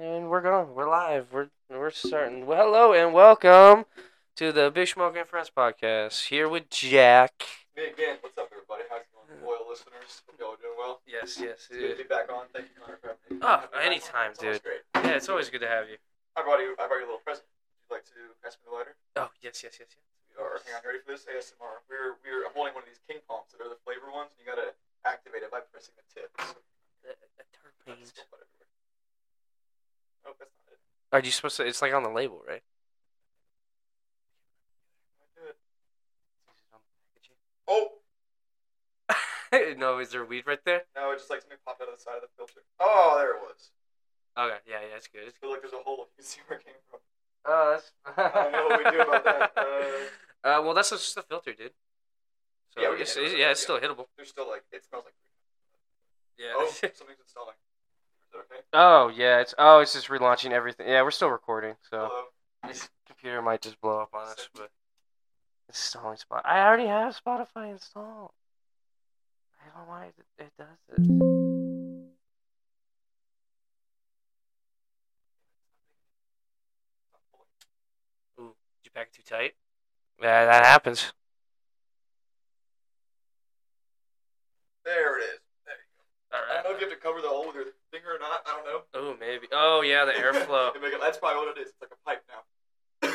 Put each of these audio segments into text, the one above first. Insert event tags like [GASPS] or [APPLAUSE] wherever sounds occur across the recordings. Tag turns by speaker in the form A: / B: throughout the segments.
A: and we're going. We're live. We're we're starting. Well, hello and welcome to the Big Smoke and Friends podcast. Here with Jack.
B: Big Ben, what's up, everybody? How's it going,
A: Hmm.
B: loyal listeners? Hope y'all are doing well.
A: Yes, yes.
B: It's good to be back on. Thank you, Connor, for having me.
A: Oh,
B: Happy to be back
A: anytime,
B: on. It's always
A: dude.
B: great.
A: Yeah, it's always good to have you.
B: I brought you. I brought you a little present. Would you like to pass me the lighter?
A: Oh, yes, yes, yes, yes.
B: Or hang on, you ready for this? ASMR. We're we're. I'm holding one of these king palms. They're the flavor ones. And you gotta activate it by pressing the tip. So
A: Uh, uh, terpenes.
B: that's what everywhere. Oh, that's not it.
A: Are you supposed to? It's like on the label, right?
B: Might do it. Oh
A: [LAUGHS] no, is there weed right there?
B: no! It just like something popped out of the side of the filter. Oh, there it was.
A: Okay, yeah, yeah, it's good. It's
B: Feel like there's a hole. You can [LAUGHS] see where it came from.
A: Oh, that's. [LAUGHS]
B: I don't know what we do about that. Uh,
A: Uh, well, that's just the filter, dude. So
B: Yeah, we
A: it's,
B: can hit it.
A: yeah, it's still hittable.
B: there's still like it smells like.
A: Yeah. [LAUGHS]
B: Oh, something's installing. Is that okay?
A: Oh yeah, it's oh it's just relaunching everything. Yeah, we're still recording, so
B: Hello.
A: this computer might just blow up on us. But installing Spotify. I already have Spotify installed. I don't know why it, it does this. Did you pack it too tight? Yeah, that happens.
B: There it is. There you go.
A: All
B: I don't know if you have to cover the hole with your finger or not. I don't know.
A: Oh maybe. Oh yeah, the
B: [LAUGHS]
A: airflow. [LAUGHS]
B: You make it- that's probably what it is. It's like a pipe now. [COUGHS]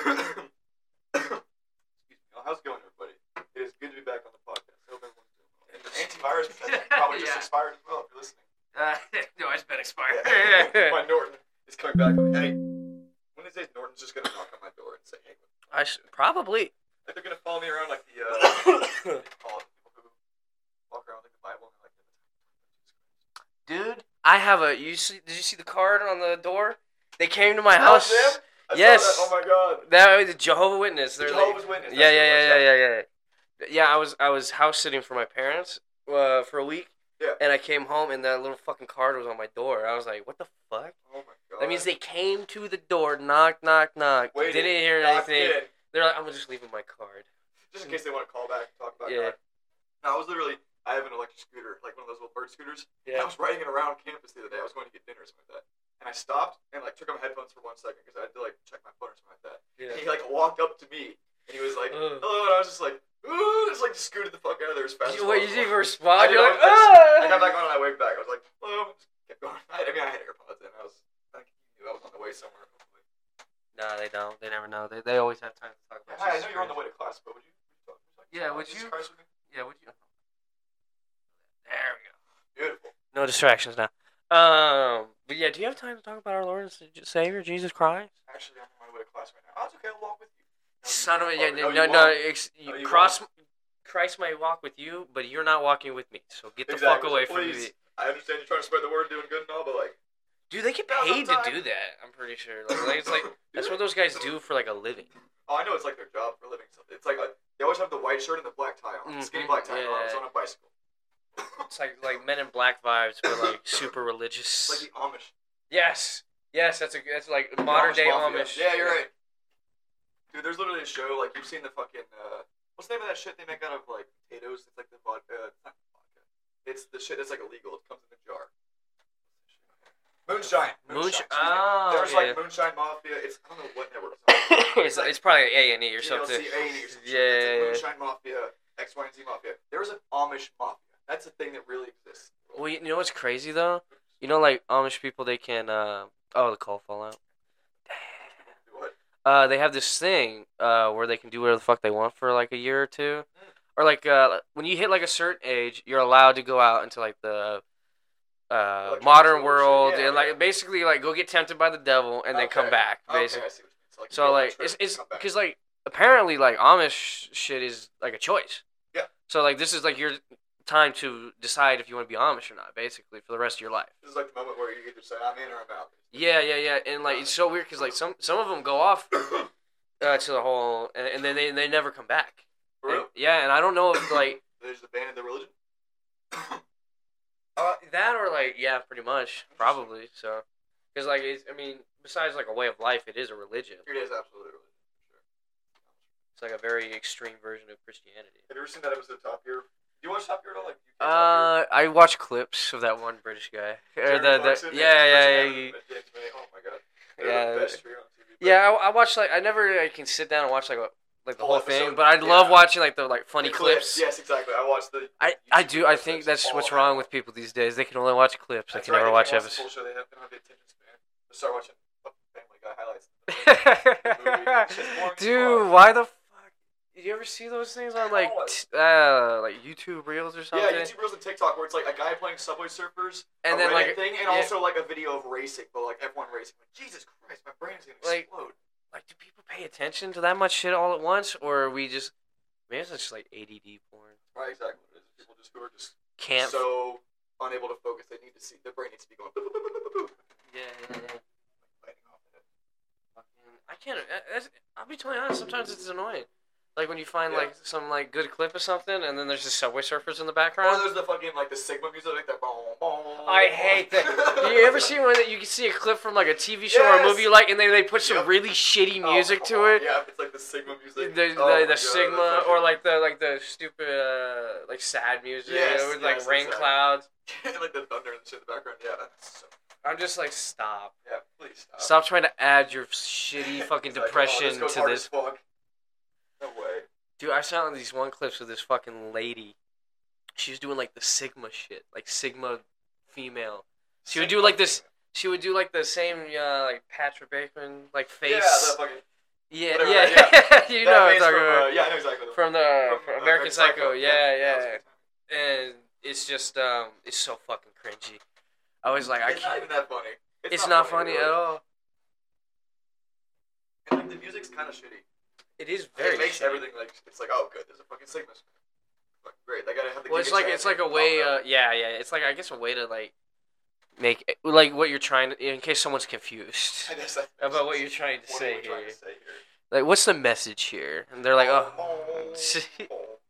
B: Excuse me. Oh, How's it going, everybody? It is good to be back on the podcast. I hope everyone's doing well. And the antivirus
A: [LAUGHS]
B: protection probably just
A: Yeah.
B: expired as well. If you're
A: [LAUGHS]
B: listening,
A: uh, no, it's been expired.
B: [LAUGHS] my Norton is coming back. Like, hey, one of these days Norton's just gonna knock on my door and say, "Hey, what-"
A: [LAUGHS] I should, probably.
B: like they're gonna follow me around like the uh, what do you call it? People who walk around like the Bible and
A: Dude,
B: like.
A: I have a. You see? Did you see the card on the door? They came to my
B: That was
A: house.
B: them? Oh, I saw
A: Yes.
B: that. Oh my God.
A: That was the Jehovah Witness. They're like-
B: Jehovah's Witness.
A: yeah, yeah, yeah, yeah, yeah, yeah, yeah. Yeah, I was I was house sitting for my parents uh, for a week.
B: Yeah.
A: And I came home and that little fucking card was on my door. I was like, what the fuck?
B: Oh my god.
A: That means they came to the door, knock, knock, knock.
B: Waited,
A: didn't hear
B: knocked
A: anything.
B: in,
A: They're like, I'm just leaving my card.
B: just in case they want to call back and talk about
A: Yeah.
B: God. No, I was literally. I have an electric scooter, like one of those little bird scooters. and I
A: Yeah.
B: was riding it around campus the other day. I was going to get dinner or something like that, and I stopped and like took out my headphones for one second because I had to like check my phone or something like that. [LAUGHS]
A: [LAUGHS]
B: And he
A: yeah.
B: like walked up to me and he was like,
A: Ugh.
B: "Hello," and I was just like, "Ooh," just like scooted the fuck out of there as fast.
A: You,
B: as
A: what, you didn't
B: possible.
A: even respond? You're like,
B: I got
A: ah!
B: back on and I waved back. I was like, "Hello," just kept going. I, I mean, I had AirPods in. I was like, I was on the way somewhere. Hopefully.
A: [LAUGHS] Nah, they don't. They never know. They, they always have time to talk about
B: Hi, I
A: Jesus
B: know you're on the
A: Christ.
B: way to class, but would you? would you talk-
A: Yeah, would
B: Jesus
A: you-
B: Christ with me?
A: Yeah, what do you. There we go.
B: Beautiful.
A: No distractions now. Um, but yeah, do you have time to talk about our Lord and Sa- Savior Jesus Christ?
B: Actually, I'm on my way to class right now. Oh, it's okay. I'll walk with you. No, you-
A: Son of a yeah, no,
B: oh, you
A: no,
B: won't.
A: no, ex- you
B: No, you
A: cross. Christ may walk with you, but you're not walking with me. So get the
B: Exactly,
A: fuck away
B: so
A: from me,
B: please. I understand you're trying to spread the word, doing good and all, but like,
A: dude. They get
B: No,
A: paid to
B: sometime.
A: do that. I'm pretty sure. Like, like, [LAUGHS] it's
B: [LAUGHS]
A: like that's what those guys do for like a living.
B: oh, I know it's like their job for a living. So it's like uh, they always have the white shirt and the black tie on, the skinny
A: Mhm,
B: black tie on.
A: yeah.
B: It's on a bicycle.
A: It's like like Men in Black vibes, but
B: [LAUGHS]
A: like super
B: It's
A: religious.
B: like the Amish.
A: Yes, yes, that's a that's like
B: the
A: modern day
B: mafia.
A: Amish.
B: Yeah, you're right. Dude, there's literally a show like you've seen the fucking uh, what's the name of that shit they make out of like potatoes? It's like the vodka. uh, It's not vodka. It's the shit that's like illegal. It comes in a jar. Moonshine.
A: Moonshine.
B: excuse me.
A: Oh,
B: There's
A: yeah.
B: like moonshine mafia. It's I don't know what network. It's
A: [LAUGHS] [LAUGHS]
B: on.
A: it's, it's probably A and E or something.
B: TLC, A&E or some shit.
A: Yeah, yeah,
B: It's like
A: yeah.
B: Moonshine mafia. X, Y, and Z mafia. There is an Amish mafia. That's a thing that really exists.
A: Well, you know what's crazy though? You know, like Amish people, they can. Uh, oh, the call fallout.
B: What?
A: Uh, they have this thing uh, where they can do whatever the fuck they want for like a year or two, or like uh, when you hit like a certain age, you're allowed to go out into like the uh,
B: Electronic
A: modern
B: school
A: world
B: shit, yeah,
A: and like
B: yeah.
A: basically like go get tempted by the devil and then come
B: Okay.
A: back,
B: Okay,
A: basically.
B: I see what you mean. It's like
A: So like it's it's because like apparently like Amish shit is like a choice.
B: Yeah.
A: So like this is like your time to decide if you want to be Amish or not, basically for the rest of your life.
B: This is like the moment where you either say I'm in or
A: [COUGHS]
B: I'm out.
A: Yeah, yeah, yeah, and like it's so weird because like some some of them go off uh, to the whole and, and then they they never come back.
B: For real?
A: And- yeah, and I don't
B: [COUGHS]
A: know if like
B: They just abandoned their religion.
A: uh, that or like yeah, pretty much probably so because like it's, I mean besides like a way of life, it is a religion.
B: It is absolutely a religion. for sure.
A: It's like a very extreme version of Christianity.
B: Have you ever seen that episode of Top Gear? Do you watch Top Gear at all? Like, you Top
A: Uh,
B: Gear?
A: I watch clips of that one British guy. [LAUGHS] Or
B: Jeremy
A: the, the
B: Clarkson,
A: yeah,
B: James
A: yeah, yeah,
B: Mason,
A: yeah.
B: James May- Oh my god.
A: Yeah, I, I watch like I never I can sit down and watch like a, like the
B: Whole
A: whole thing,
B: episode,
A: but I
B: yeah.
A: love watching like the like funny
B: The
A: clips.
B: Yes, exactly. I watched the.
A: I, I do. I think that's what's wrong with people these days. They can only watch clips.
B: That's
A: they can
B: right,
A: never
B: they
A: watch
B: can't the full
A: episodes.
B: show. They have- they don't have the attention span. Just start watching fucking Family Guy
A: [LAUGHS]
B: highlights. It's just boring as
A: Dude,
B: fuck.
A: why the fuck? Did you ever see those things on like
B: No.
A: t- uh like YouTube Reels or something?
B: Yeah, YouTube Reels and TikTok, where it's like a guy playing Subway Surfers,
A: and
B: a
A: then like
B: Reddit thing, and
A: yeah.
B: also like a video of racing, but like F1 racing. Like, Jesus Christ, my brain's gonna
A: Like-
B: explode.
A: like do people pay attention to that much shit all at once, or are we just maybe it's just like ADD porn?
B: Right, exactly. It's People just who are just
A: Can't.
B: so unable to focus, they need to see their brain needs to be going.
A: [LAUGHS]
B: boop, boop, boop, boop, boop, boop,
A: yeah, yeah, yeah.
B: fighting off of it.
A: Fucking- I can't. I- that's- I'll be totally honest. Sometimes it's annoying. Like when you find
B: Yeah.
A: like some like good clip of something, and then there's just Subway Surfers in the
B: Or
A: background.
B: there's the fucking like the Sigma music, like that. Boom, boom,
A: I hate that. Do you ever see one that you can see a clip from like a TV show or a movie you like, and they they put some
B: Yep.
A: really shitty
B: [LAUGHS] Oh,
A: music
B: come
A: to
B: on.
A: it?
B: Yeah, it's like the Sigma
A: The
B: music.
A: the,
B: Oh my
A: the,
B: God,
A: Sigma
B: that's
A: or like the like the stupid uh, like sad music
B: Yes,
A: with
B: yes,
A: like rain
B: exactly.
A: clouds.
B: fucking- like the thunder [LAUGHS] and shit in the background. Yeah, that's so.
A: I'm just like stop,
B: Yeah, please stop.
A: stop trying to add your
B: [LAUGHS]
A: shitty fucking
B: Uh, It's like,
A: depression
B: oh, goes
A: to
B: hard
A: this.
B: as fuck. No way.
A: Dude, I saw these one clips with this fucking lady. She was doing like the Sigma shit, like Sigma female. She would do like this. She would do like the same uh, like Patrick Bateman like
B: Yeah,
A: face.
B: that fucking.
A: Yeah,
B: Whatever,
A: yeah, [LAUGHS] you know what
B: that
A: I'm
B: face
A: talking
B: from,
A: about.
B: uh, yeah, I know exactly.
A: From the from
B: uh,
A: American Psycho, yeah, yeah.
B: that was
A: And it's just um, it's so fucking cringy. I was like, I
B: It's not
A: can't.
B: even that funny.
A: It's, not, funny at
B: really.
A: all.
B: And, like, the music's kind of shitty.
A: It is very.
B: It makes
A: shitty.
B: everything like it's like oh good, there's a fucking Sigma. Fucking great, I gotta have the.
A: Well, it's
B: Giga
A: like
B: Chad
A: it's like a
B: thing.
A: way.
B: Oh, no.
A: Uh, yeah, yeah. It's like I guess a way to like make like what you're trying to, in case someone's confused
B: [LAUGHS] I guess that makes
A: [LAUGHS] about what you're
B: sense.
A: trying to
B: What
A: say
B: are we
A: here.
B: trying to say here?
A: Like, what's the message here? And they're like, oh. [LAUGHS]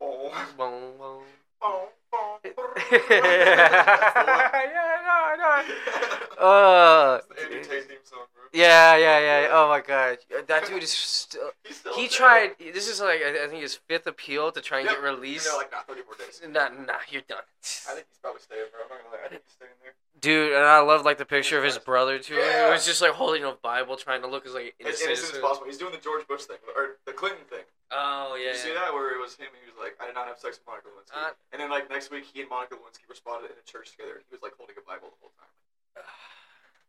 B: Boom, boom, boom,
A: boom,
B: [LAUGHS]
A: boom.
B: boom, boom,
A: yeah,
B: boom. That's
A: I know, I
B: the
A: know. [LAUGHS] Uh,
B: one. [LAUGHS] That's the Andrew Tate theme song, bro.
A: yeah, yeah, yeah. Oh my god, that dude is. St-
B: He's still
A: he
B: there.
A: tried. This is like I I think his fifth appeal to try and
B: Yep.
A: get
B: You
A: released.
B: know, like not 30 more days.
A: Nah, nah, you're done.
B: I think he's probably staying, bro. I'm not gonna lie. I think he's staying there.
A: Dude, and I love like the picture of his brother too. It
B: Yeah.
A: was just like holding a Bible, trying to look as like
B: As
A: innocent.
B: innocent as possible. He's doing the George Bush thing or the Clinton thing.
A: Oh yeah.
B: Did you see that where it was him? He was like, "I did not have sex with Monica Lewinsky."
A: Uh,
B: and then like next week, he and Monica Lewinsky responded in a church together. He was like holding a Bible the whole time.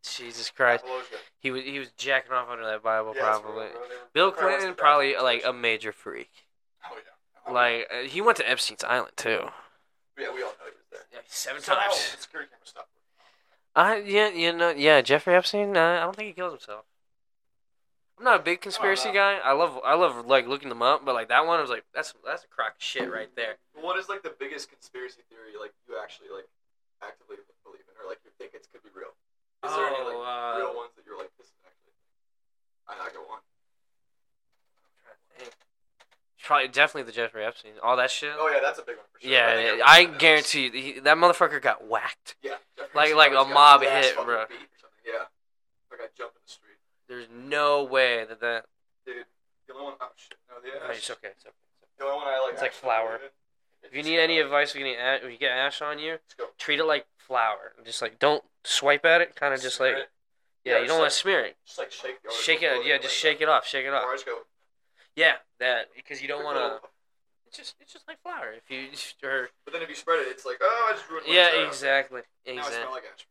A: Jesus Christ,
B: Apologia.
A: he was he was jacking off under that Bible
B: Yeah, that's
A: probably.
B: real, bro. They were-
A: Bill
B: probably
A: Clinton
B: arrested
A: probably
B: after
A: like
B: the
A: a major freak.
B: church. oh
A: [LAUGHS]
B: yeah,
A: Like uh, he went to Epstein's island too.
B: yeah, we all know he was there.
A: Yeah, seven
B: Somehow
A: times.
B: the security camera stopped.
A: I yeah you know yeah Jeffrey Epstein. Uh, I don't think he killed himself. I'm not a big conspiracy
B: no.
A: guy. I love I love like looking them up, but like that one I was like that's that's a crock of shit right there.
B: What is like the biggest conspiracy theory like you actually like actively believe in or like you think it could be real? Is there any like
A: Oh, uh,
B: real ones that you're like this is actually? I I got one.
A: Probably definitely the Jeffrey Epstein. All that shit.
B: Oh yeah, that's a big one for sure.
A: yeah,
B: think
A: I,
B: everyone knows.
A: guarantee you, he, that motherfucker got whacked.
B: Yeah, Jeffrey
A: Like-
B: Epstein
A: like a
B: always got
A: mob
B: his ass
A: hit,
B: fucking
A: bro.
B: beat or something. Yeah, like I jumped in the street.
A: There's no way that that.
B: Dude, the only one. Oh shit, no, the,
A: Oh, it's okay. It's okay.
B: the only one I like.
A: It's like
B: actually
A: flour.
B: believe in is
A: If you
B: just,
A: need any
B: uh,
A: advice, if you, need a- if you get ash on you,
B: let's go.
A: treat it like flour. Just like don't swipe at it. Kind of just like
B: Smear it.
A: yeah,
B: Yeah,
A: you
B: just
A: don't want to
B: like-
A: smear it.
B: just like shake the.
A: Shake it. Yeah, just shake it off. Shake it
B: Or
A: off.
B: I just go.
A: Yeah, that because you don't
B: quick
A: want to.
B: little-
A: It's just it's just like flour. If you [LAUGHS] or uh,
B: But then if you spread it, it's like oh, I just ruined. my entire-
A: yeah, exactly,
B: Now I smell
A: exactly.
B: like ash.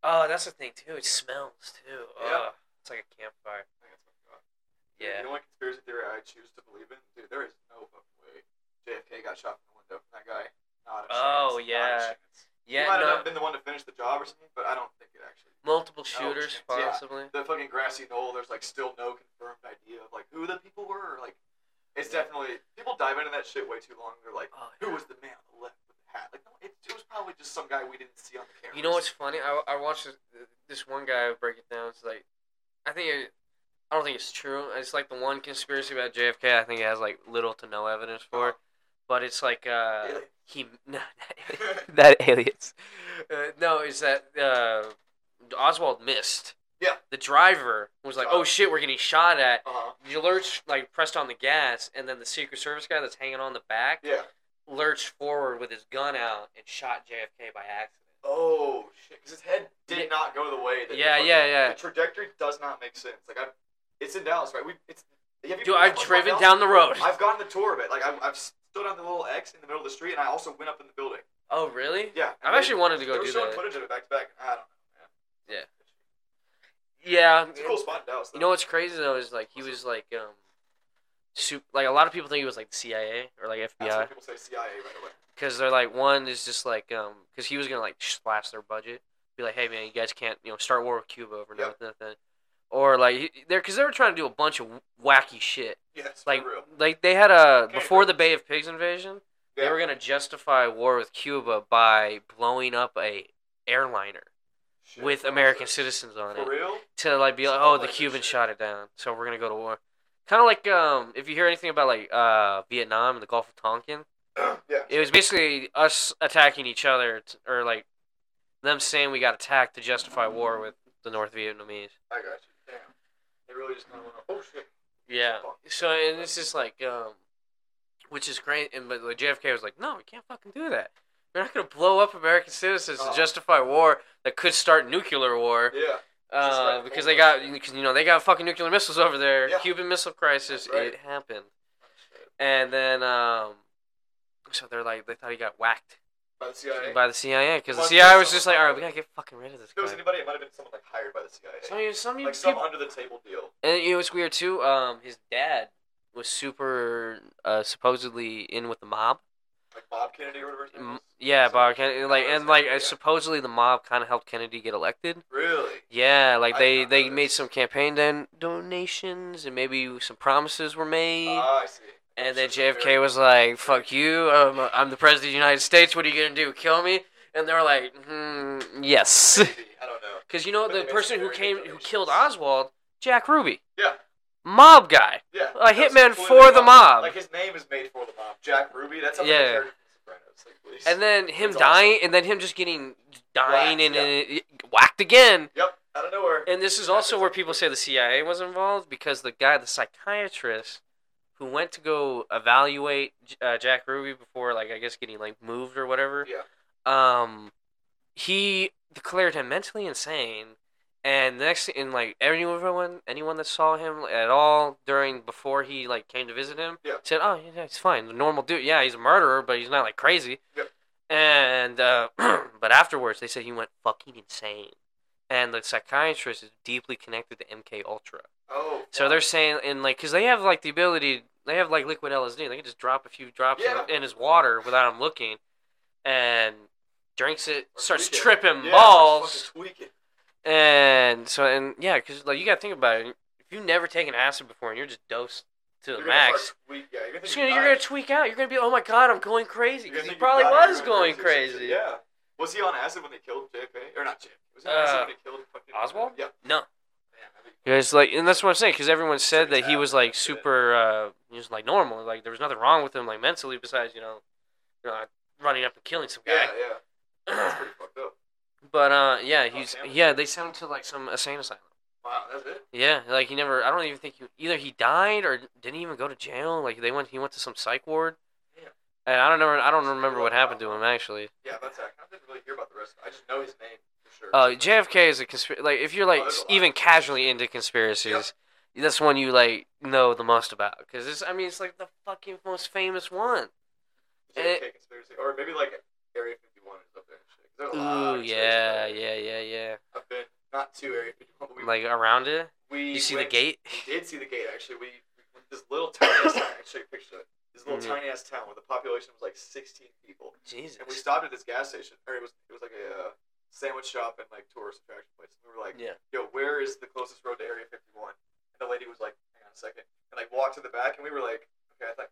A: Oh, that's the thing too. It smells too. Ugh,
B: Yeah.
A: it's like a campfire.
B: I think that's what I got. Dude,
A: Yeah.
B: The only conspiracy theory I choose to believe in, dude, there is no fucking way JFK got shot from the window. That guy, not a
A: Oh,
B: chance,
A: yeah.
B: Not a chance.
A: Yeah,
B: he might
A: no,
B: have been the one to finish the job or something, but I don't think it actually.
A: multiple
B: No
A: shooters
B: chance, yeah.
A: possibly.
B: The fucking grassy knoll. There's like still no confirmed idea of like who the people were. Like, it's
A: Yeah.
B: definitely people dive into that shit way too long. They're like,
A: Oh,
B: who was the man on the left with the hat? Like, no, it, it was probably just some guy we didn't see on the camera.
A: You know what's funny? I, I watched this, this one guy break it down. It's like, I think it, I don't think it's true. It's like the one conspiracy about JFK. I think it has like little to no evidence for, but it's like uh,
B: Aliens.
A: he [LAUGHS] no, not aliens. Uh, no, it's that uh, Oswald missed.
B: Yeah.
A: The driver was like, "Oh
B: Driver.
A: shit, we're getting shot at."
B: Uh huh.
A: You lurch like pressed on the gas, and then the Secret Service guy that's hanging on the back
B: Yeah.
A: lurched forward with his gun out and shot JFK by accident.
B: Oh shit! Because his head did
A: Yeah.
B: not go the way that. the
A: Yeah,
B: fucking-
A: yeah, yeah.
B: The trajectory does not make sense. Like I, It's in Dallas, right? We it's. have you
A: Dude,
B: been-
A: I've
B: like,
A: driven
B: Dallas?
A: down the road.
B: I've gotten the tour of it. Like I've, I've stood on the little X in the middle of the street, and I also went up in the building.
A: Oh, really?
B: Yeah,
A: I've actually wanted to
B: they
A: go
B: were
A: do
B: showing
A: that.
B: footage of it back to back. I don't know. Man.
A: Yeah. Yeah.
B: It's a cool spot in Dallas. Though.
A: You know what's crazy though is like he was like um, super, like a lot of people think he was like the CIA or like
B: That's
A: FBI
B: what people say CIA right away.
A: because they're like one is just like um because he was gonna like splash their budget, be like hey man you guys can't you know start war with Cuba over
B: Yeah.
A: nothing, or like he- they're because they were trying to do a bunch of wacky shit
B: Yeah, it's
A: like
B: for real.
A: like they had a
B: Okay,
A: before
B: bro.
A: the Bay of Pigs invasion
B: Yeah.
A: they were gonna justify war with Cuba by blowing up a airliner
B: Shit,
A: with
B: for real.
A: American citizens on it
B: For real? [CLEARS THROAT]
A: to like be like,
B: Something
A: oh,
B: like
A: the
B: that
A: Cubans
B: shit.
A: shot it down, so we're gonna go to war. Kind of like um, if you hear anything about like uh Vietnam and the Gulf of Tonkin,
B: yeah.
A: it was basically us attacking each other, t- or like them saying we got attacked to justify war with the North Vietnamese.
B: I got you. Damn. They really just kind of went, oh shit.
A: Yeah.
B: Fuck.
A: So and it's just like um, which is great, and but like, JFK was like, no, we can't fucking do that. We're not gonna blow up American citizens
B: Oh.
A: to justify war that could start nuclear war.
B: Yeah. Just
A: Uh,
B: like
A: because
B: over
A: they got
B: there.
A: because you know they got fucking nuclear missiles over there.
B: Yeah.
A: Cuban Missile Crisis,
B: That's right.
A: it happened,
B: Shit.
A: and then um, so they're like they thought he got whacked
B: By the CIA.
A: by the CIA because the
B: Must
A: CIA
B: be
A: was just
B: someone.
A: like, all right, we gotta get fucking rid of this
B: if it was
A: guy.
B: anybody, it might have been someone like hired by the CIA.
A: Some of you, some of you
B: like some
A: people-
B: under the table deal.
A: and you know what's weird too? Um, his dad was super uh, supposedly in with the mob.
B: Like Bob Kennedy or whatever. his name
A: M-
B: was.
A: Mm, yeah,
B: So-
A: Bob Kennedy, like
B: that's
A: and like uh,
B: right, yeah.
A: supposedly the mob kind of helped Kennedy get elected.
B: Really?
A: Yeah, like
B: I did
A: they
B: not
A: they
B: know
A: made
B: this.
A: some campaign don- donations and maybe some promises were made.
B: Ah, I see.
A: And then
B: Such a very-
A: JFK was like, "Fuck you! Um, I'm the president of the United States. What are you gonna do? Kill me?" And they were like, hmm, "Yes," [LAUGHS]
B: Maybe. I don't know.
A: because you know
B: But they
A: the
B: made some
A: person who
B: very good
A: came who killed
B: donations.
A: Oswald, Jack Ruby,
B: Yeah.
A: mob guy,
B: Yeah.
A: a
B: That's
A: hitman
B: completely
A: for the
B: wrong.
A: mob.
B: Like his name is made for the mob. Jack Ruby. That's how
A: Yeah.
B: they compared him to Sopranos. Like, please.
A: and then him
B: It's
A: dying, and then him just getting dying and,
B: Whacked,
A: and whacked again.
B: Yep. Out of nowhere.
A: And this is also where people say the CIA was involved because the guy, the psychiatrist, who went to go evaluate uh, Jack Ruby before, like I guess getting like moved or whatever.
B: Yeah.
A: Um, he declared him mentally insane, and the next in like everyone, anyone that saw him at all during before he like came to visit him,
B: Yeah.
A: said, "Oh, yeah, he's fine, the normal dude. Yeah, he's a murderer, but he's not like crazy."
B: Yep.
A: And uh, [CLEARS THROAT] but afterwards, they said he went fucking insane and the psychiatrist is deeply connected to MK Ultra.
B: Oh.
A: So they're saying, and like, cause they have like the ability, they have like liquid LSD. They can just drop a few drops
B: Yeah.
A: in, in his water without him looking, and drinks it,
B: Or
A: starts
B: tweak it.
A: tripping
B: Yeah,
A: balls,
B: fucking tweak it.
A: and so and yeah, cause like you gotta think about it. If you never taken acid before and you're just dosed to the
B: You're gonna
A: max,
B: start tweak- yeah, you're gonna
A: you're
B: think
A: gonna,
B: you're
A: you're gonna
B: dying.
A: tweak out. You're gonna be, oh my god, I'm going crazy.
B: You're
A: Because
B: gonna
A: he
B: think
A: probably
B: you're dying,
A: was
B: you're
A: going
B: or some shit.
A: crazy.
B: Yeah. Was he on acid when they killed JFK? Or not JFK? Was he on acid
A: Uh,
B: when they killed fucking
A: Oswald?
B: Yeah.
A: No.
B: Man, I think-
A: Yeah, it's like, and that's what I'm saying, because everyone said that he was like
B: Exactly.
A: super, uh, he was like normal, like there was nothing wrong with him, like mentally, besides you know, you know, running up and killing some guy.
B: Yeah, yeah. That's pretty fucked up.
A: [CLEARS THROAT] but uh, yeah, he's
B: damn it.
A: yeah, they sent him to like some insane asylum.
B: Wow, that's it.
A: Yeah, like he never, I don't even think he either he died or didn't even go to jail. Like they went, he went to some psych ward.
B: Damn.
A: And I don't remember, I don't remember what happened to him actually.
B: Yeah, that's it. I didn't really hear about the rest. Of it. I just know his name for sure.
A: Uh, JFK is a conspiracy. Like if you're like
B: Oh, there's a lot.
A: even casually into conspiracies, that's one you like know the most about because it's. I mean, it's like the fucking most famous one.
B: JFK conspiracy, or maybe like Area 51 is up there. and shit. 'Cause There's a lot
A: Ooh,
B: of
A: yeah,
B: conspiracies
A: yeah, yeah, yeah.
B: out there. I've been not to Area 51. But we,
A: Like around it,
B: we
A: you see the
B: went-
A: gate.
B: We did see the gate actually. We, we went to this little tiny ass town. Actually, picture that. This little
A: Mhm.
B: tiny ass town where the population was like 16 people.
A: [LAUGHS] Jesus.
B: And we stopped at this gas station, or it was it was like a uh, sandwich shop and like tourist attraction place. And we were like,
A: Yeah.
B: "Yo, where is the closest road to Area 51?" And the lady was like, "Hang on a second. And like walked to the back, and we were like, "Okay, I think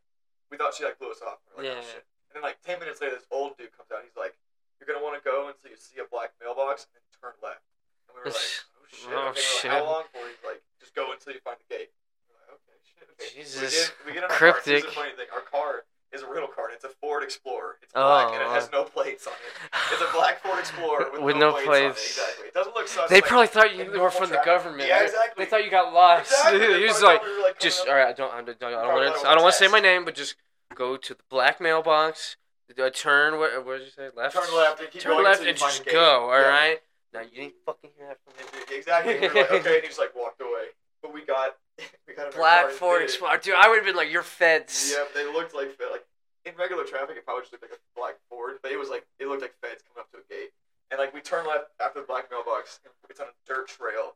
B: we thought she like blew us off." We were like,
A: Yeah.
B: oh, shit. And then like ten minutes later, this old dude comes out. He's like, "You're gonna want to go until you see a black mailbox and then turn left." And we were like, "Oh shit!"
A: Oh,
B: okay, we're
A: shit.
B: Like, How long for? He's like, "Just go until you find the gate." We're like, "Okay, shit." Okay.
A: Jesus.
B: We get, we get in our car. Here's
A: Cryptic.
B: the funny thing. Our car is a rental car. And it's a Ford Explorer. It's
A: Oh.
B: black and it has no plates on it. It's a black Ford Explorer with,
A: With
B: no,
A: no
B: plates.
A: plates.
B: On it. Exactly. It doesn't look sus.
A: [LAUGHS] They
B: like-
A: probably thought you
B: in
A: were
B: normal
A: from the
B: traffic.
A: government.
B: Yeah,
A: They-
B: exactly.
A: They thought you got lost.
B: Exactly. They
A: [LAUGHS] he was
B: probably
A: like,
B: thought we were, like,
A: just all
B: coming up-
A: right. I don't. I don't, I don't
B: Probably
A: want
B: thought
A: to.
B: it
A: I don't want to say
B: was
A: my name, but just go to the black mailbox. uh, turn. What? What did you say? Left.
B: turn left and keep
A: uh, Turn
B: going
A: left
B: until you
A: and
B: find
A: just
B: the gate.
A: go. All right. Now
B: Yeah.
A: you didn't fucking hear that from me. [LAUGHS]
B: Exactly. We were like, okay, and he just like walked away. But we got [LAUGHS] out of their car
A: Black
B: and
A: Ford
B: did it.
A: Explorer, dude. I would have been like, "You're feds."
B: Yeah, they looked like fe- like in regular traffic, it probably just looked like a black Ford, but it was like it looked like feds coming up to a gate, and like we turn left after the black mailbox, and it's on a dirt trail,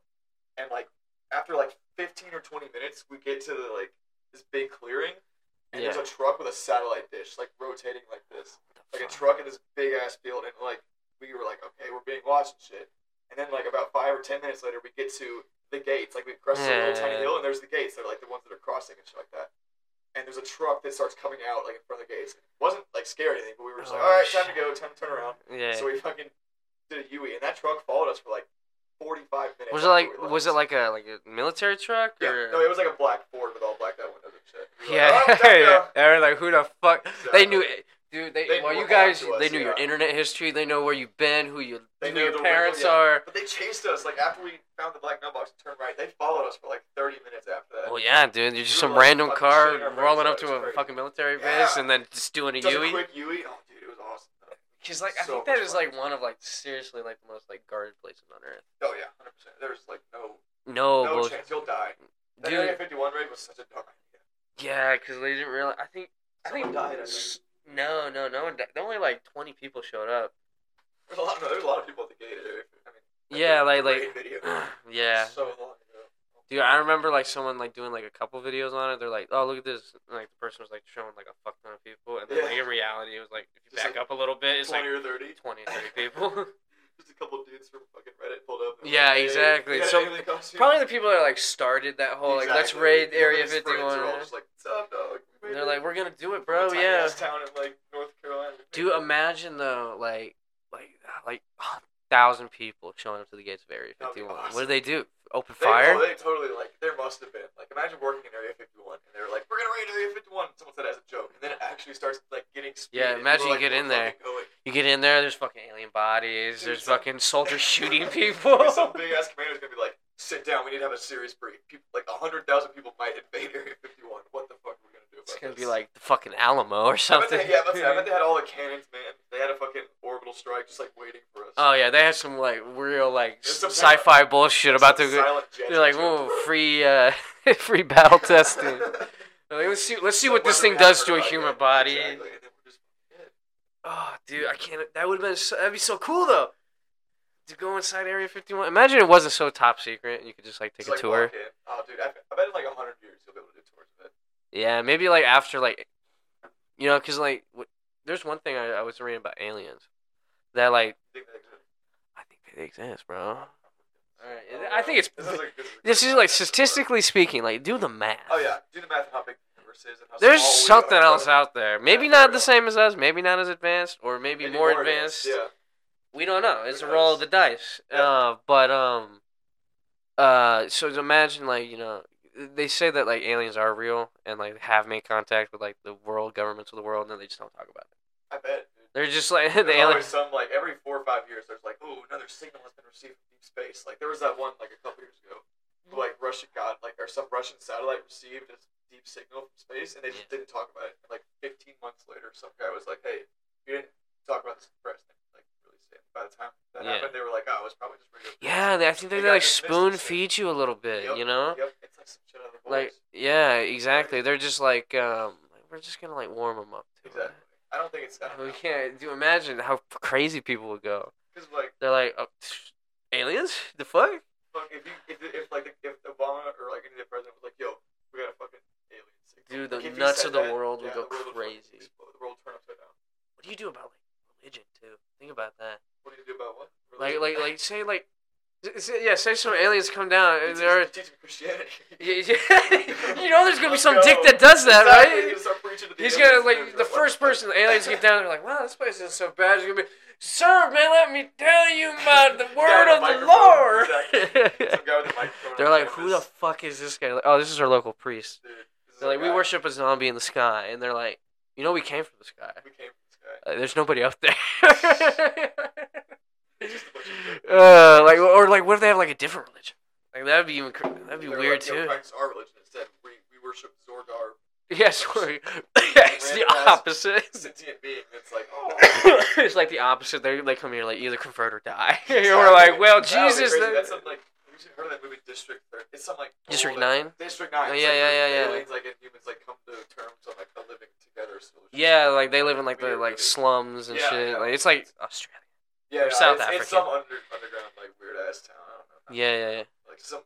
B: and like after like fifteen or twenty minutes, we get to the like this big clearing, and
A: Yeah.
B: there's a truck with a satellite dish like rotating like this, like a
A: Fuck.
B: truck in this big ass field, and like we were like, okay, we're being watched and shit, and then like about five or ten minutes later, we get to the gates, like we cross a little tiny
A: Yeah.
B: hill, and there's the gates, they're like the ones that are crossing and shit like that and there's a truck that starts coming out like in front of the gates. It wasn't like scary or anything, but we were just like,
A: Oh,
B: all right, time
A: shit.
B: to go, time to turn around.
A: Yeah.
B: So we fucking did a Yui, and that truck followed us for like 45 minutes.
A: was it
B: after
A: like
B: we left.
A: was it like a like a military truck
B: Yeah,
A: or?
B: no, it was like a black Ford with all blacked out windows and shit. We were
A: yeah. [LAUGHS]
B: like, "All right, time to
A: yeah.
B: go."
A: They were like, "Who the fuck?" They knew,
B: Exactly.
A: dude. They,
B: They
A: well,
B: were
A: you guys,
B: onto us,
A: they knew your
B: yeah.
A: internet history. They know where you've been, who you,
B: They
A: who
B: knew the
A: your
B: window,
A: parents
B: yeah.
A: are.
B: But they chased us like after we found the black mailbox and turned right. They followed us for like 30 minutes after that.
A: Well, yeah, dude. You're just
B: We
A: some
B: were like
A: random
B: fucking
A: car
B: shooting our brains
A: rolling
B: out.
A: up
B: It
A: to
B: was
A: a
B: crazy.
A: fucking military
B: Yeah.
A: base and then just doing a
B: Just
A: Yui.
B: a quick Yui. Oh, dude, it was awesome. though.
A: Because like I
B: So
A: think that
B: much
A: is
B: fun.
A: like one of like seriously like the most like guarded places on earth.
B: Oh yeah, 100. percent There's like no
A: No,
B: no
A: bullshit.
B: chance you'll die. That Area
A: Oh, dude.
B: 51 raid was such a dumb idea.
A: Yeah, because they didn't realize. I think I think
B: Someone died. I
A: s-
B: think.
A: No, no, no one. Died. Only like twenty people showed up.
B: [SIGHS] There's a lot. No, there's a lot of people at the gate. Dude. I mean, that's
A: Yeah,
B: a
A: like like.
B: great Video.
A: Yeah,
B: So long ago.
A: dude. I remember like someone like doing like a couple videos on it. They're like, "Oh, look at this!" And, like the person was like showing like a fuck ton of people, and then
B: Yeah.
A: like in reality, it was like if you
B: Just,
A: back
B: like,
A: up a little bit, it's like
B: Twenty or thirty.
A: 20,
B: [LAUGHS]
A: 30 people.
B: Just a couple dudes from fucking Reddit pulled up. and
A: Yeah,
B: like, hey,
A: exactly.
B: you got
A: So,
B: an alien costume?
A: Probably the people that like started that whole like let's
B: Exactly.
A: raid
B: People
A: Area
B: and his
A: Fifty
B: friends are all
A: One.
B: just like, "What's up, dog?" We
A: They're
B: made
A: like,
B: it.
A: "We're gonna do it,
B: We're
A: bro."
B: in a tiny
A: Yeah.
B: ass town in like North Carolina.
A: Do you imagine though, like, like, uh, like a thousand people showing up to the gates of Area
B: That'd be
A: Fifty One.
B: awesome.
A: What do they do? Open
B: They,
A: fire?
B: Oh, they totally like. There must have been like. Imagine working in Area 51, and they're like, "We're gonna raid Area 51." Someone said it as a joke, and then it actually starts like getting. Speed,
A: Yeah,
B: and
A: imagine
B: people are
A: you get
B: like,
A: in
B: "We're
A: there."
B: fucking going."
A: you get in there. There's fucking alien bodies.
B: Dude,
A: there's
B: some-
A: fucking
B: [LAUGHS]
A: soldiers shooting people.
B: Maybe some big ass commander's gonna be like, "Sit down. We need to have a serious brief. People, like hundred thousand people might invade Area 51. What the fuck are we gonna do about
A: it's gonna
B: this?"
A: be like the fucking Alamo or
B: I bet
A: something.
B: they, yeah, I bet, they- I bet they had all the cannons, man. They had a fucking orbital strike just like waiting for us.
A: [LAUGHS] oh yeah, they have some like real like
B: There's some kind of-
A: sci-fi bullshit about
B: Some
A: to.
B: silent
A: [LAUGHS]
B: jets
A: They're like,
B: and
A: whoa,
B: shit.
A: free, uh, [LAUGHS] free
B: [LAUGHS]
A: battle testing. They're like, let's see, let's see
B: The
A: what this
B: weapon
A: thing
B: we haven't
A: does
B: heard
A: to a
B: about
A: human
B: yet.
A: body.
B: Exactly. And then we're just-
A: Oh, dude, I can't. That would have been. So, that'd be so cool though. To go inside Area Fifty One. Imagine it wasn't so top secret, and you could just like take
B: just,
A: a
B: like,
A: tour.
B: walk in. Oh, dude, I, I bet in like hundred years you'll be able to do tours of it.
A: Yeah, maybe like after like, you know, because like w- there's one thing I, I was reading about aliens that like
B: You think that exists?
A: I think they exist, bro. All right, I think it's
B: [LAUGHS] This is, like, this is,
A: this is like statistically speaking, like do the math.
B: Oh yeah, do the math on how big the universe is and how
A: There's
B: small we
A: something
B: are.
A: else out there. Maybe
B: Yeah,
A: not
B: for
A: the
B: real.
A: same as us. Maybe not as advanced, or maybe, more, advanced.
B: Yeah.
A: We don't know. It's a
B: Who
A: roll of the
B: knows?
A: dice.
B: Yeah.
A: Uh, but um, uh, so to imagine like you know, they say that like aliens are real and like have made contact with like the world governments of the world, and then they just don't talk about it.
B: I bet. Dude.
A: They're just like [LAUGHS] the
B: There's
A: aliens.
B: always some like every four or five years. There's like, oh, another signal has been received from deep space. Like there was that one like a couple years ago,
A: Hmm.
B: who, like Russia got like or some Russian satellite received a deep signal from space, and they just didn't talk about it. And, like 15 months later, some guy was like, hey, you didn't talk about this in press. And, like really sad. By the time that
A: Yeah.
B: happened, they were like, oh, it was probably just radio.
A: Yeah, they, I think they,
B: They
A: they like
B: got dismissed and
A: spoon
B: shit.
A: feed you a little bit.
B: Yep,
A: You know,
B: Yep, it's like some shit out of the
A: like
B: voice.
A: yeah, exactly. They're just like um, we're just gonna like warm them up. To
B: Exactly. I don't think it's
A: it. [LAUGHS] We
B: because
A: can't. Do imagine how crazy people would go.
B: like.
A: They're like, oh, aliens? The fuck?
B: Fuck, if you if, if like if Obama or like any of the president was like, yo, we got a fucking alien signal.
A: Dude, the
B: Like, if he
A: nuts
B: said
A: of the
B: that,
A: world would
B: yeah,
A: go
B: the world fucking
A: crazy.
B: explode. the world would turn upside down.
A: what do you do about like religion too? Think about that.
B: What do you do about what?
A: Like,
B: Religion?
A: like, like, say like, s- say, yeah, say some aliens come
B: [LAUGHS]
A: down and
B: You teach-
A: they're.
B: you teach him Christianity.
A: [LAUGHS] Yeah,
B: [LAUGHS]
A: yeah. you know, there's gonna be
B: Let's
A: some dick
B: go.
A: that does that,
B: Exactly,
A: right?
B: you start preaching to the
A: He's gonna
B: aliens and they're
A: like the
B: like, what
A: first
B: the fuck?
A: person the aliens
B: [LAUGHS]
A: get down. They're like, wow, this place isn't so bad. It's gonna be, sir, man, let me tell you about the
B: Down
A: word
B: the
A: of the
B: microphone,
A: Lord.
B: Some guy with a microphone
A: [LAUGHS] they're
B: on
A: like, who the
B: campus.
A: fuck is this guy? Like, oh, this is our local priest.
B: Dude, this is
A: They're
B: our
A: like, we
B: guy.
A: worship a zombie in the sky, and they're like, you know, we came from the sky.
B: We came from this guy.
A: Uh, there's nobody up there. [LAUGHS]
B: Just a bunch of dirt.
A: uh, like, or like, what if they have like a different religion? Like that'd be even cr- that'd be
B: They're
A: weird
B: like, yo,
A: too.
B: practice our religion instead. We, we worship Zordar,
A: [LAUGHS] Yes, [LAUGHS] yeah, it's the
B: Random ass-
A: opposite. [LAUGHS]
B: [LAUGHS] sentient being that's like, oh,
A: it's like the opposite. They they come here like either convert or die. [LAUGHS] And We're
B: Exactly.
A: like, well,
B: That would be
A: Jesus,
B: crazy.
A: the-
B: That's something like you heard of that movie District? Thir- It's some like
A: District
B: old-
A: Nine.
B: District Nine.
A: Oh,
B: It's
A: yeah,
B: like
A: yeah,
B: where
A: yeah, yeah.
B: Aliens like and humans like come to terms on like a living together solution.
A: Yeah, like they live in like the
B: Weird
A: like
B: movie.
A: slums and
B: Yeah,
A: shit.
B: yeah.
A: Like it's like Australia.
B: Yeah,
A: Or
B: yeah,
A: South
B: it's, It's
A: African.
B: some under, underground like weird ass town. I don't know.
A: Yeah, yeah, yeah.
B: Like some.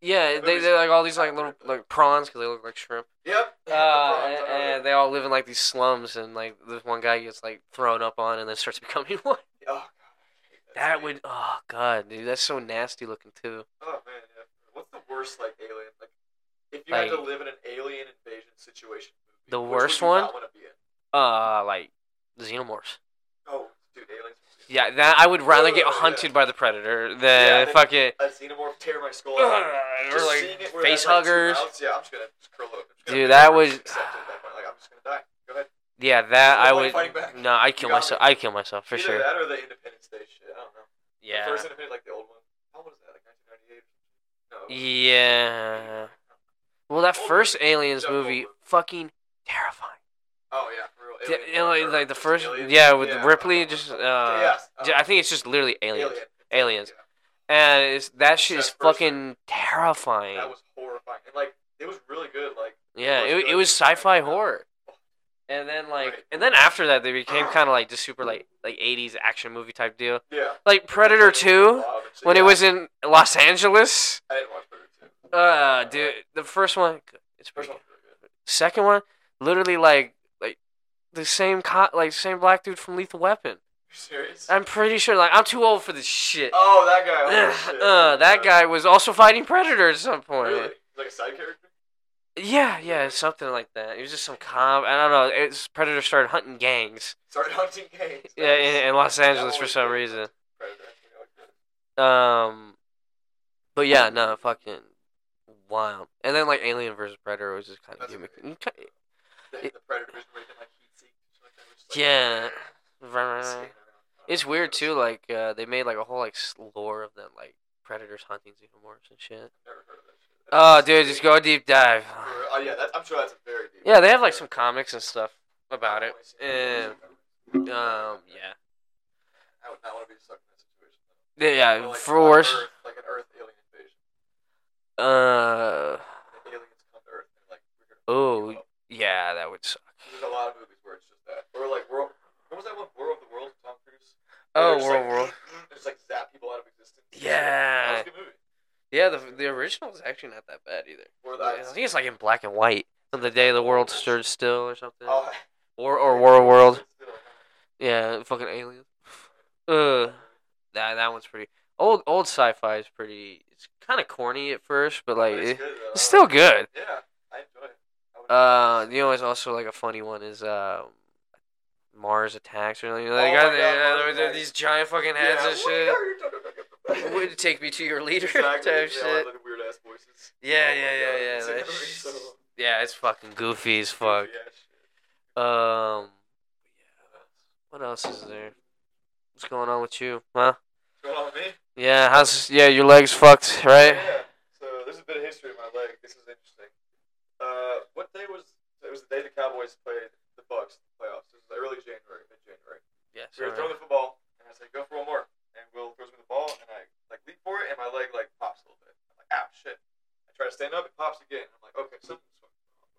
A: Yeah,
B: That
A: they
B: movie's
A: they like all these like
B: kinda
A: little
B: weird, though.
A: like prawns because they look like shrimp.
B: Yep. [LAUGHS] The
A: Uh,
B: Bronx, I
A: and,
B: know that.
A: and they all live in like these slums, and like this one guy gets like thrown up on, and then starts [LAUGHS] becoming one.
B: Oh, God. I hate
A: That
B: scene.
A: would oh god, dude, that's so nasty looking too.
B: Oh man, yeah. What's the worst like alien? Like, if you had to
A: Like-
B: live in an alien invasion situation, movie,
A: The
B: which
A: worst
B: would you one? Not want to be in?
A: Uh, like xenomorphs.
B: Oh, dude, aliens.
A: Yeah, that I would rather get
B: Ugh, yeah.
A: hunted by the predator than
B: Yeah, they-
A: fucking
B: A xenomorph tear my
A: [CLEARS THROAT]
B: skull. out.
A: ugh, or
B: Just
A: like
B: seeing it where it
A: face
B: has, like, two
A: huggers.
B: mouths, yeah, I'm just gonna just curl up. I'm just gonna
A: Dude,
B: be
A: that
B: there,
A: was-
B: just accept it at that point. Like, I'm just gonna die. Go ahead.
A: Yeah, that
B: Nobody
A: I would.
B: fighting back.
A: No, I kill
B: got
A: myself. I kill myself for
B: Either
A: sure.
B: that or the Independence Day shit. I don't know. The
A: Yeah.
B: first Independence, like the old one. How old was that? Like 1998. No. it
A: Yeah.
B: was-
A: Well, that
B: Old
A: first Aliens
B: Yeah, old
A: movie,
B: movie.
A: fucking terrifying.
B: Oh yeah, for real.
A: Yeah,
B: Alien.
A: yeah, like, like the
B: Just
A: first,
B: Alien.
A: yeah, with
B: Yeah,
A: Ripley,
B: uh,
A: just uh,
B: yes, uh,
A: I think it's just literally Aliens,
B: Alien.
A: Aliens.
B: Yeah.
A: and it's that shit
B: That
A: is
B: first
A: fucking terrifying.
B: That was horrifying. And like it was really good, like
A: yeah,
B: was
A: it, it
B: good.
A: was sci-fi horror, and then like,
B: Right.
A: and then after that, they became kind of like just super like like '80s action movie type deal,
B: yeah.
A: like Predator Two, when it was in Los Angeles.
B: I didn't watch Predator two.
A: Uh, dude, the first one, it's pretty
B: First
A: good.
B: one's really good.
A: Second one, literally like like the same co- like same black dude from Lethal Weapon.
B: You serious?
A: I'm pretty sure like I'm too old for this shit.
B: oh, that guy. Holy
A: [LAUGHS]
B: shit.
A: uh, that guy was also fighting Predator at some point.
B: Really? Like a side character?
A: Yeah, yeah, something like that. He was just some cop. I don't know. It's Predator started hunting gangs.
B: Started hunting [LAUGHS] games.
A: Yeah, in, in Los
B: That
A: Angeles for
B: always
A: some
B: did.
A: reason.
B: Predator, I think I liked that.
A: Um, but yeah, no, fucking wild. And then like Alien versus Predator was just kind of
B: That's a
A: gimmick.
B: good- The,
A: It-
B: the Predators were making like heat seek. Like that, which, like,
A: Yeah. uh,
B: skating around.
A: It's weird too. Like uh, they made like a whole like s- lore of them like predators hunting xenomorphs and shit.
B: Never heard of that shit.
A: Oh,
B: That's
A: dude, just
B: crazy.
A: go deep dive.
B: For- Oh yeah, that, I'm sure that's a very deep.
A: Yeah, they have like some comics and stuff about it. And um,
B: Um,
A: yeah,
B: I would not want to be stuck in that situation.
A: Yeah, yeah,
B: Or, like,
A: Uh, for
B: on
A: worse.
B: Earth, like an Earth alien invasion.
A: Uh,
B: The aliens come to Earth and like we're gonna
A: Oh.
B: fuck you up.
A: yeah, that would suck.
B: There's a lot of movies where it's just that. Or like World. What was that one? War of the Worlds. Tom Cruise.
A: Oh,
B: Where they just,
A: World
B: like,
A: World.
B: There's like zap people out of existence.
A: Yeah,
B: That was a good movie.
A: yeah. The the original is actually not that bad either.
B: Or
A: I
B: that.
A: think it's like in black and white. On the day the world stood still or something,
B: Oh,
A: or [LAUGHS] or War World. Yeah, fucking aliens. [SIGHS] Ugh. That that one's pretty old. Old sci-fi is pretty. It's kind of corny at first, but like
B: But
A: it-
B: it's
A: it's,
B: good, though.
A: still good.
B: Yeah, I enjoy it. I would-
A: Uh, you know, it's also like a funny one is uh, Mars attacks or something. Like,
B: Oh my
A: are they-
B: God,
A: uh,
B: Mars
A: they're
B: Attacks.
A: these giant fucking
B: yeah.
A: heads and
B: what
A: shit. [LAUGHS]
B: are you talking about?
A: Would take me to your leader
B: Exactly.
A: type
B: Yeah, I
A: shit.
B: like weird ass voices.
A: Yeah,
B: Oh my
A: yeah, yeah,
B: God,
A: yeah.
B: it's
A: that
B: every
A: sh-
B: so-
A: yeah, it's fucking goofy as fuck.
B: Yeah, shit.
A: Um, what else is there? What's going on with you, huh?
B: What's going on with me?
A: Yeah, how's yeah, your legs fucked, right?
B: Yeah. So there's a bit of history in my leg. This is interesting. Uh, what day was it? Was the day the Cowboys played the Bucks in the playoffs? It was early January, mid January.
A: Yes.
B: We were throwing the football, and I said, "Go for one more." And Will throws me the ball, and I like leap for it, and my leg like pops a little bit. I'm like, "Ow, shit!" I try to stand up, it pops again. I'm like, "Okay, something's fucking wrong."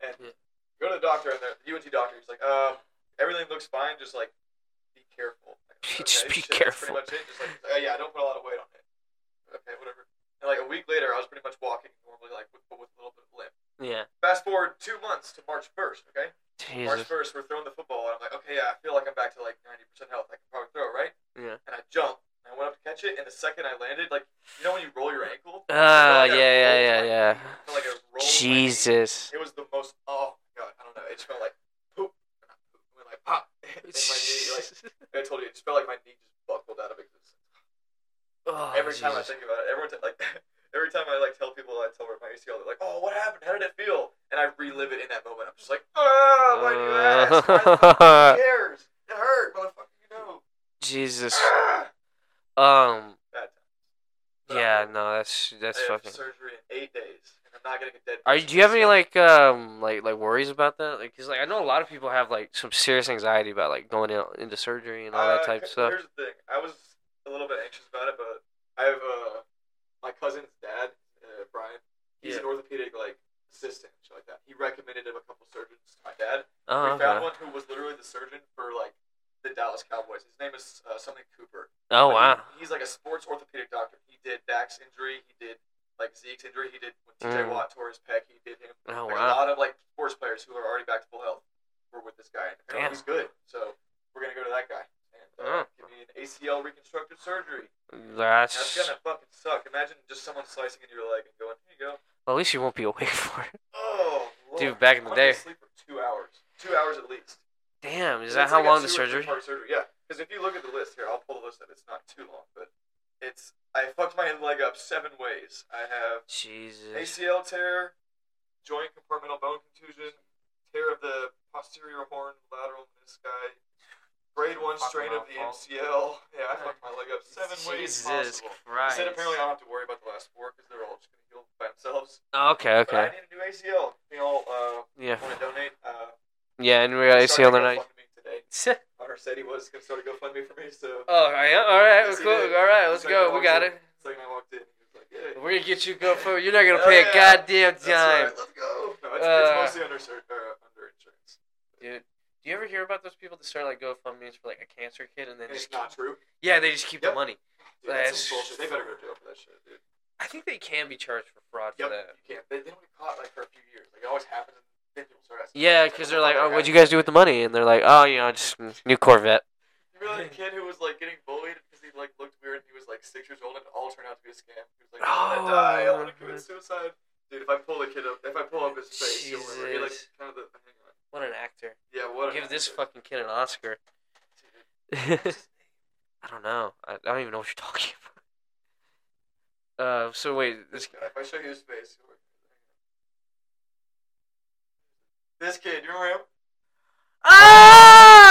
B: And
A: Yeah.
B: go to the doctor, and the the UNT doctor, he's like, "Um, everything looks fine. Just like, be careful." Like,
A: [LAUGHS] Just be
B: that's
A: careful.
B: Pretty much it. Just like, oh, yeah, I don't put a lot of weight on it. Okay, whatever. And like a week later, I was pretty much walking normally, like with, but with a little bit of limp.
A: Yeah.
B: Fast forward two months to March first. Okay. March
A: Jesus.
B: first, we're throwing the football, and I'm like, okay, yeah, I feel like I'm back to like ninety percent health. I can probably throw, it, right?
A: Yeah.
B: And I jump, and I went up to catch it, and the second I landed, like, you know when you roll your ankle?
A: Ah,
B: I
A: yeah, yeah,
B: felt like I rolled
A: yeah,
B: my-
A: yeah.
B: I felt like I rolled my knee.
A: Jesus.
B: It was the most. Oh my god, I don't know. It just felt like poop, and I poop, and like pop, [LAUGHS] and my knee. Like I told you, it just felt like my knee just buckled out of existence.
A: [LAUGHS] Oh,
B: every time I
A: Jesus.
B: think about it, everyone t- like [LAUGHS] every time I like tell people I tell her my ACL, they're like, "Oh, what happened? How did it feel?" And I relive it in that moment. I'm just like, "Oh, why do you ask? Why the fuck cares? It hurt, motherfucker. You know."
A: [LAUGHS] Jesus.
B: Ah!
A: Um.
B: [SIGHS] Bad times. But
A: Yeah.
B: I'm-
A: No. That's
B: I
A: that's
B: have
A: fucking.
B: surgery in eight days, and I'm not getting a dead.
A: Are
B: person
A: do you have any
B: myself.
A: like um like like worries about that? Like, cause like I know a lot of people have like some serious anxiety about like going in, into surgery and all that
B: Uh,
A: type of
B: he-
A: stuff.
B: Here's the thing: I was a little bit anxious about it, but I have uh, my cousin's dad, uh, Brian. He's
A: Yeah.
B: an orthopedic like assistant, and shit like that. He recommended him a couple surgeons to my dad.
A: Oh,
B: we
A: okay.
B: found one who was literally the surgeon for like the Dallas Cowboys. His name is uh, something Cooper.
A: Oh wow.
B: But he- he's like a sports orthopedic doctor. He did Dak's injury. He did like Zeke's injury. He did when T.J.
A: Mm.
B: Watt tore his pec. He did him.
A: Oh
B: like, A
A: wow.
B: lot of like sports players who are already back to full health were with this guy. And apparently
A: Damn.
B: he's good. So we're gonna go to that guy and uh,
A: Mm.
B: give me an ACL reconstructive surgery. That's
A: That's.
B: gonna fucking suck. Imagine just someone slicing into your leg and going, "Here you go."
A: Well, at least you won't be awake [LAUGHS] for it.
B: Oh, Lord.
A: Dude, back in the
B: I'm
A: day-
B: gonna Sleep for two hours. Two hours at least.
A: Damn. Is
B: It's
A: that how
B: like a
A: long the
B: two or
A: surgery?
B: three-part surgery, yeah. Because if you look at the list here, I'll pull the list up. It's not too long, but it's I fucked my leg up seven ways. I have
A: Jesus.
B: ACL tear, joint compartmental bone contusion, tear of the posterior horn, lateral menisci, grade one
A: Fucking
B: strain of the
A: mouthful.
B: MCL. Yeah, I fucked my leg up seven ways
A: Jesus
B: possible. I
A: Christ.
B: said apparently I don't have to worry about the last four because they're all just gonna heal by themselves.
A: Oh, okay.
B: But I
A: Okay.
B: need a new ACL. You know, uh,
A: Yeah.
B: want to donate? Uh,
A: Yeah, and we got
B: started
A: ACL tonight.
B: GoFundMe today. Hunter said he was gonna start a GoFundMe for me, so
A: [LAUGHS] Oh, I am. All right,
B: Yes, he
A: cool. All
B: did.
A: right, let's
B: He's like,
A: go. We got
B: "Oh,
A: it.
B: it's like when I walked in, he was like, "Yeah,
A: We're gonna get you go for. You're not gonna
B: Hell
A: pay a
B: Oh, yeah.
A: goddamn
B: that's right,
A: dime,
B: let's go." No, it's,
A: Uh,
B: it's mostly under sur- or under insurance.
A: dude. Do you ever hear about those people that start like GoFundMe's for like a cancer kid and then
B: And it's
A: just
B: not true.
A: yeah they just keep
B: Yep.
A: the money?
B: Dude, that's
A: That's-
B: some bullshit. They better go to jail for that shit, dude.
A: I think they can be charged for fraud
B: Yep,
A: for that.
B: you can't. They, they don't get caught like for a few years. Like it always happens. And then people start asking.
A: Yeah,
B: questions,
A: because they're like,
B: "What the
A: oh,
B: fuck
A: what'd you
B: happened?"
A: guys do with the money? And they're like, oh, you know, just mm, new Corvette.
B: You remember that kid who was like getting bullied because he like looked weird and he was like six years old and it all turned out to be a scam. He was like, "I'm gonna
A: Oh.
B: die. I want to commit suicide." Dude, if I pull the kid up, if I pull up his face, you'll remember. He like
A: Jesus.
B: kind of the. Hang on.
A: What an actor!
B: Yeah, what? an
A: Give this
B: actor.
A: fucking kid an [LAUGHS] Oscar. I don't know. I, I don't even know what you're talking about. Uh, so wait, this
B: This guy. If I show you his face. you'll- This kid, you remember him?
A: [LAUGHS] Oh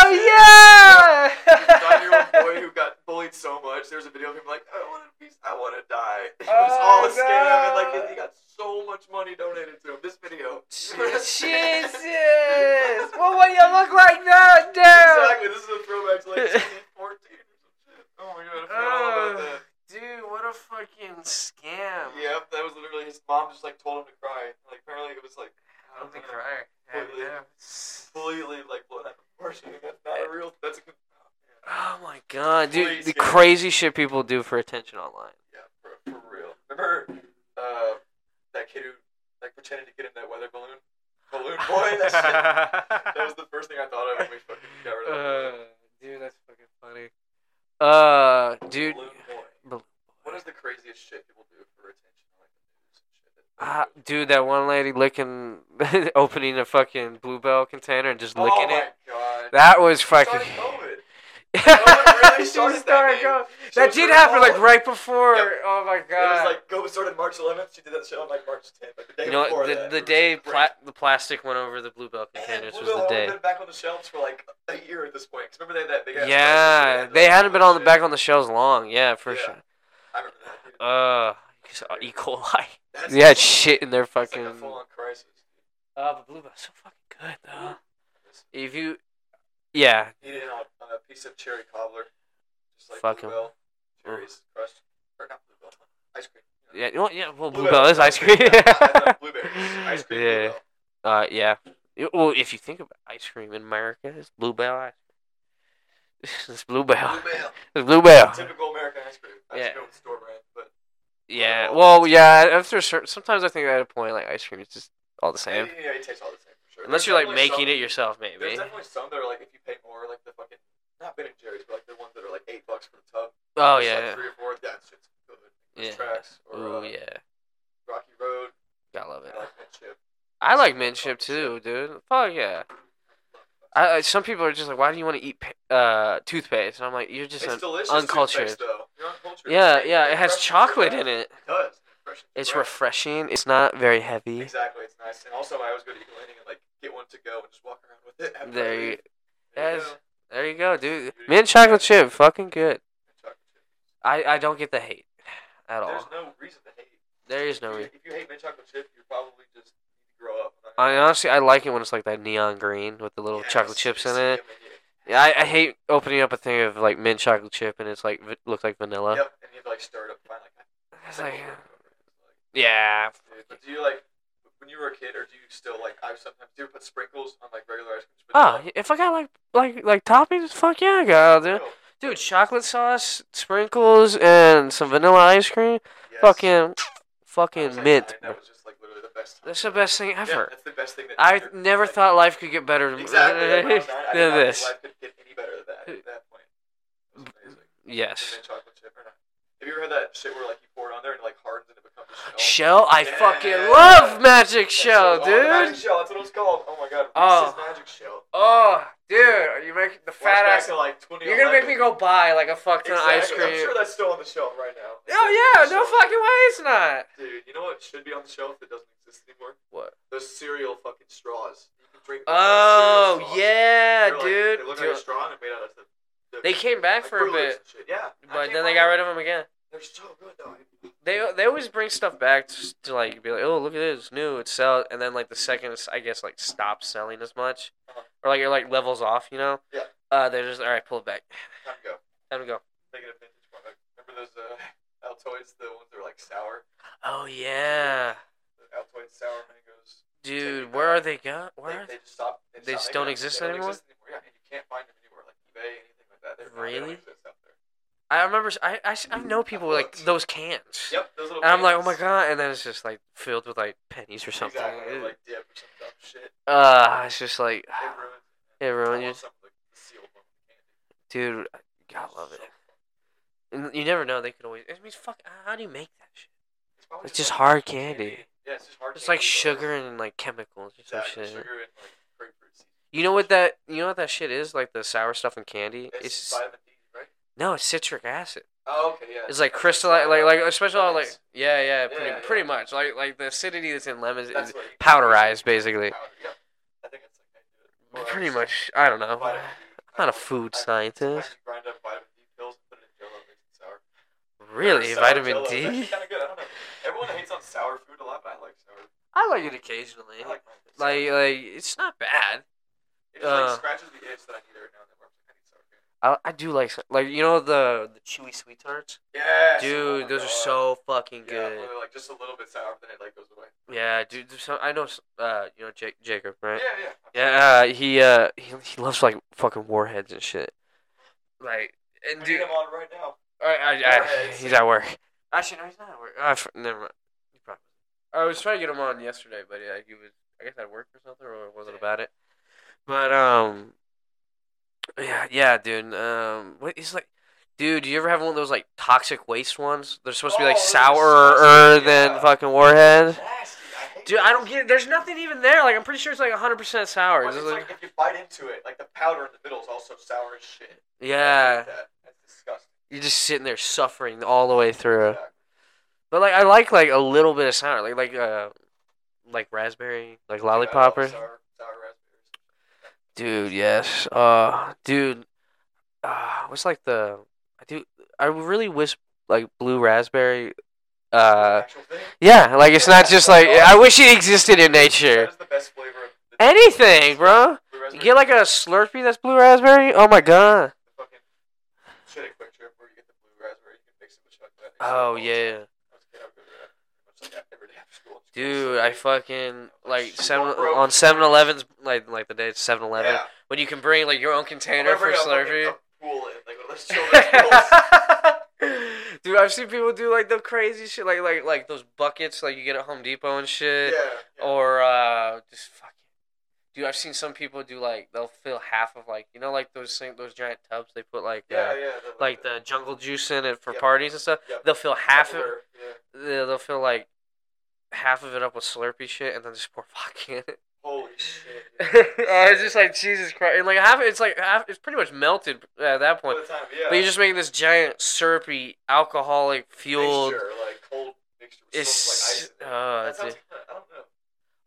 B: Nine-year-old
A: [LAUGHS]
B: boy who got bullied so much. There was a video of him like, I want a piece. I want to die. [LAUGHS] It was
A: Oh,
B: all a scam, and
A: no.
B: like he got so much money donated to him. This video. [LAUGHS]
A: Jesus! Well, what do you look like now, damn?
B: Exactly. This is a throwback to
A: [LAUGHS]
B: like 2014 or some shit. Oh my god, I forgot all about
A: Oh.
B: that.
A: Dude, what a fucking scam!
B: Yep, that was literally his mom just like told him to cry. Like apparently it was like I
A: I'm
B: don't
A: the
B: know,
A: crier.
B: Completely.
A: Yeah.
B: completely like blown out of proportion. That's not a real. That's a. Oh,
A: Oh my god, dude!
B: Please,
A: The
B: yeah.
A: crazy shit people do for attention online.
B: yeah, yeah, for, for real. Remember uh, that kid who like pretended to get in that weather balloon? Balloon
A: [LAUGHS]
B: boy. That, shit, that was the first thing I thought of when we fucking got rid of
A: Uh, dude, that's fucking funny. Uh,
B: that.
A: dude.
B: balloon boy.
A: Balloon
B: What is the craziest shit people do for attention? Like the news and shit. that they
A: Ah,
B: do?
A: dude, that one lady licking, [LAUGHS] opening a fucking bluebell container and just licking
B: oh my
A: it.
B: god.
A: That was fucking. [LAUGHS]
B: Started COVID.
A: She
B: really started
A: started
B: that
A: going-
B: name. She
A: That
B: was
A: did
B: her
A: happen like
B: fault.
A: right before.
B: Yep.
A: Oh my
B: It was
A: god!
B: like go started March 11th. She did that shit on like March 10th. Like, the day
A: you know
B: before
A: what? The,
B: that.
A: the
B: It was
A: day
B: great.
A: pla- the plastic went over the bluebell
B: And
A: containers
B: Blue
A: was the
B: Bell
A: day.
B: Been back on the shelves for like a year at this point. 'Cause remember they had that big. ass
A: Yeah,
B: price.
A: they hadn't been on the
B: Shit.
A: back on the shelves long. Yeah, for
B: Yeah.
A: sure.
B: I remember that. dude.
A: Uh, 'cause, uh, E.
B: [LAUGHS]
A: coli.
B: That's
A: They had
B: like-
A: shit in their
B: it's
A: fucking.
B: Like a full-on crisis.
A: Uh, but bluebell's so fucking good though.
B: Just
A: If you, yeah,
B: Eating on on a piece of cherry cobbler, just like
A: Fuck
B: Blue
A: 'em.
B: Bell, cherries crushed, or not Blue Bell, ice cream.
A: yeah, you know what? yeah. Well,
B: Blue
A: bluebell
B: Bell.
A: is ice
B: [LAUGHS]
A: cream.
B: Blueberries, ice cream.
A: Yeah.
B: Blue Bell.
A: [LAUGHS] Uh, yeah. Y- Well, if you think about ice cream in America, it's bluebell ice cream. [LAUGHS] It's bluebell. [LAUGHS]
B: Blue Bell.
A: It's bluebell.
B: Typical American ice cream. I
A: Yeah.
B: just go with store brand, but
A: Yeah.
B: Bluebell.
A: Well, yeah. After a certain, sometimes I think at a point like ice cream, it's just all the same.
B: Yeah, yeah, yeah, it tastes all the same for sure.
A: Unless you're
B: There's
A: like
B: definitely
A: making
B: some,
A: it yourself,
B: There's
A: maybe.
B: definitely some that are like if you pay more, like the fucking not Ben and Jerry's, but like the ones that are like eight bucks for the tub.
A: Oh
B: It's,
A: yeah.
B: like three or four. That shit's good. Those
A: Yeah.
B: Tracks or
A: Ooh
B: uh,
A: yeah.
B: Rocky Road.
A: Gotta love it.
B: I like that shit.
A: I like
B: Fucking
A: Minship
B: shit.
A: too, dude. Fuck yeah. I, I some people are just like, why do you want to eat pa- uh toothpaste? And I'm like, you're just
B: It's
A: an
B: delicious.
A: uncultured.
B: toothpaste, though. You're uncultured.
A: yeah
B: It's
A: yeah.
B: like
A: It has
B: fresh
A: chocolate
B: toothpaste.
A: in it.
B: It does. Fresh and
A: It's
B: fresh.
A: refreshing. It's not very heavy.
B: Exactly. It's nice. And also, I was good at eating and like get one to go and just walk around with it. after I
A: There you-
B: leave. There
A: Yes.
B: you go.
A: There you go, dude.
B: Dude,
A: Mint chocolate chip, fucking good.
B: Chocolate chip.
A: I, I don't get the hate at all.
B: There's no reason to hate.
A: There is no
B: if, you,
A: reason.
B: if you hate mint chocolate chip, you probably just need to grow up. I'm not
A: I
B: gonna-
A: honestly I like it when it's like that neon green with the little
B: Yeah,
A: chocolate
B: it's-
A: chips
B: it's
A: in it.
B: yummy, yeah.
A: Yeah, I, I hate opening up a thing of like mint chocolate chip and it's like v- looks like vanilla.
B: Yep, and you have to like stir it up. Find
A: It's
B: Like,
A: like,
B: what
A: yeah.
B: we're doing, like,
A: yeah.
B: Dude, but do you like when you were a kid, or do you still like? I sometimes do put sprinkles on like regular ice cream.
A: Oh, if I got like like like toppings, fuck yeah, I got it, dude.
B: Oh,
A: Dude, chocolate sauce, sprinkles, and some vanilla ice cream.
B: yes.
A: Fucking,
B: I was,
A: fucking
B: like,
A: mint.
B: nine, That was just like literally the best. time
A: That's the best thing
B: Yeah,
A: ever.
B: that's the best thing that
A: I
B: ever-
A: never
B: like,
A: thought life could get better than
B: exactly like, when I was nine, I did
A: than
B: not think
A: this.
B: Life could get any better than that at that point. It was amazing. The
A: Yes.
B: mint chocolate chip or not. Have you ever had that shit where like you pour it on there and it like hardens and it becomes a shell?
A: Shell, I
B: Yeah.
A: fucking love Magic
B: That's
A: Shell,
B: so- Oh, the magic
A: dude.
B: shell. That's what it was called. Oh my god.
A: Oh.
B: Reese's magic shell.
A: Oh, dude, are you making the
B: Flash
A: fat
B: back
A: ass?
B: to, like
A: You're gonna make me go buy like a fuck ton of
B: exactly.
A: ice cream.
B: I'm sure that's still on the shelf right now.
A: oh yeah, no
B: Sure.
A: fucking way, it's not.
B: Dude, you know what should be on the shelf that doesn't exist anymore?
A: What?
B: Those cereal fucking straws. You can drink. those cereal
A: Oh
B: straws.
A: yeah,
B: They're, like-
A: dude.
B: They look
A: Dude,
B: like a straw and they're made out of the. the-
A: They came back
B: like,
A: for a
B: Froot Loops
A: bit,
B: and shit. Yeah.
A: but then they got rid of them again.
B: They're so good though.
A: They they always bring stuff back to, to like be like, oh look at this, it's new, it's sell, and then like the second it's, I guess like stops selling as much,
B: Uh-huh.
A: or like it like levels off, you know?
B: Yeah.
A: Uh, they're just all right, pull it back,
B: Time to go.
A: time to go.
B: They get a vintage one. Like, Remember those uh, [LAUGHS] Altoids? The ones that are like sour.
A: Oh yeah,
B: The Altoids sour mangoes.
A: dude, where are they go? Where are
B: they,
A: they?
B: they just stopped.
A: They
B: stopped
A: just
B: making
A: don't
B: them.
A: exist
B: They don't
A: anymore?
B: exist anymore. Yeah, and you can't find them anywhere, like eBay, anything like that. They're not- They
A: Really?
B: don't exist out there.
A: I remember s- I I have known people with like
B: looked.
A: those cans.
B: Yep, those little.
A: And I'm like, oh
B: cans.
A: my god, and then it's just like filled with like pennies or something.
B: Exactly, or, like dip or some dumb shit.
A: Uh, it's just like,
B: It ruins.
A: it
B: I want
A: ruins,
B: some of the the sealed one with the candy.
A: dude. God
B: It's
A: love
B: so
A: it.
B: fun.
A: And you never know; they could always. I mean, fuck. How do you make that shit?
B: It's, probably
A: It's just
B: like
A: hard candy.
B: Yeah, it's just hard.
A: It's like
B: candy, but
A: sugar and like chemicals or some
B: Exactly,
A: shit.
B: sugar and like grapefruit seeds.
A: You know what that? You know what that shit is? Like the sour stuff in candy.
B: It's,
A: It's
B: vitamin D, right?
A: no, it's citric acid.
B: Oh, okay, yeah.
A: It's like crystallized, like like especially all, like
B: Lemons.
A: yeah, yeah, pretty,
B: Yeah, yeah.
A: pretty much like like the acidity that's in lemons
B: That's
A: is
B: what you-
A: powderized basically.
B: Powder, yep. I think that's like I do it. Or
A: Pretty
B: else
A: much. I don't know.
B: vitamin
A: I'm
B: D.
A: not a
B: I-
A: food
B: I-
A: scientist.
B: Sometimes you grind up vitamin D pills and put it in Jello, it makes it sour.
A: Really,
B: Sour
A: vitamin
B: Jell-O [LAUGHS] is
A: D?
B: actually kinda good, I don't know. Everyone hates on sour food a lot, but I like sour.
A: I like it occasionally.
B: I like, mine.
A: Like, like it's not bad.
B: it just,
A: uh,
B: like scratches the itch that I need every now and then. where I'm like, I need sour food.
A: I, I do like some- like you know the the chewy sweet tarts.
B: Yes.
A: Dude,
B: Oh my
A: those are
B: God.
A: so fucking
B: Yeah,
A: good.
B: where they're like just a little bit sour, but then it like goes away.
A: Yeah, dude. there's Some, I know. s- Uh, you know Jake, Jacob, right?
B: Yeah, yeah.
A: Yeah. Uh, he uh he, he loves like fucking warheads and shit. Like and
B: We
A: dude,
B: need 'em on right now.
A: I, I, I,
B: Warheads.
A: he's at work. Actually, no, he's not at work. I f- never mind. He probably. I was trying to get him on yesterday, but yeah, he was. I guess at work or something, or it wasn't
B: Yeah.
A: about it. But um, yeah, yeah, dude. Um, what is like, dude? Do you ever have one of those like toxic waste ones? They're supposed to be like
B: Oh, those
A: sourer
B: are disgusting,
A: than
B: yeah.
A: fucking warhead.
B: Nasty. I hate
A: Uh, Dude, I don't
B: those.
A: get it. There's nothing even there. Like, I'm pretty sure it's like 100% sour.
B: Well,
A: It's
B: It's
A: like-
B: like if you bite into it, like the powder in the middle is also sour as shit. I
A: yeah,
B: hate that. That's disgusting.
A: you're just sitting there suffering all the way through.
B: Exactly.
A: But like, I like like a little bit of sour, like like uh, like raspberry, like
B: Lollipop
A: lollipopper. Dude, yes. Uh, dude, uh, what's like the? I do. I really wish like blue raspberry. Uh, yeah, like it's not just like I wish it existed in nature.
B: That is the best flavor of the
A: Anything, bro.
B: Blue
A: You
B: raspberry
A: get like a Slurpee that's blue raspberry. Oh my god.
B: the fucking shit at Quick Trip where you get the blue raspberry, you can mix it with chocolate. They sell it all
A: Oh
B: the time.
A: yeah,
B: I was a kid, I would go to that pretty much like every day after school. It's
A: dude!
B: crazy.
A: I fucking like seven
B: Bro.
A: on Seven Elevens, like like the day it's Seven Eleven
B: Yeah.
A: when you can bring like your own container
B: I'll
A: for
B: bring a fucking
A: Slurpee.
B: a Pool in, like one of those children's
A: [LAUGHS]
B: pools. [LAUGHS]
A: dude, I've seen people do like the crazy shit, like like like those buckets like you get at Home Depot and shit,
B: Yeah,
A: [LAUGHS]
B: yeah.
A: or uh, just fucking. Dude, I've seen some people do like they'll fill half of like you know like those thing, those giant tubs they put like uh,
B: yeah, yeah. the-
A: like the jungle juice in it for
B: Yep.
A: parties and stuff.
B: Yep.
A: They'll fill half of
B: Tupperware, Yeah.
A: they'll, they'll fill like half of it up with Slurpee shit and then just pour [LAUGHS] vodka in it.
B: Holy
A: [LAUGHS]
B: shit.
A: I
B: yeah.
A: was just like Jesus Christ, and like half it's like half, it's pretty much melted at that point.
B: By the time, yeah.
A: But you're just making this giant syrupy alcoholic fueled.
B: Mixture, like cold mixture. with
A: It's
B: sort of, like ice in it.
A: uh,
B: That
A: it's-
B: sounds kinda- I don't know.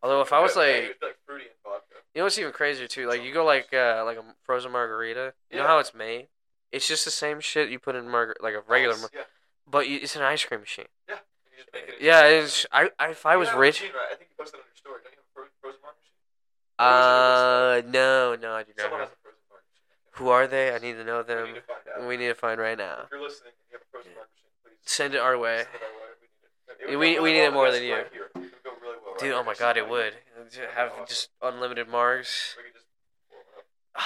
A: although if I was
B: Yeah, yeah,
A: like
B: it'd be like fruity and vodka.
A: you know what's even crazier too like you go like uh like a frozen margarita you know
B: Yeah.
A: how it's made it's just the same shit you put in margar like a regular mar-
B: Yeah.
A: but you, it's an ice cream machine
B: you just make it-
A: yeah it's I, I if I
B: You
A: was
B: have a
A: rich
B: machine, right? I think you posted on your story. Don't you have a fro- frozen bar machine?
A: uh no no I do not
B: Someone
A: know.
B: has a frozen bar machine.
A: who are they I need to know them
B: We need to
A: We need to find
B: find out.
A: right now.
B: If you're listening and you have a frozen bar machine, please
A: Send it our way.
B: Send it our way. We need go
A: we-
B: really
A: we need it
B: well
A: more
B: with
A: than
B: this
A: you.
B: right here. It would go really well right
A: Dude,
B: here.
A: oh my
B: Just
A: god, it
B: like-
A: would.
B: be
A: Have
B: awesome.
A: just unlimited margs.
B: we could just blow it up.
A: Ah,
B: I-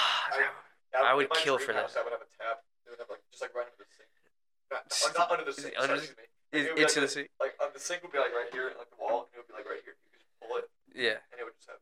B: Yeah,
A: I
B: in
A: would
B: my
A: kill
B: dream
A: for that.
B: house, I would have a tap. It would have like just like right under the sink.
A: [LAUGHS]
B: Not,
A: It's-
B: uh, not under the sink.
A: under
B: Under
A: the-
B: excuse me.
A: it-
B: It would be
A: it's
B: like
A: insane.
B: Like uh, the sink would be like right here, and like the wall, and it would be like right here. You could just pull it,
A: Yeah.
B: and it would just have.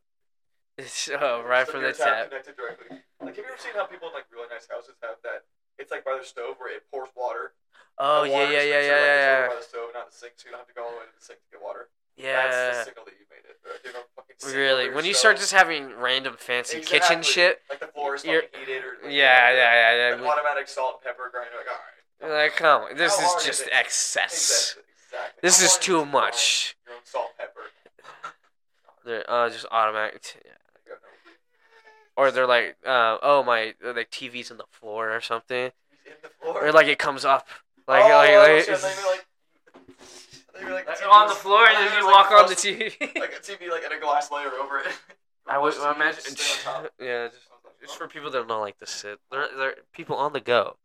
A: It's [LAUGHS] uh, right
B: So
A: from the
B: your
A: tap.
B: Connected directly. Like, have you ever seen how people in like really nice houses have that? It's like by their stove where it pours water.
A: Oh yeah,
B: The water
A: yeah, yeah, yeah,
B: dispenser, like, it's
A: yeah,
B: over By the stove, not the sink, so you don't have to go all the way to the sink to get water.
A: yeah.
B: That's
A: Yeah.
B: the signal that you made it. Right? You don't fucking sink
A: Really,
B: over
A: when you start
B: yourself.
A: just having random fancy kitchen
B: Exactly.
A: shit.
B: like the floor is
A: you're-
B: fucking heated or
A: Yeah, yeah, yeah, yeah.
B: An automatic salt and pepper grinder. Like, all right.
A: We- Like, come on, this
B: How
A: is
B: hard is
A: just
B: it?
A: excess.
B: Exactly. Exactly.
A: This
B: How
A: is
B: long
A: too
B: does it grow on
A: much.
B: Your own salt and pepper.
A: They're uh, just automatic,
B: You have no-
A: or they're like, uh, oh my, like TV's on the floor or something,
B: He's in the floor.
A: or like it comes up, like,
B: oh,
A: like,
B: I
A: like,
B: wish I- they were like, they were like,
A: like,
B: TV
A: on the
B: was-
A: floor, and
B: I
A: then
B: was
A: you
B: like,
A: walk on the
B: watch-
A: [LAUGHS] TV.
B: [LAUGHS] Like a TV, like in a glass layer over it.
A: [LAUGHS] I would
B: Watch TV,
A: imagine,
B: just
A: [LAUGHS]
B: stay on top.
A: yeah, just,
B: I was like,
A: just
B: oh,
A: for people that don't like to sit, they're, they're people on the go,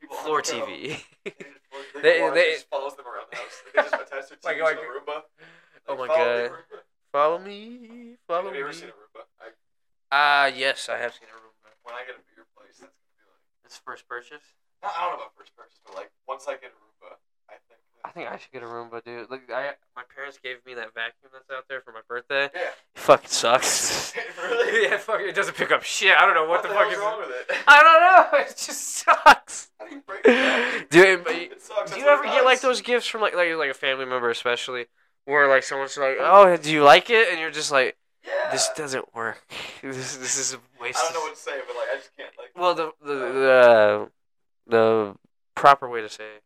B: people on
A: floor
B: the go.
A: TV. [LAUGHS]
B: They just- They,
A: They-
B: they,
A: they-
B: just follows them around the house.
A: [LAUGHS]
B: They just attach their TV
A: Like-
B: to
A: like-
B: a Roomba. Like,
A: Oh my
B: follow the
A: God.
B: Roomba.
A: follow me, follow
B: Have
A: me.
B: you ever seen a Roomba? I,
A: Ah, yes, I have seen a room.
B: when I get a bigger place, that's gonna be like.
A: It's first purchase.
B: I I don't know about first purchase, but like once I get a Roomba, I think.
A: I think I should get a Roomba, dude. Like I, my parents gave me that vacuum that's out there for my birthday. It
B: [LAUGHS] Yeah.
A: fucking
B: [LAUGHS]
A: sucks. [LAUGHS]
B: really?
A: yeah, fuck. It doesn't pick up shit. I don't know what, the, fuck
B: hell's
A: is.
B: wrong with it?
A: [LAUGHS] I don't know. It just sucks,
B: How do you break it?
A: dude. it-
B: down? It sucks.
A: do
B: that's
A: you
B: what
A: ever
B: it
A: get like
B: does.
A: those gifts from like like, like a family member, especially where like someone's like, "Oh, do you like it?" And you're just like,
B: Yeah.
A: "This doesn't work. [LAUGHS] This this is a waste."
B: I don't know
A: of-
B: what to say, but like I just can't like.
A: Well, the the the, the proper way to say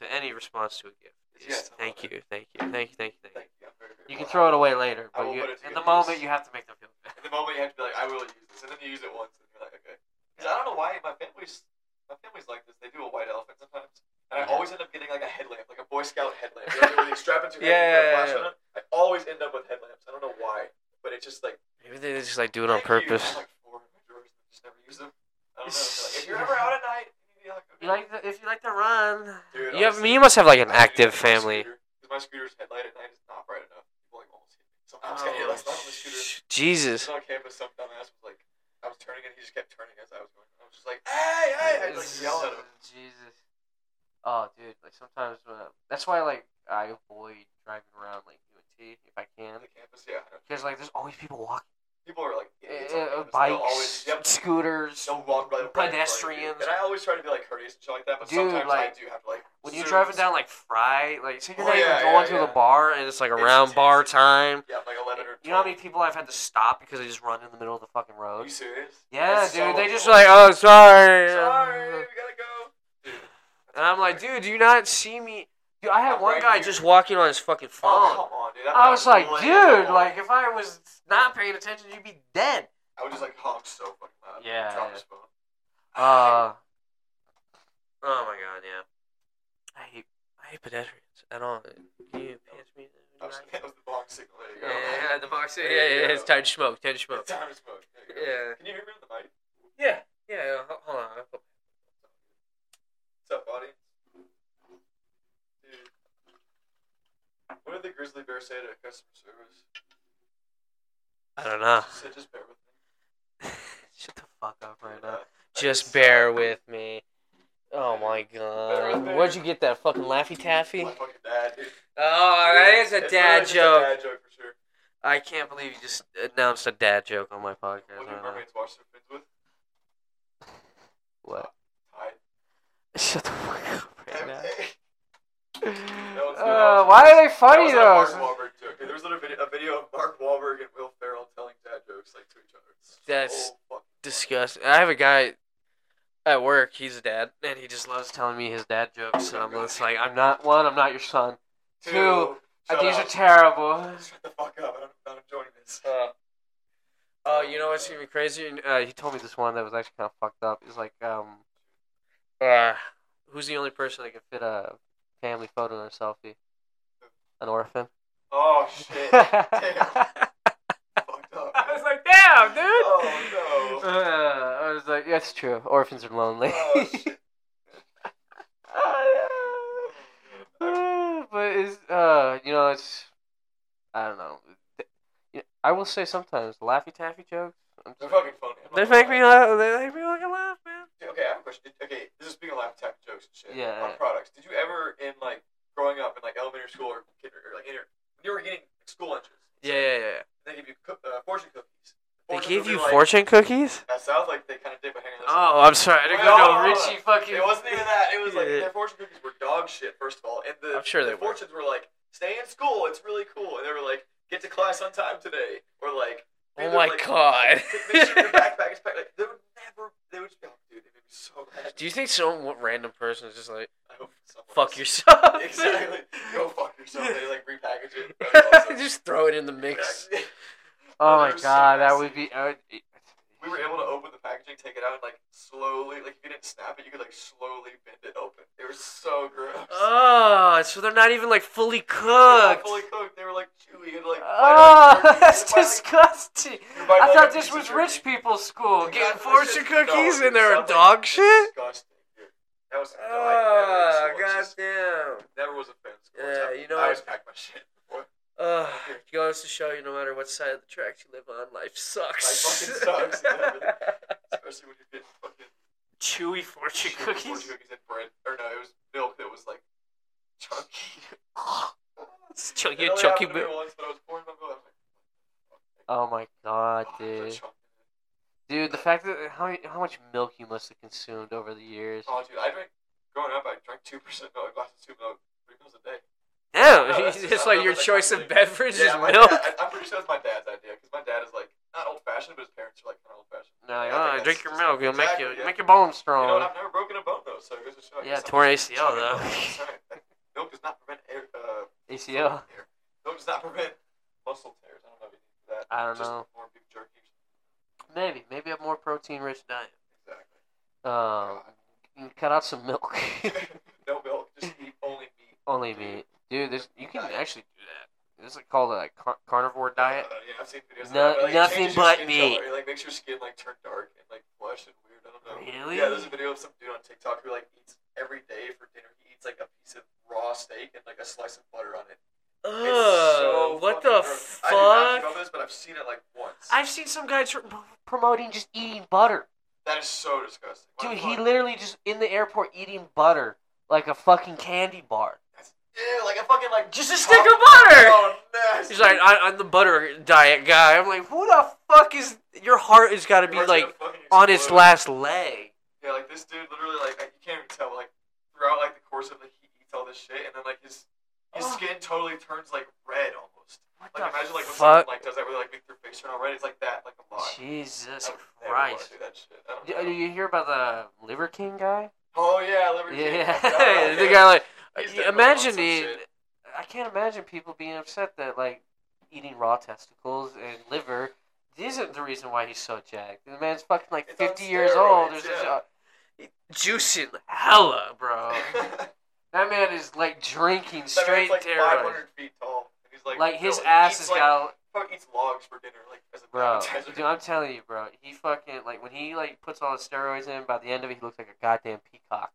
A: to any response to a gift. is
B: Yeah,
A: just
B: tell
A: thank
B: them.
A: you, thank you, thank you, thank you, thank
B: Thank
A: you.
B: you. I'm very, very
A: You can throw
B: proud.
A: it away later,
B: I
A: but
B: will
A: you,
B: put it to
A: in
B: good
A: the moment
B: use.
A: you have to make them feel good.
B: At the moment, you have to be like, I will use this, and then you use it once, and you're like, okay. 'Cause I don't know why my family's my family's like this. They do a white elephant sometimes, and I
A: Yeah.
B: always end up getting like a headlamp, like a Boy Scout headlamp. You know, where you strap it to your
A: Yeah,
B: head and
A: yeah,
B: put a
A: yeah,
B: flash on it. I always end up with headlamps. I don't know why, but it's just like.
A: Maybe they just like do it on
B: Thank you. I
A: purpose.
B: have, like, four in my drawers and just never use them. I don't know. It's
A: [LAUGHS]
B: like, if you're ever out at night, you like,
A: You like the, if you like to run.
B: Dude,
A: you have,
B: honestly,
A: you must have like an
B: I have
A: active
B: to do that with my
A: family.
B: scooter, 'cause My scooter's headlight at night is not bright enough. People like almost hit me. Sometimes I was
A: Oh,
B: hit last night on the scooter.
A: sh-
B: I was
A: Jesus.
B: on campus. Some dumbass was like, I was turning and he just kept turning as I was going. I was just like, hey, hey! I like yelled at him.
A: Jesus. Oh, dude. Like sometimes when I- that's why like I avoid driving around like UNT if I can
B: [LAUGHS] On the campus, yeah. I know.
A: because like there's always people walking.
B: People are like idiots. on
A: Uh,
B: campus.
A: bikes,
B: They'll always, yep,
A: scooters.
B: they'll walk by the bike, like, dude.
A: Pedestrians.
B: And I always try to be like courteous and shit like that, but
A: Dude,
B: sometimes
A: like,
B: I do have to like.
A: When you're
B: zoom
A: driving
B: this-
A: down like Fry, like so you're
B: Oh,
A: not
B: yeah,
A: even going
B: yeah,
A: to the
B: yeah.
A: bar, and it's like
B: It's
A: around bar
B: intense.
A: time.
B: Yeah, like 11 or 12.
A: You know how many people I've had to stop because they just run in the middle of the fucking
B: Are
A: road?
B: you serious?
A: Yeah,
B: That's
A: dude.
B: so
A: they just like,
B: annoying.
A: oh, sorry.
B: Sorry, we gotta go. Dude,
A: And I'm like, dude, do you not see me? Dude, I had
B: I'm
A: one
B: right
A: guy
B: here.
A: just walking on his fucking phone.
B: oh, come on, dude. I'm
A: I was like,
B: laying
A: dude,
B: down.
A: like if I was not paying attention, you'd be
B: [LAUGHS]
A: dead.
B: I was just like, honk so fucking loud.
A: Yeah,
B: Drop
A: yeah.
B: his phone.
A: Uh, oh my god, yeah. I hate I hate pedestrians at all. Can you pass me?
B: That [LAUGHS] was, that was the bonk signal. There you
A: Yeah,
B: [LAUGHS] go.
A: yeah, the box. Yeah,
B: Oh, There
A: yeah,
B: you
A: yeah,
B: go.
A: it's time to smoke. Time to smoke.
B: Time to smoke. There you go.
A: Yeah,
B: Can you hear me on the mic?
A: yeah, yeah. ho- Hold on. I'll put-
B: What's up, audience? Dude. What did the grizzly bear say to customer service?
A: I don't know. [LAUGHS]
B: She said, just bear with me.
A: Shut the fuck up right
B: [LAUGHS]
A: now.
B: Uh, I
A: Just bear with me. Oh my god.
B: with
A: Where'd
B: me.
A: you get that fucking Laffy Taffy?
B: My fucking dad, dude.
A: Oh, that is a
B: It's
A: dad
B: really just
A: joke.
B: A dad joke for sure.
A: I can't believe you just announced a dad joke on my podcast.
B: What do
A: right now.
B: mermaids wash their fins with?
A: What? [LAUGHS]
B: Tide.
A: Shut the fuck up right
B: [LAUGHS]
A: now.
B: was-
A: [LAUGHS] Uh, why are they funny
B: that
A: though?
B: was a Mark Wahlberg joke. There was a video, a video of Mark Wahlberg and Will Ferrell telling dad jokes like to each other. It's
A: That's
B: so fucking
A: Disgusting. I have a guy at work. He's a dad, and he just loves telling me his dad jokes. And I'm just like, I'm not one. I'm not your son.
B: funny.
A: Two, Uh,
B: Shut
A: These
B: up.
A: are terrible.
B: Shut the fuck up. I'm not enjoying this.
A: Uh, oh, you know what's even crazier? Uh, he told me this one that was actually kind of fucked up. Is like, um, uh, who's the only person that can fit a family photo in a selfie? An orphan. [LAUGHS]
B: Oh shit. Damn. Fucked
A: [LAUGHS]
B: up.
A: I was like, damn, dude.
B: Oh, no.
A: Uh, I was like, that's true. Orphans are lonely. [LAUGHS]
B: Oh shit.
A: Uh, but it's uh, but you know, it's I don't know. Th- I will say sometimes laffy taffy jokes. I'm
B: They're
A: just,
B: fucking funny. I'm not
A: they
B: gonna
A: make
B: lie.
A: me laugh. They make me fucking laugh, man.
B: Dude, Okay, I have a question. Okay, this is speaking of laugh attack jokes and shit.
A: Yeah,
B: On
A: yeah.
B: products, did you ever in like growing up in like elementary school or kinder or like inter, when you were getting like, school lunches?
A: Yeah, yeah, yeah.
B: They give you coo- uh, fortune cookies.
A: They
B: Fortune
A: gave
B: cookie,
A: you
B: like,
A: fortune cookies.
B: At South, like they kind of did, but hang on. listen.
A: Oh, I'm sorry. I didn't
B: Well,
A: go
B: hold
A: to
B: on.
A: Richie fucking.
B: It wasn't even that. It was like
A: Yeah.
B: their fortune cookies were dog shit, first of all. And the,
A: I'm sure
B: the
A: they were.
B: fortunes were like, stay in school, it's really cool. And they were like, get to class on time today. Or like, they
A: Oh
B: were
A: my
B: like,
A: God.
B: Make [LAUGHS] sure your backpack is packed. Like, they would never, they would, oh, dude, they would be so mad.
A: [LAUGHS] Do you think some w- random person is just like
B: I hope someone
A: fuck
B: else-
A: yourself? [LAUGHS]
B: [LAUGHS] Exactly. Go fuck yourself. They like repackage
A: [LAUGHS]
B: it.
A: just throw it in the mix.
B: Exactly.
A: Oh
B: They're
A: my
B: so
A: god, that
B: messy.
A: would be. uh, I would,
B: We were able to open the packaging, take it out, and like slowly, like if you didn't snap it, you could like slowly bend it open. They were so gross.
A: Oh, so they're not even like fully
B: They were
A: cooked.
B: fully cooked. They were like chewy and like.
A: Oh, [LAUGHS]
B: bite, like,
A: that's
B: jerky. You could bite,
A: disgusting.
B: you bite,
A: I
B: like,
A: thought
B: a
A: this
B: piece of
A: was rich
B: jerky.
A: people's school,
B: Exactly.
A: getting
B: It's
A: fortune
B: just- no,
A: cookies,
B: dude,
A: and they were
B: something
A: dog shit.
B: Disgusting, dude. That was no, I
A: Oh,
B: never, just,
A: goddamn.
B: never was a fan. of school.
A: Yeah,
B: It's happened.
A: you know what?
B: I always packed my shit. Boy,
A: Ugh, it goes to show you, no matter what side of the tracks you live on, life sucks.
B: Life fucking sucks, yeah. Especially when you get fucking
A: [LAUGHS] Chewy fortune
B: shit,
A: cookies.
B: fortune cookies and bread, or no, it was milk that was like chunky.
A: It's [LAUGHS] chunky,
B: It only
A: chunky
B: happened to me
A: bit.
B: once, but I was pouring my milk.
A: Oh my god,
B: I was like, "Oh, it's
A: dude.
B: a chunk."
A: Dude, the fact that how, how much milk you must have consumed over the years.
B: Oh, dude, I drank. Growing up, I drank two percent milk, a glass of two milk, three meals a day.
A: Damn,
B: No, that's
A: it's
B: just-
A: just
B: I
A: like
B: don't
A: your
B: know what
A: choice
B: that
A: of
B: is.
A: beverage is
B: Yeah, my
A: milk.
B: Dad, I, I'm pretty sure that's my dad's idea because my dad is like not old fashioned, but his parents are like kind of old fashioned.
A: No,
B: I
A: like,
B: think
A: oh,
B: that's
A: drink your
B: just-
A: milk. It'll make
B: exactly,
A: you
B: yeah.
A: make your bones
B: You know what?
A: strong.
B: I've never broken a bone though, so it goes to show.
A: Oh.
B: I
A: yeah,
B: guess I'm
A: torn
B: just
A: ACL
B: [LAUGHS] chugging
A: though.
B: milk. Sorry. milk does not prevent air. Uh,
A: [LAUGHS] ACL.
B: air. Milk does not prevent muscle tears. I don't know if you do that.
A: I don't
B: Just
A: know.
B: More beef jerky.
A: Maybe, maybe a more protein-rich diet.
B: Exactly.
A: Um, cut out some milk.
B: [LAUGHS]
A: [LAUGHS]
B: no milk. Just eat only meat.
A: Only
B: Dude.
A: meat, dude. There's you can
B: Diet.
A: actually do that. This is called a car- carnivore diet.
B: Uh, yeah, I've seen videos. of
A: No-
B: that, but, like, it
A: nothing
B: changes your
A: but
B: skin
A: meat.
B: Color. It, like makes your skin like turn dark and like flush and weird. I don't know.
A: Really?
B: Yeah, there's a video of some dude on TikTok who like eats every day for dinner. He eats like a piece of raw steak and like a slice of butter on it. It's so
A: Oh, what
B: fucking
A: the
B: gross. I do not know
A: fuck?
B: this, but I've seen it like once.
A: I've seen some guys tr- promoting just eating butter.
B: That is so disgusting. What
A: Dude,
B: the
A: he
B: fuck?
A: literally just in the airport eating butter like a fucking candy bar.
B: That's- Ew, like a fucking like
A: Just a
B: top-
A: stick of butter.
B: Oh, nasty.
A: He's like, I, I'm the butter diet guy. I'm like, who the fuck is? Your heart has got to be
B: Your heart's
A: like
B: gonna fucking
A: on its
B: explode.
A: last leg.
B: Yeah, like this dude literally like you can't even tell like throughout like the course of like he eats all this shit and then like his his
A: Ugh.
B: skin totally turns like red almost.
A: What
B: Like imagine like when someone
A: fuck?
B: like does that where they like make their face turn all red. It's like that, like a lot.
A: Jesus
B: I would never wanna
A: Christ!
B: do that shit. I don't
A: Do,
B: know.
A: do you hear about the Liver King guy?
B: Oh yeah, Liver King. [LAUGHS]
A: Yeah, [LAUGHS]
B: Fuck that.
A: the guy like
B: He's
A: you
B: definitely on
A: imagine
B: some
A: the.
B: shit.
A: I can't imagine people being upset that like eating raw testicles and liver isn't the reason why he's so jacked. The man's fucking like
B: It's on
A: fifty years old.
B: steroids,
A: There's
B: yeah.
A: a, juicing hella,
B: [LAUGHS]
A: bro. that man is like drinking
B: That man's,
A: straight
B: like
A: steroids.
B: 500 feet tall. And he's like,
A: like his
B: no, he
A: ass
B: eats,
A: has
B: like,
A: got
B: Probably eats logs for dinner, like as an
A: bro
B: appetizer. [LAUGHS]
A: dude i'm telling you bro he fucking like when he like puts all the steroids in by the end of it he looks like a goddamn peacock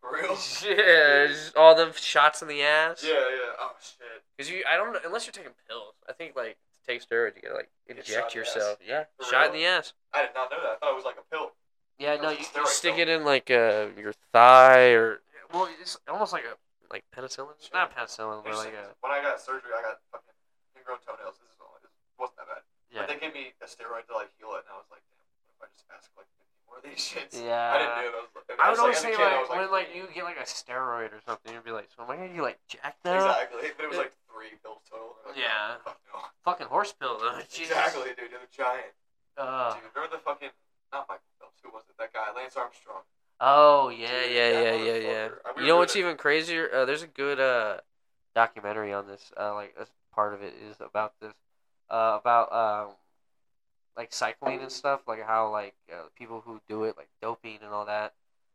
B: For
A: [LAUGHS]
B: real.
A: yeah just all the shots in the ass
B: Oh. Yeah, yeah. Oh shit.
A: because you i don't know unless you're taking pills i think like to take steroids you gotta like
B: Get
A: inject
B: shot in the
A: yourself yeah
B: For
A: shot in
B: real?
A: the ass
B: I did not know that. I thought it was like a pill.
A: yeah no
B: That's
A: you,
B: a
A: you
B: steroid
A: stick it
B: pill.
A: in like uh your thigh or well it's almost like a like penicillin
B: Sure.
A: not penicillin but like
B: There's things-
A: a
B: when I got surgery, I got fucking ingrown toenails. This is all. It wasn't that bad.
A: yeah
B: But they gave me a steroid to like heal it, and I was like, damn, what if I just ask like 50 more of these shits?
A: yeah
B: I didn't know. I
A: I
B: was like, was
A: would
B: like,
A: always
B: as a
A: say
B: kid, I
A: like,
B: was like
A: when like you get like a steroid or something, you'd be like, so am I gonna get like jacked now?
B: [LAUGHS] Exactly, but it was like three pills total. and I was like,
A: Yeah.
B: fuck no.
A: Fucking horse pill though. [LAUGHS] Jesus.
B: Exactly, dude. You're the giant.
A: Uh,
B: Dude, remember the fucking not Michael Phelps? Who was it? That guy, Lance Armstrong.
A: oh yeah, yeah, yeah,
B: Dude, that
A: yeah, yeah.
B: motherfucker. I mean,
A: You know
B: we
A: what's
B: would've-
A: even crazier? Uh, there's a good uh documentary on this. Uh, like a part of it is about this, uh, about um, like cycling and stuff. Like how like uh, people who do it like doping and all that.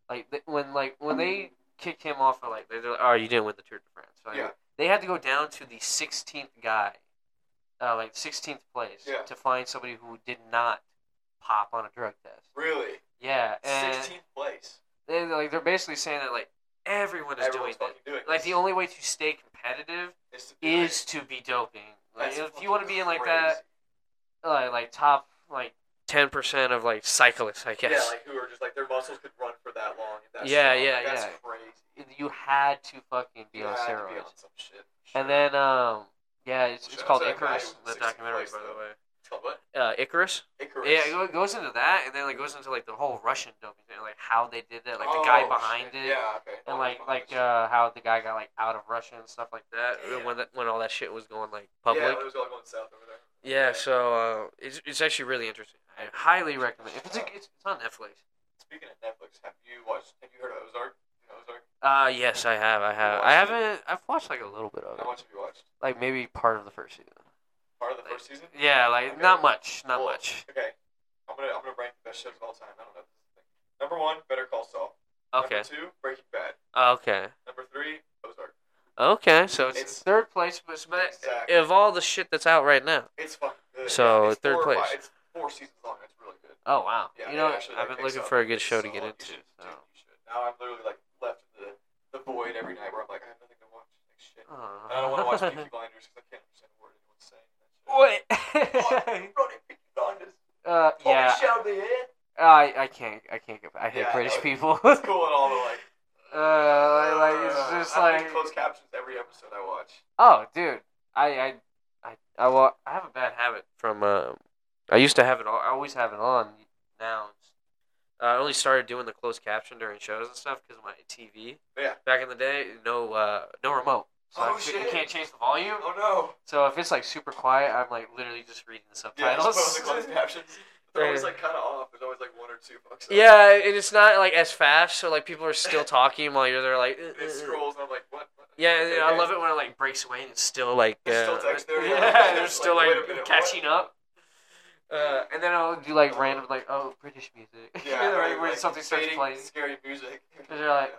A: Like th- when like when they kicked him off for like they're like, oh you didn't win the Tour de France. So, like,
B: Yeah.
A: They had to go down to the 16th guy, uh, like 16th place,
B: Yeah.
A: to find somebody who did not pop on a drug test.
B: Really,
A: Yeah, and
B: sixteenth place.
A: they like they're basically saying that like everyone is
B: Everyone's
A: doing
B: fucking doing
A: that. Like the
B: this.
A: only way to stay competitive
B: is to do
A: is
B: it.
A: to be doping. Like,
B: That's
A: if you want to
B: fucking
A: be in like
B: crazy.
A: that, like, like top like ten percent of like cyclists, I guess.
B: Yeah, like who are just like their muscles could run for that long. And that's
A: Yeah,
B: strong.
A: yeah,
B: like, that's
A: yeah.
B: crazy.
A: you had to fucking be on
B: Yeah, I had to
A: steroids.
B: be on some shit.
A: And then, um, yeah, it's, it's
B: Shout
A: called
B: out to that guy
A: Icarus,
B: who
A: the
B: was sixth
A: documentary,
B: place,
A: by the
B: though.
A: way.
B: Tell what?
A: Uh, Icarus.
B: Icarus.
A: Yeah, it go- goes into that, and then like goes into like the whole Russian doping thing, like how they did that, like the guy
B: Oh,
A: behind
B: shit.
A: it,
B: Yeah, okay.
A: and
B: Oh,
A: like
B: fuck,
A: like
B: shit.
A: uh, how the guy got like out of Russia and stuff like that
B: Damn.
A: when that, when all that shit was going like
B: Yeah,
A: public.
B: it was all going south over there.
A: Yeah, so uh, it's it's actually really interesting. I highly recommend. If it's a, it's, it's on Netflix.
B: Speaking of Netflix, have you watched? Have you heard of Ozark? You know Ozark?
A: Uh yes, I have, I have, I
B: watched it?
A: haven't. I've watched like a little bit of
B: How
A: it,
B: much have you watched?
A: like maybe part of the first season.
B: Part of the
A: Like,
B: first season?
A: Yeah, like
B: Okay.
A: not much, not
B: Well,
A: much.
B: Okay, I'm gonna I'm gonna rank the best shows of all time. I don't know. if this is the thing. Number one, Better Call Saul.
A: Okay,
B: Number two, Breaking Bad.
A: okay,
B: Number three, Ozark.
A: okay. So it's,
B: It's-
A: third place, but it's- but
B: Exactly.
A: of all the shit that's out right now.
B: It's fucking good.
A: So,
B: Yeah, it's
A: third
B: four or
A: place.
B: five- It's four seasons long. It's really good.
A: Oh wow!
B: Yeah,
A: you know,
B: it actually,
A: I've been
B: like, picks
A: looking
B: up
A: for a good show to
B: so
A: get
B: much.
A: into.
B: You should,
A: So.
B: dude, you should. Now I'm literally like left in the the void every night where I'm like I have nothing to watch. Like shit. And I don't want
A: [LAUGHS]
B: to watch Peaky Blinders because I can't understand a word anyone's saying.
A: What?
B: Running
A: [LAUGHS]
B: Peaky Blinders.
A: uh,
B: Tommy
A: yeah,
B: Shelby, eh?
A: I I can't I can't get I hate
B: Yeah, I
A: British
B: know.
A: people. [LAUGHS]
B: It's cool and all, but like.
A: Uh, like it's
B: Uh,
A: just
B: I put
A: like
B: closed captions every episode I watch.
A: oh dude I I I I, well, I have a bad habit from um I used to have it all I always have it on now. it's- I only started doing the closed caption during shows and stuff because my TV
B: Yeah.
A: back in the day no uh no remote so I
B: Oh,
A: cou- you
B: shit.
A: can't change the volume.
B: Oh no!
A: So if it's like super quiet, I'm like literally just reading the
B: Yeah,
A: subtitles.
B: just put on the
A: [LAUGHS]
B: closed captions. They're always
A: Yeah.
B: like kind of off. There's always like one or two fucks. up.
A: Yeah, and it's not like as fast, so like people are
B: [LAUGHS]
A: still talking while you're there, like. uh,
B: It scrolls and I'm like, what? what?
A: Yeah, and I
B: Okay.
A: love it when it like breaks away and it's still like.
B: There's
A: uh,
B: still text there,
A: [LAUGHS] yeah,
B: yeah.
A: they're
B: It's
A: still
B: like,
A: like,
B: wait a minute,
A: catching up. Uh, and then I'll do like random like oh British music, [LAUGHS] [LAUGHS]
B: Yeah,
A: Like,
B: right,
A: when
B: like,
A: something starts
B: fading,
A: playing.
B: Scary music. [LAUGHS]
A: they're like,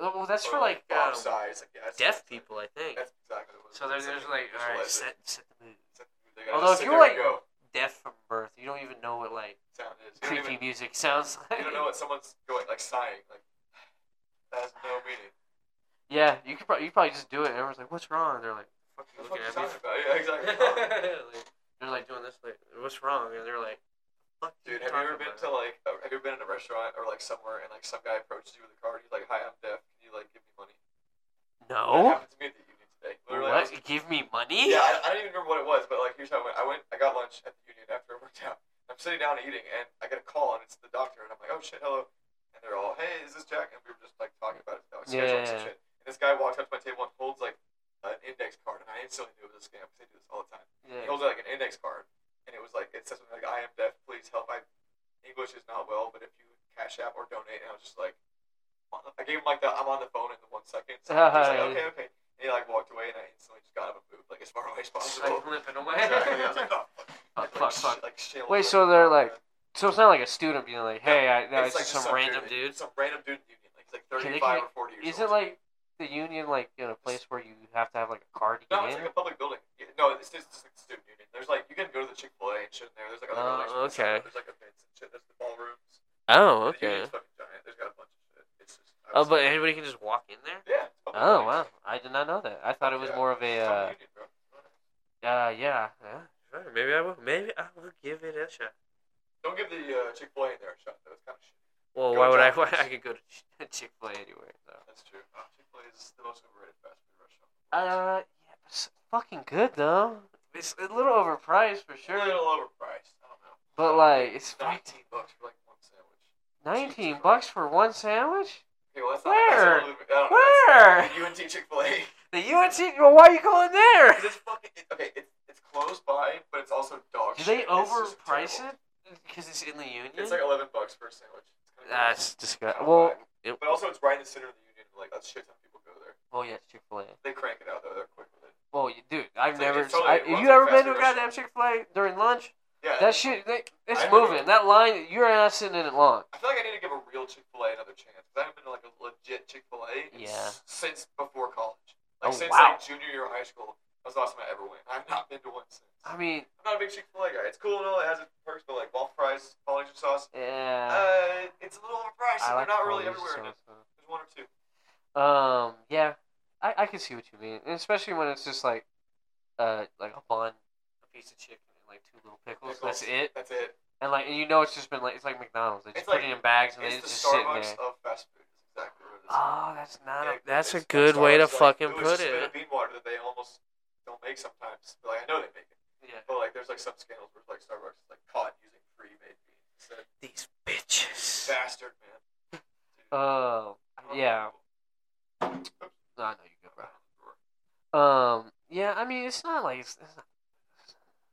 A: Oh, Well, that's for
B: Or,
A: like
B: bomb
A: um,
B: size, like, yeah, that's-
A: deaf people, I think.
B: That's exactly what. it
A: So
B: is.
A: they're,
B: It's
A: they're just like, all right,
B: visualize
A: set,
B: it.
A: set the mood.
B: It's like, they gotta
A: Although
B: just
A: if
B: sit
A: you
B: there
A: were,
B: and go,
A: Deaf from birth, you don't even know what like
B: sound is. You don't
A: creepy
B: even-
A: music sounds like.
B: [LAUGHS] you don't know what someone's going like sighing like. [SIGHS] That has no meaning.
A: Yeah, you could probably you probably just do it. And everyone's like, "What's wrong?" And they're like, "Fuck
B: What
A: you
B: the
A: looking
B: fuck are
A: at me."
B: you talking about?
A: [LAUGHS]
B: Yeah, exactly.
A: Like, they're like doing this, like, "What's wrong?" And they're like, "Fuck."
B: Dude, have you ever been to like, a, have you ever been in a restaurant or like somewhere and like some guy approaches you with a card? He's like, "Hi, I'm deaf. Can you like give me money?"
A: to?
B: That
A: No.
B: happened to me at the union today. Literally, I
A: Oh? What?
B: was-
A: Give me money?
B: yeah, I, I don't even remember what it was, but like here's how I went. I went, I got lunch at the union after I worked out. I'm sitting down eating, and I get a call, and it's the doctor, and I'm like, "Oh shit, hello," and they're all, "Hey, is this Jack?" And we were just like talking about it, like,
A: Yeah.
B: scheduling some shit. And this guy walks up to my table and holds like an index card, and I instantly knew it was a scam because they do this all the time. He
A: Yeah.
B: holds like an index card, and it was like it says something like "I am deaf, please help." I English is not well, but if you cash app or donate, and I was just like, I gave him like the I'm on the phone in the one second. So he was
A: [LAUGHS]
B: like, okay, okay. And he like walked away, and I instantly just got up and moved like as far away as
A: Just, like [LAUGHS]
B: possible. [LAUGHS]
A: flipping
B: exactly. I was
A: away.
B: like, oh fuck,
A: fuck,
B: like,
A: fuck,
B: sh-
A: fuck.
B: like, shit,
A: Wait,
B: like-
A: so they're like, [LAUGHS] so it's not like a student being like, "Hey, I, no, it's,
B: like
A: just some random dude."
B: Some random dude in the union, like he's like
A: Can they
B: 35 or 40 years
A: Is it
B: old.
A: like the union, like in a place where you have to have like a card to
B: No,
A: get
B: it's
A: in?
B: like a public building. Yeah, No, it's just, it's like the student union. There's like you can go to the Chick Fil A and shit in there. There's like other
A: Oh,
B: buildings.
A: okay.
B: There's like events and shit. There's the ballrooms.
A: Oh,
B: The
A: okay.
B: union's fucking giant. There's got a bunch of shit. It's just, I
A: Oh,
B: was-
A: but anybody can just walk in there.
B: yeah. it's public
A: Oh
B: buildings.
A: wow, I did not know that. I thought it was
B: Yeah.
A: more of a.
B: It's
A: Uh,
B: fucking union, bro.
A: Uh, yeah, yeah. Alright, Maybe I will. Maybe I will give it a shot.
B: Don't give the uh, Chick Fil A in there a shot. though. It's kind of shit.
A: Well,
B: Go
A: why would I?
B: Giants.
A: I could go to [LAUGHS] Chick Fil A anywhere. So.
B: That's true. Chick Fil A is the most overrated fast food restaurant.
A: Uh, yeah, it's fucking good though. It's a little overpriced for
B: Sure,
A: sure,
B: a little overpriced. I don't know.
A: but like it's fucking-
B: 19 bucks for like one sandwich.
A: nineteen bucks for one sandwich.
B: Okay, well that's
A: Where?
B: not. That's a little bit- I
A: Where
B: [LAUGHS] don't know. That's, UNT Chick Fil A.
A: the UNT? Well, why are you going there?
B: It's fucking it, okay. It's it's close by, but it's also dog.
A: Do
B: shit.
A: they
B: It's just
A: overprice
B: terrible.
A: it? Because it's in the union.
B: It's like 11 bucks for a sandwich. It's kinda gross.
A: That's disgusting. Well, it,
B: But also, it's right in the center of the union. Like a shit ton of people go there.
A: oh yeah, Chick Fil A.
B: They crank it out though. They're quick with it.
A: Well, you, dude, I've
B: It's like-
A: never.
B: it's totally-
A: I,
B: it runs
A: you
B: like
A: ever
B: fast
A: been to
B: food
A: a goddamn Chick Fil A during lunch?
B: Yeah.
A: That shit, they, it's
B: I know.
A: moving. That line, you're not sitting in it long.
B: I feel like I need to give a real Chick Fil A another chance. 'cause I haven't been to like a legit Chick Fil A
A: Yeah.
B: since before college.
A: Oh,
B: Like since
A: wow.
B: like junior year of high school. That was the last time I ever went. I've not been to one since.
A: I
B: I'm
A: mean,
B: not a big Chick Fil A guy. It's cool and all. It has its perks, but like waffle fries, Polynesian sauce.
A: yeah.
B: Uh, it's a little overpriced.
A: I
B: and
A: like
B: they're not really
A: Polynesian
B: everywhere.
A: sauce,
B: There's one or two.
A: though. Um, yeah, I, I can see what you mean, and especially when it's just like, uh, like a bun, a piece of chicken, and like two little pickles. That's it,
B: That's it.
A: and like and you know it's just been like it's like McDonald's. They just
B: It's
A: put
B: like-
A: it in bags and
B: it's
A: they
B: the
A: just sitting
B: Starbucks
A: there.
B: of fast food. Is exactly what it is.
A: Oh, that's not
B: Yeah,
A: a that's a
B: it's-
A: good way to
B: Starbucks, like,
A: fucking
B: it was
A: put
B: just
A: it.
B: Bean water that they almost don't make sometimes. But, like I know they make it,
A: Yeah.
B: but like there's like some scandals where like Starbucks is like caught using free made beans instead.
A: These bitches.
B: Bastard man. Dude,
A: Oh, yeah.
B: unbelievable.
A: No, I know you go,
B: Right.
A: bro. Um, yeah, I mean, it's not like it's, it's not,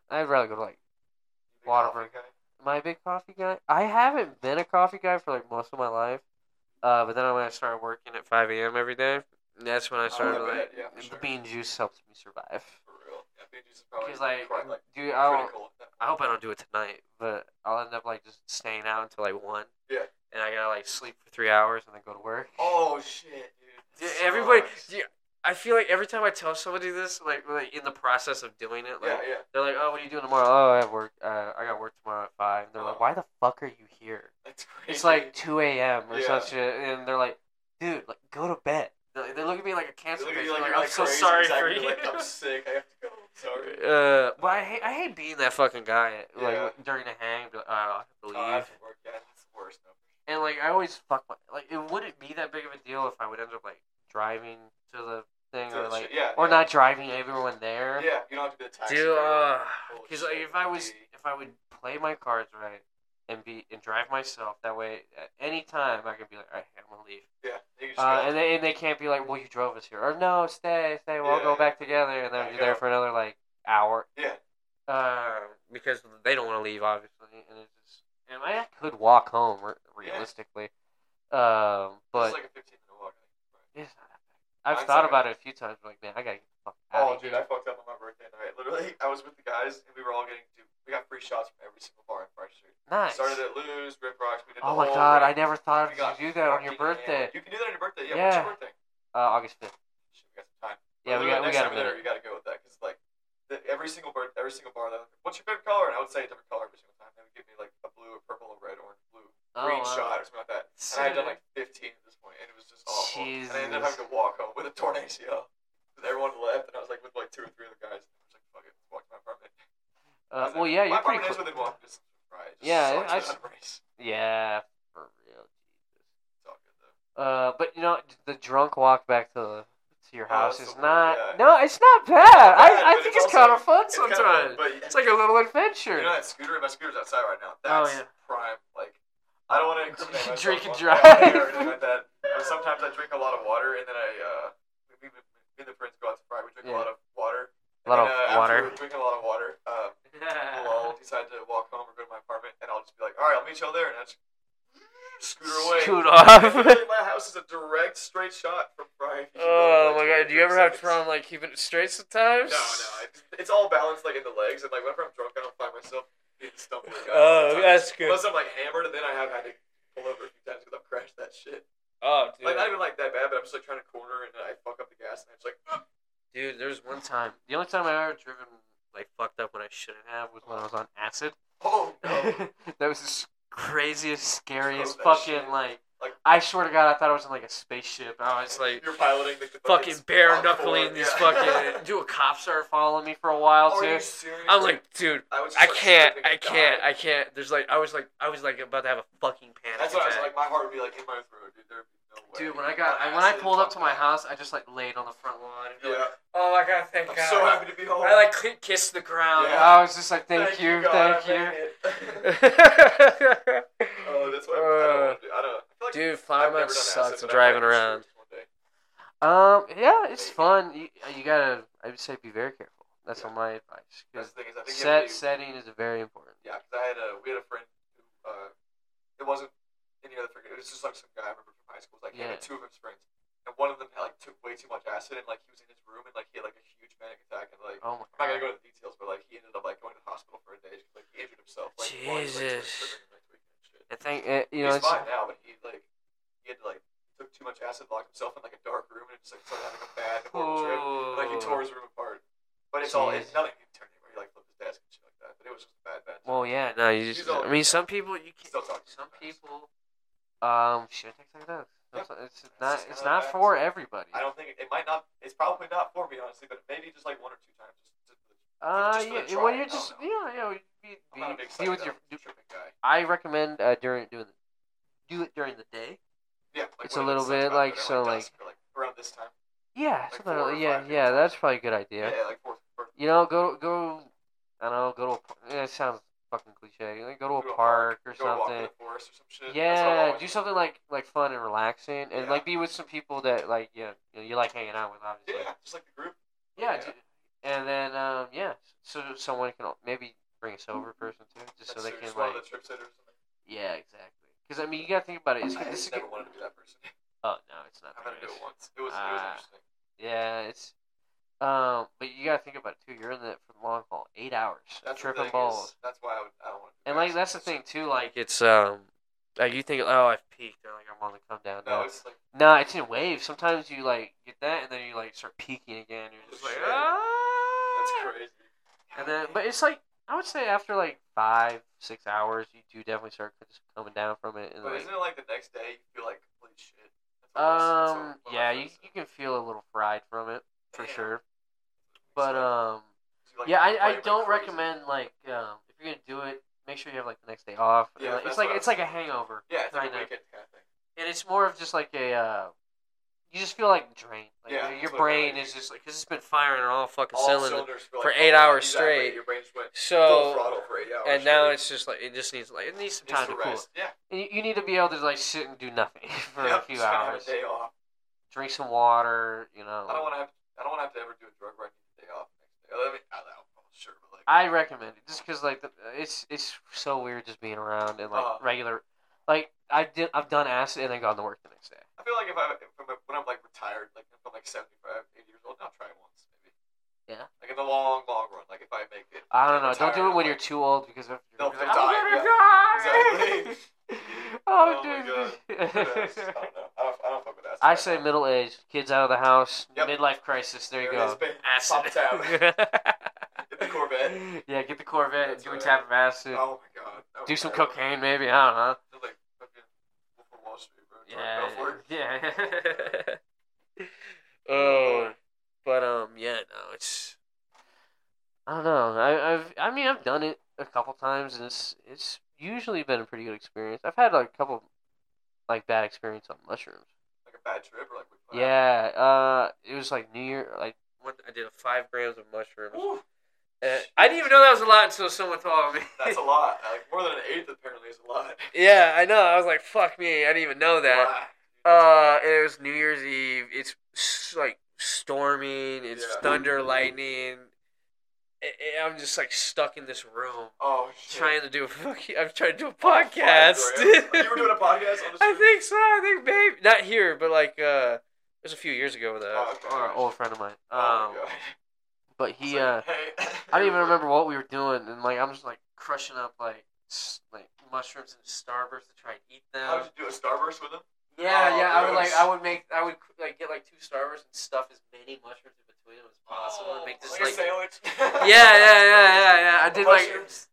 A: I'd rather go to like
B: You big coffee
A: Whataburger.
B: guy?
A: my big coffee guy. I haven't been a coffee guy for like most of my life, uh, but then when I started working at five a.m. every day, that's when I started
B: I
A: like
B: bet, yeah, for
A: the
B: sure.
A: bean juice helps me survive.
B: For real. Yeah, bean juice is probably
A: Because like,
B: quite, like
A: dude, I don't,
B: critical. at that
A: I hope I don't do it tonight, but I'll end up like just staying out until like one.
B: Yeah.
A: And I gotta like sleep for three hours and then go to work.
B: Oh shit,
A: Dude,
B: dude.
A: everybody,
B: Sucks.
A: dude, I feel like every time I tell somebody this, like, like in the process of doing it, like
B: Yeah, yeah.
A: they're like, "Oh, what are you doing tomorrow?" "Oh, I have work. Uh, I got work tomorrow at 5. They're like, "Why the fuck are you here?"
B: That's crazy.
A: It's like two a.m. or
B: Yeah.
A: some shit, and they're like, "Dude, like go to bed." They they look at me like a
B: They
A: cancer
B: look at
A: patient.
B: you like,
A: like,
B: you're,
A: I'm
B: like,
A: so
B: crazy.
A: sorry for
B: Exactly.
A: you.
B: You're Like, I'm sick. I have to go. I'm sorry.
A: [LAUGHS] Uh, but I hate, I hate being that fucking guy. Like
B: Yeah.
A: during a hang, be like, oh, I have to
B: Oh,
A: leave.
B: I have to work. Yeah, that's the worst. No.
A: and like I always fuck my like it wouldn't be that big of a deal if I would end up like driving to the thing
B: So
A: or
B: that's
A: like
B: shit. yeah,
A: or
B: yeah.
A: not uh, driving everyone there.
B: Yeah, you don't have to do the taxi.
A: Dude,
B: driver. Holy
A: because like
B: shit,
A: if I was
B: that'd
A: if I would play my cards right and be and drive myself that way at any time I could be like all right I'm gonna leave.
B: be- yeah, you just
A: Uh,
B: go,
A: and they and they can't be like well you drove us here or no stay stay we'll all
B: Yeah,
A: go
B: yeah.
A: back together and then
B: Yeah,
A: you're there
B: go.
A: for another like hour.
B: Yeah.
A: Uh, because they don't want to leave obviously and it's just and I could walk home re-
B: Yeah.
A: realistically. Um, but
B: it's like a 15 minute walk.
A: it's not that bad. I've
B: Mine's
A: thought
B: not
A: about it a few times. Like, man, I gotta get the fuck out
B: Oh,
A: of
B: dude,
A: here.
B: I fucked up on my birthday night. Literally, [LAUGHS] I was with the guys and we were all getting. Dude, we got free shots from every single bar in Fresh Street.
A: nice.
B: Started at Lou's, Rip Rocks. We did the
A: oh my
B: whole
A: god, I
B: round.
A: never thought you
B: We got
A: could do that on your
B: fucking hammered.
A: birthday.
B: You can do that on your birthday. Yeah,
A: Yeah.
B: what's your birthday?
A: Uh, August fifth.
B: Shit, we got some time.
A: Yeah, we
B: Literally,
A: got we got a
B: next time we're there,
A: minute.
B: You got to go with that because like the, every single bar, every single bar that what's your favorite color? And I would say a different color every single time. They would give me like a blue, a purple, a red, orange, blue,
A: Oh,
B: green
A: wow.
B: shot or something like that. And I had done like 15 at this point, and it was just awful. And I ended
A: Jesus.
B: up having to walk home with a torn ACL. 'Cause Everyone left, and I was like with like two or three other guys. And I was like, fuck it, let's walk to my apartment. I
A: Uh,
B: was like,
A: well, yeah,
B: my
A: you're pretty.
B: apartment is
A: clo-
B: within walking distance from Fry. It just
A: Yeah,
B: sucks
A: I
B: that
A: s-
B: I'm raised.
A: yeah, for real.
B: It's all good though.
A: Uh, but you know the drunk walk back to the to your
B: Oh,
A: house is
B: that's the
A: not.
B: worst, yeah.
A: No, it's not bad. I,
B: bad,
A: I
B: but
A: think
B: it's
A: it's kind
B: also-
A: of fun
B: It's kinda fun,
A: sometimes.
B: but
A: It's like a little adventure.
B: You know that scooter? My scooter's outside right now.
A: Oh,
B: That's
A: yeah.
B: prime. Like, I don't want to incriminate myself.
A: [LAUGHS] Drink and
B: on- yeah,
A: drive.
B: or anything like that. But sometimes I drink a lot of water, and then I, uh, we, we, me and the friends go out to fry. We drink
A: Yeah.
B: a lot of water.
A: A lot of
B: and then, uh,
A: water.
B: After we drink a lot of water. Um,
A: [LAUGHS]
B: we'll all decide to walk home or go to my apartment, and I'll just be like, all right, I'll meet y'all there, and I just scooter away. [LAUGHS]
A: Scoot
B: And
A: off.
B: literally, my house is a direct straight shot from Brian.
A: Oh my god, do you ever have trouble like keeping it straight sometimes?
B: No, no. It's, it's all balanced like in the legs, and like whenever I'm drunk, I don't find myself being stumbling. out all the
A: Oh,
B: time.
A: that's good.
B: Unless I'm like hammered, and then I have had to pull over a few times because I've crashed that shit.
A: Oh,
B: Like not
A: dude.
B: even like that bad, but I'm just like trying to corner, and I fuck up the gas, and I'm just like, [GASPS] "Ah."
A: Dude, there's one time. The only time I ever driven like fucked up when I shouldn't have was when I was on acid.
B: oh
A: [LAUGHS]
B: no.
A: that was the craziest, scariest
B: Oh, that
A: fucking
B: shit.
A: like.
B: Like-
A: I swear to God, I thought I was in like a spaceship. I was like
B: you're piloting the, the
A: fucking bare knuckling
B: forward,
A: these
B: yeah. [LAUGHS]
A: fucking. Dude, a cop started following me for a while
B: Are
A: too.
B: you serious?
A: I'm like, dude,
B: I, was just,
A: I
B: like,
A: can't,
B: screaming
A: I
B: and
A: can't,
B: dying.
A: I can't. There's like, I was like, I was like about to have a fucking panic
B: That's
A: attack.
B: what I was like. My heart would be like in my throat, dude. There'd be no way.
A: Dude, when I got
B: My
A: when I
B: acid
A: pulled up to my
B: fucked
A: house, I just like laid on the front lawn and be like,
B: Yeah.
A: "Oh my god, thank
B: I'm
A: God!"
B: so happy to be home.
A: I like cl- kissed the ground.
B: Yeah.
A: I was just like, "Thank, you,
B: God,
A: thank you."
B: I
A: [LAUGHS]
B: made it. oh, that's what I don't want to do. I don't. I feel like
A: Dude,
B: I've
A: flower
B: never
A: mouth
B: done
A: sucks
B: acid, but I
A: driving
B: might do
A: around.
B: screws one day.
A: Um, yeah, it's fun. You, uh, you gotta, I would say, be very careful. That's
B: Yeah.
A: on my advice. 'Cause
B: That's the thing is, I think you
A: set
B: have to-
A: setting is very important.
B: Yeah, because I had a we had a friend who uh, it wasn't any other friend. It was just like some guy I remember from high school. It was like he
A: Yeah.
B: had two of his friends, and one of them had like took way too much acid, and like he was in his room, and like he had like a huge panic attack, and like
A: Oh my
B: I'm not gonna
A: god.
B: go into the details, but like he ended up like going to the hospital for a day, 'cause, like he injured himself. Like,
A: Jesus.
B: Like,
A: I think it, you know,
B: He's
A: it's,
B: fine now, but he like he had like took too much acid, locked himself in like a dark room, and just like started having a bad horrible trip.
A: Ooh.
B: Like he tore his room apart. But it's all it's
A: Jeez.
B: nothing he turned anywhere. He like flipped his desk and shit like that. But it was just a bad bad. time.
A: Well, yeah, no, you
B: He's
A: just.
B: all-
A: I mean, some people you can't.
B: Still talking
A: Some
B: sometimes.
A: people, um, shouldn't take psychedelics. It's, it's
B: It's
A: not.
B: just
A: It's
B: kinda
A: not
B: facts.
A: for everybody.
B: I don't think it might not. It's probably not for me honestly, but maybe just like one or two times. Just to,
A: Uh,
B: just for the
A: yeah,
B: try,
A: well, you're
B: I don't
A: just,
B: know.
A: you know, you know, be,
B: I'm not a big
A: be, deal with your.
B: psychedelic tripping guy.
A: I recommend uh, during doing, do it during the day.
B: Yeah, like
A: It's a
B: when it
A: little
B: sucks
A: bit
B: out,
A: like-
B: around
A: so,
B: dusk or, like around this time.
A: Yeah,
B: Like
A: something
B: four
A: like-
B: or
A: yeah,
B: five
A: yeah.
B: minutes.
A: That's probably a good idea.
B: Yeah, like fourth birthday.
A: You know, go go. I don't know. Go to. A, par- yeah, it sounds fucking cliche. Like, go to a
B: Go to a
A: park, or
B: Go walk in
A: something.
B: the forest or some shit. That's what I've
A: Yeah,
B: always
A: do
B: done.
A: something like like fun and relaxing, and
B: Yeah.
A: like be with some people that like you know, you, know, you like hanging out with, obviously.
B: Yeah, just like the group.
A: Yeah.
B: Yeah.
A: d- And then um, yeah, so someone can al- maybe bring a sober person too, just
B: That's
A: so they
B: true,
A: can
B: just one
A: like.
B: of the trips in or something.
A: Yeah, exactly. Because I mean, you gotta think about it. It's,
B: I
A: this is
B: just never
A: get-
B: wanted to be that person.
A: Oh no, it's not.
B: I
A: that
B: had to do
A: nice.
B: it once. It was it was
A: Ah.
B: interesting.
A: Yeah, it's. Um, but you gotta think about it too. You're in it for the long haul, eight hours,
B: That's the
A: tripping
B: thing
A: balls,
B: Is, that's why I, would, I don't want to. Do
A: and
B: that.
A: like that's the thing too. Like it's um, like you think, oh, I've peaked, or like I'm on the come down.
B: No,
A: now.
B: it's like
A: Nah, it's in waves. Sometimes you like get that, and then you like start peaking again. You're just like,
B: Shit.
A: ah.
B: that's crazy.
A: And then, but it's like I would say after like five, six hours, you do definitely start just coming down from it. And
B: But
A: like,
B: isn't it like the next day you feel like complete shit? That's what I was- that's what
A: um,
B: one of my
A: yeah, you,
B: friends
A: you
B: said.
A: can feel a little fried from it for
B: Damn.
A: sure.
B: It's
A: But
B: like-
A: um,
B: you, like,
A: yeah, I, I
B: flame like
A: don't
B: crazy.
A: recommend like um, if you're gonna do it, make sure you have like the next day off.
B: Yeah,
A: Like,
B: that's
A: it's like
B: what I
A: it's
B: was
A: like a
B: thinking.
A: hangover,
B: Yeah, it's like a
A: kinda.
B: weekend kind of thing.
A: and it's more of just like a uh, you just feel like drained. Like
B: Yeah,
A: your-
B: that's
A: your
B: what I feel
A: brain
B: like.
A: is just like because it's been firing on all fucking
B: All
A: cylinders.
B: cylinders feel
A: for
B: like,
A: eight
B: oh, yeah,
A: hours
B: exactly,
A: straight.
B: Your brain just went full
A: So
B: throttle for eight hours.
A: and now
B: straight.
A: it's just like it just needs like it needs some
B: Needs
A: time
B: to
A: to cool.
B: rest. Yeah.
A: And you, you need to be able to like sit and do nothing [LAUGHS] for
B: Yep,
A: a few
B: just gotta have
A: hours.
B: a day off.
A: Drink some water, you know.
B: I don't want to have. I don't want to have to ever do a drug run day off. next day. I mean, I don't know, sure, but like,
A: I recommend it just because like the, it's it's so weird just being around and like
B: Uh-huh.
A: regular, like I did I've done acid and then gone to work the next day.
B: I feel like if I if I'm, when I'm like retired, like if I'm like 75, 80 years old, I'll try it once maybe.
A: Yeah.
B: Like in the long, long run, like if I make it.
A: I don't know.
B: I'm
A: Don't do
B: retired,
A: it when
B: I'm
A: you're too old because if you're
B: They'll
A: gonna be
B: die,
A: I'm gonna die.
B: Exactly.
A: [LAUGHS]
B: [LAUGHS]
A: oh,
B: Oh my like,
A: dude.
B: I don't know. I don't, I don't fuck with that.
A: [LAUGHS] I say middle age, kids out of the house,
B: Yep.
A: midlife crisis. There you
B: There it is,
A: go.
B: baby. Pop
A: [LAUGHS] Acid.
B: Get the Corvette.
A: Yeah, get the Corvette.
B: That's
A: do a
B: right.
A: tap of acid.
B: Oh my god. that
A: do
B: was
A: some
B: terrible.
A: cocaine, maybe. I don't know.
B: That's like fucking Wolf of Wall Street, bro. Jordan
A: [LAUGHS] Yeah,
B: Belfort.
A: yeah. oh, but um, yeah, no, it's. I don't know. I, I've, I mean, I've done it a couple times, and it's, it's usually been a pretty good experience. I've had like a couple, like bad experience on mushrooms.
B: Like a bad trip or like. what-
A: Yeah. Uh, it was like New Year. Like Oh, one, I did five grams of mushrooms.
B: Ooh,
A: Uh, I didn't even know that was a lot until someone told [LAUGHS] me.
B: that's a lot. Like more than an eighth apparently is a lot.
A: yeah, I know. I was like, "Fuck me!" I didn't even know that.
B: Wow.
A: Uh, and it was New Year's Eve. It's s- like storming. It's
B: Yeah.
A: thunder, lightning. I- I- I'm just like stuck in this room
B: Oh shit.
A: trying to do a fucking. [LAUGHS] I'm trying to do a
B: Five
A: podcast.
B: grand. [LAUGHS] Oh,
A: [LAUGHS]
B: you were doing a podcast on the
A: I
B: street?
A: think so. I think maybe not here, but like uh, it was a few years ago with a
B: Oh, okay.
A: or an old friend of mine.
B: Oh
A: Um,
B: my God.
A: but
B: It's
A: he
B: like,
A: uh,
B: hey.
A: I don't even remember what we were doing, and like I'm just like crushing up like s- like mushrooms and starburst to try and eat them.
B: [LAUGHS] How did you do a starburst with him?
A: Yeah,
B: Oh,
A: yeah. I would like.
B: gross.
A: I would make. I would like get like two starbursts and stuff as many mushrooms in between them as possible, and make this
B: Oh,
A: like.
B: like, a sandwich.
A: [LAUGHS] yeah, yeah, yeah, yeah, yeah. I did like.
B: Mushrooms.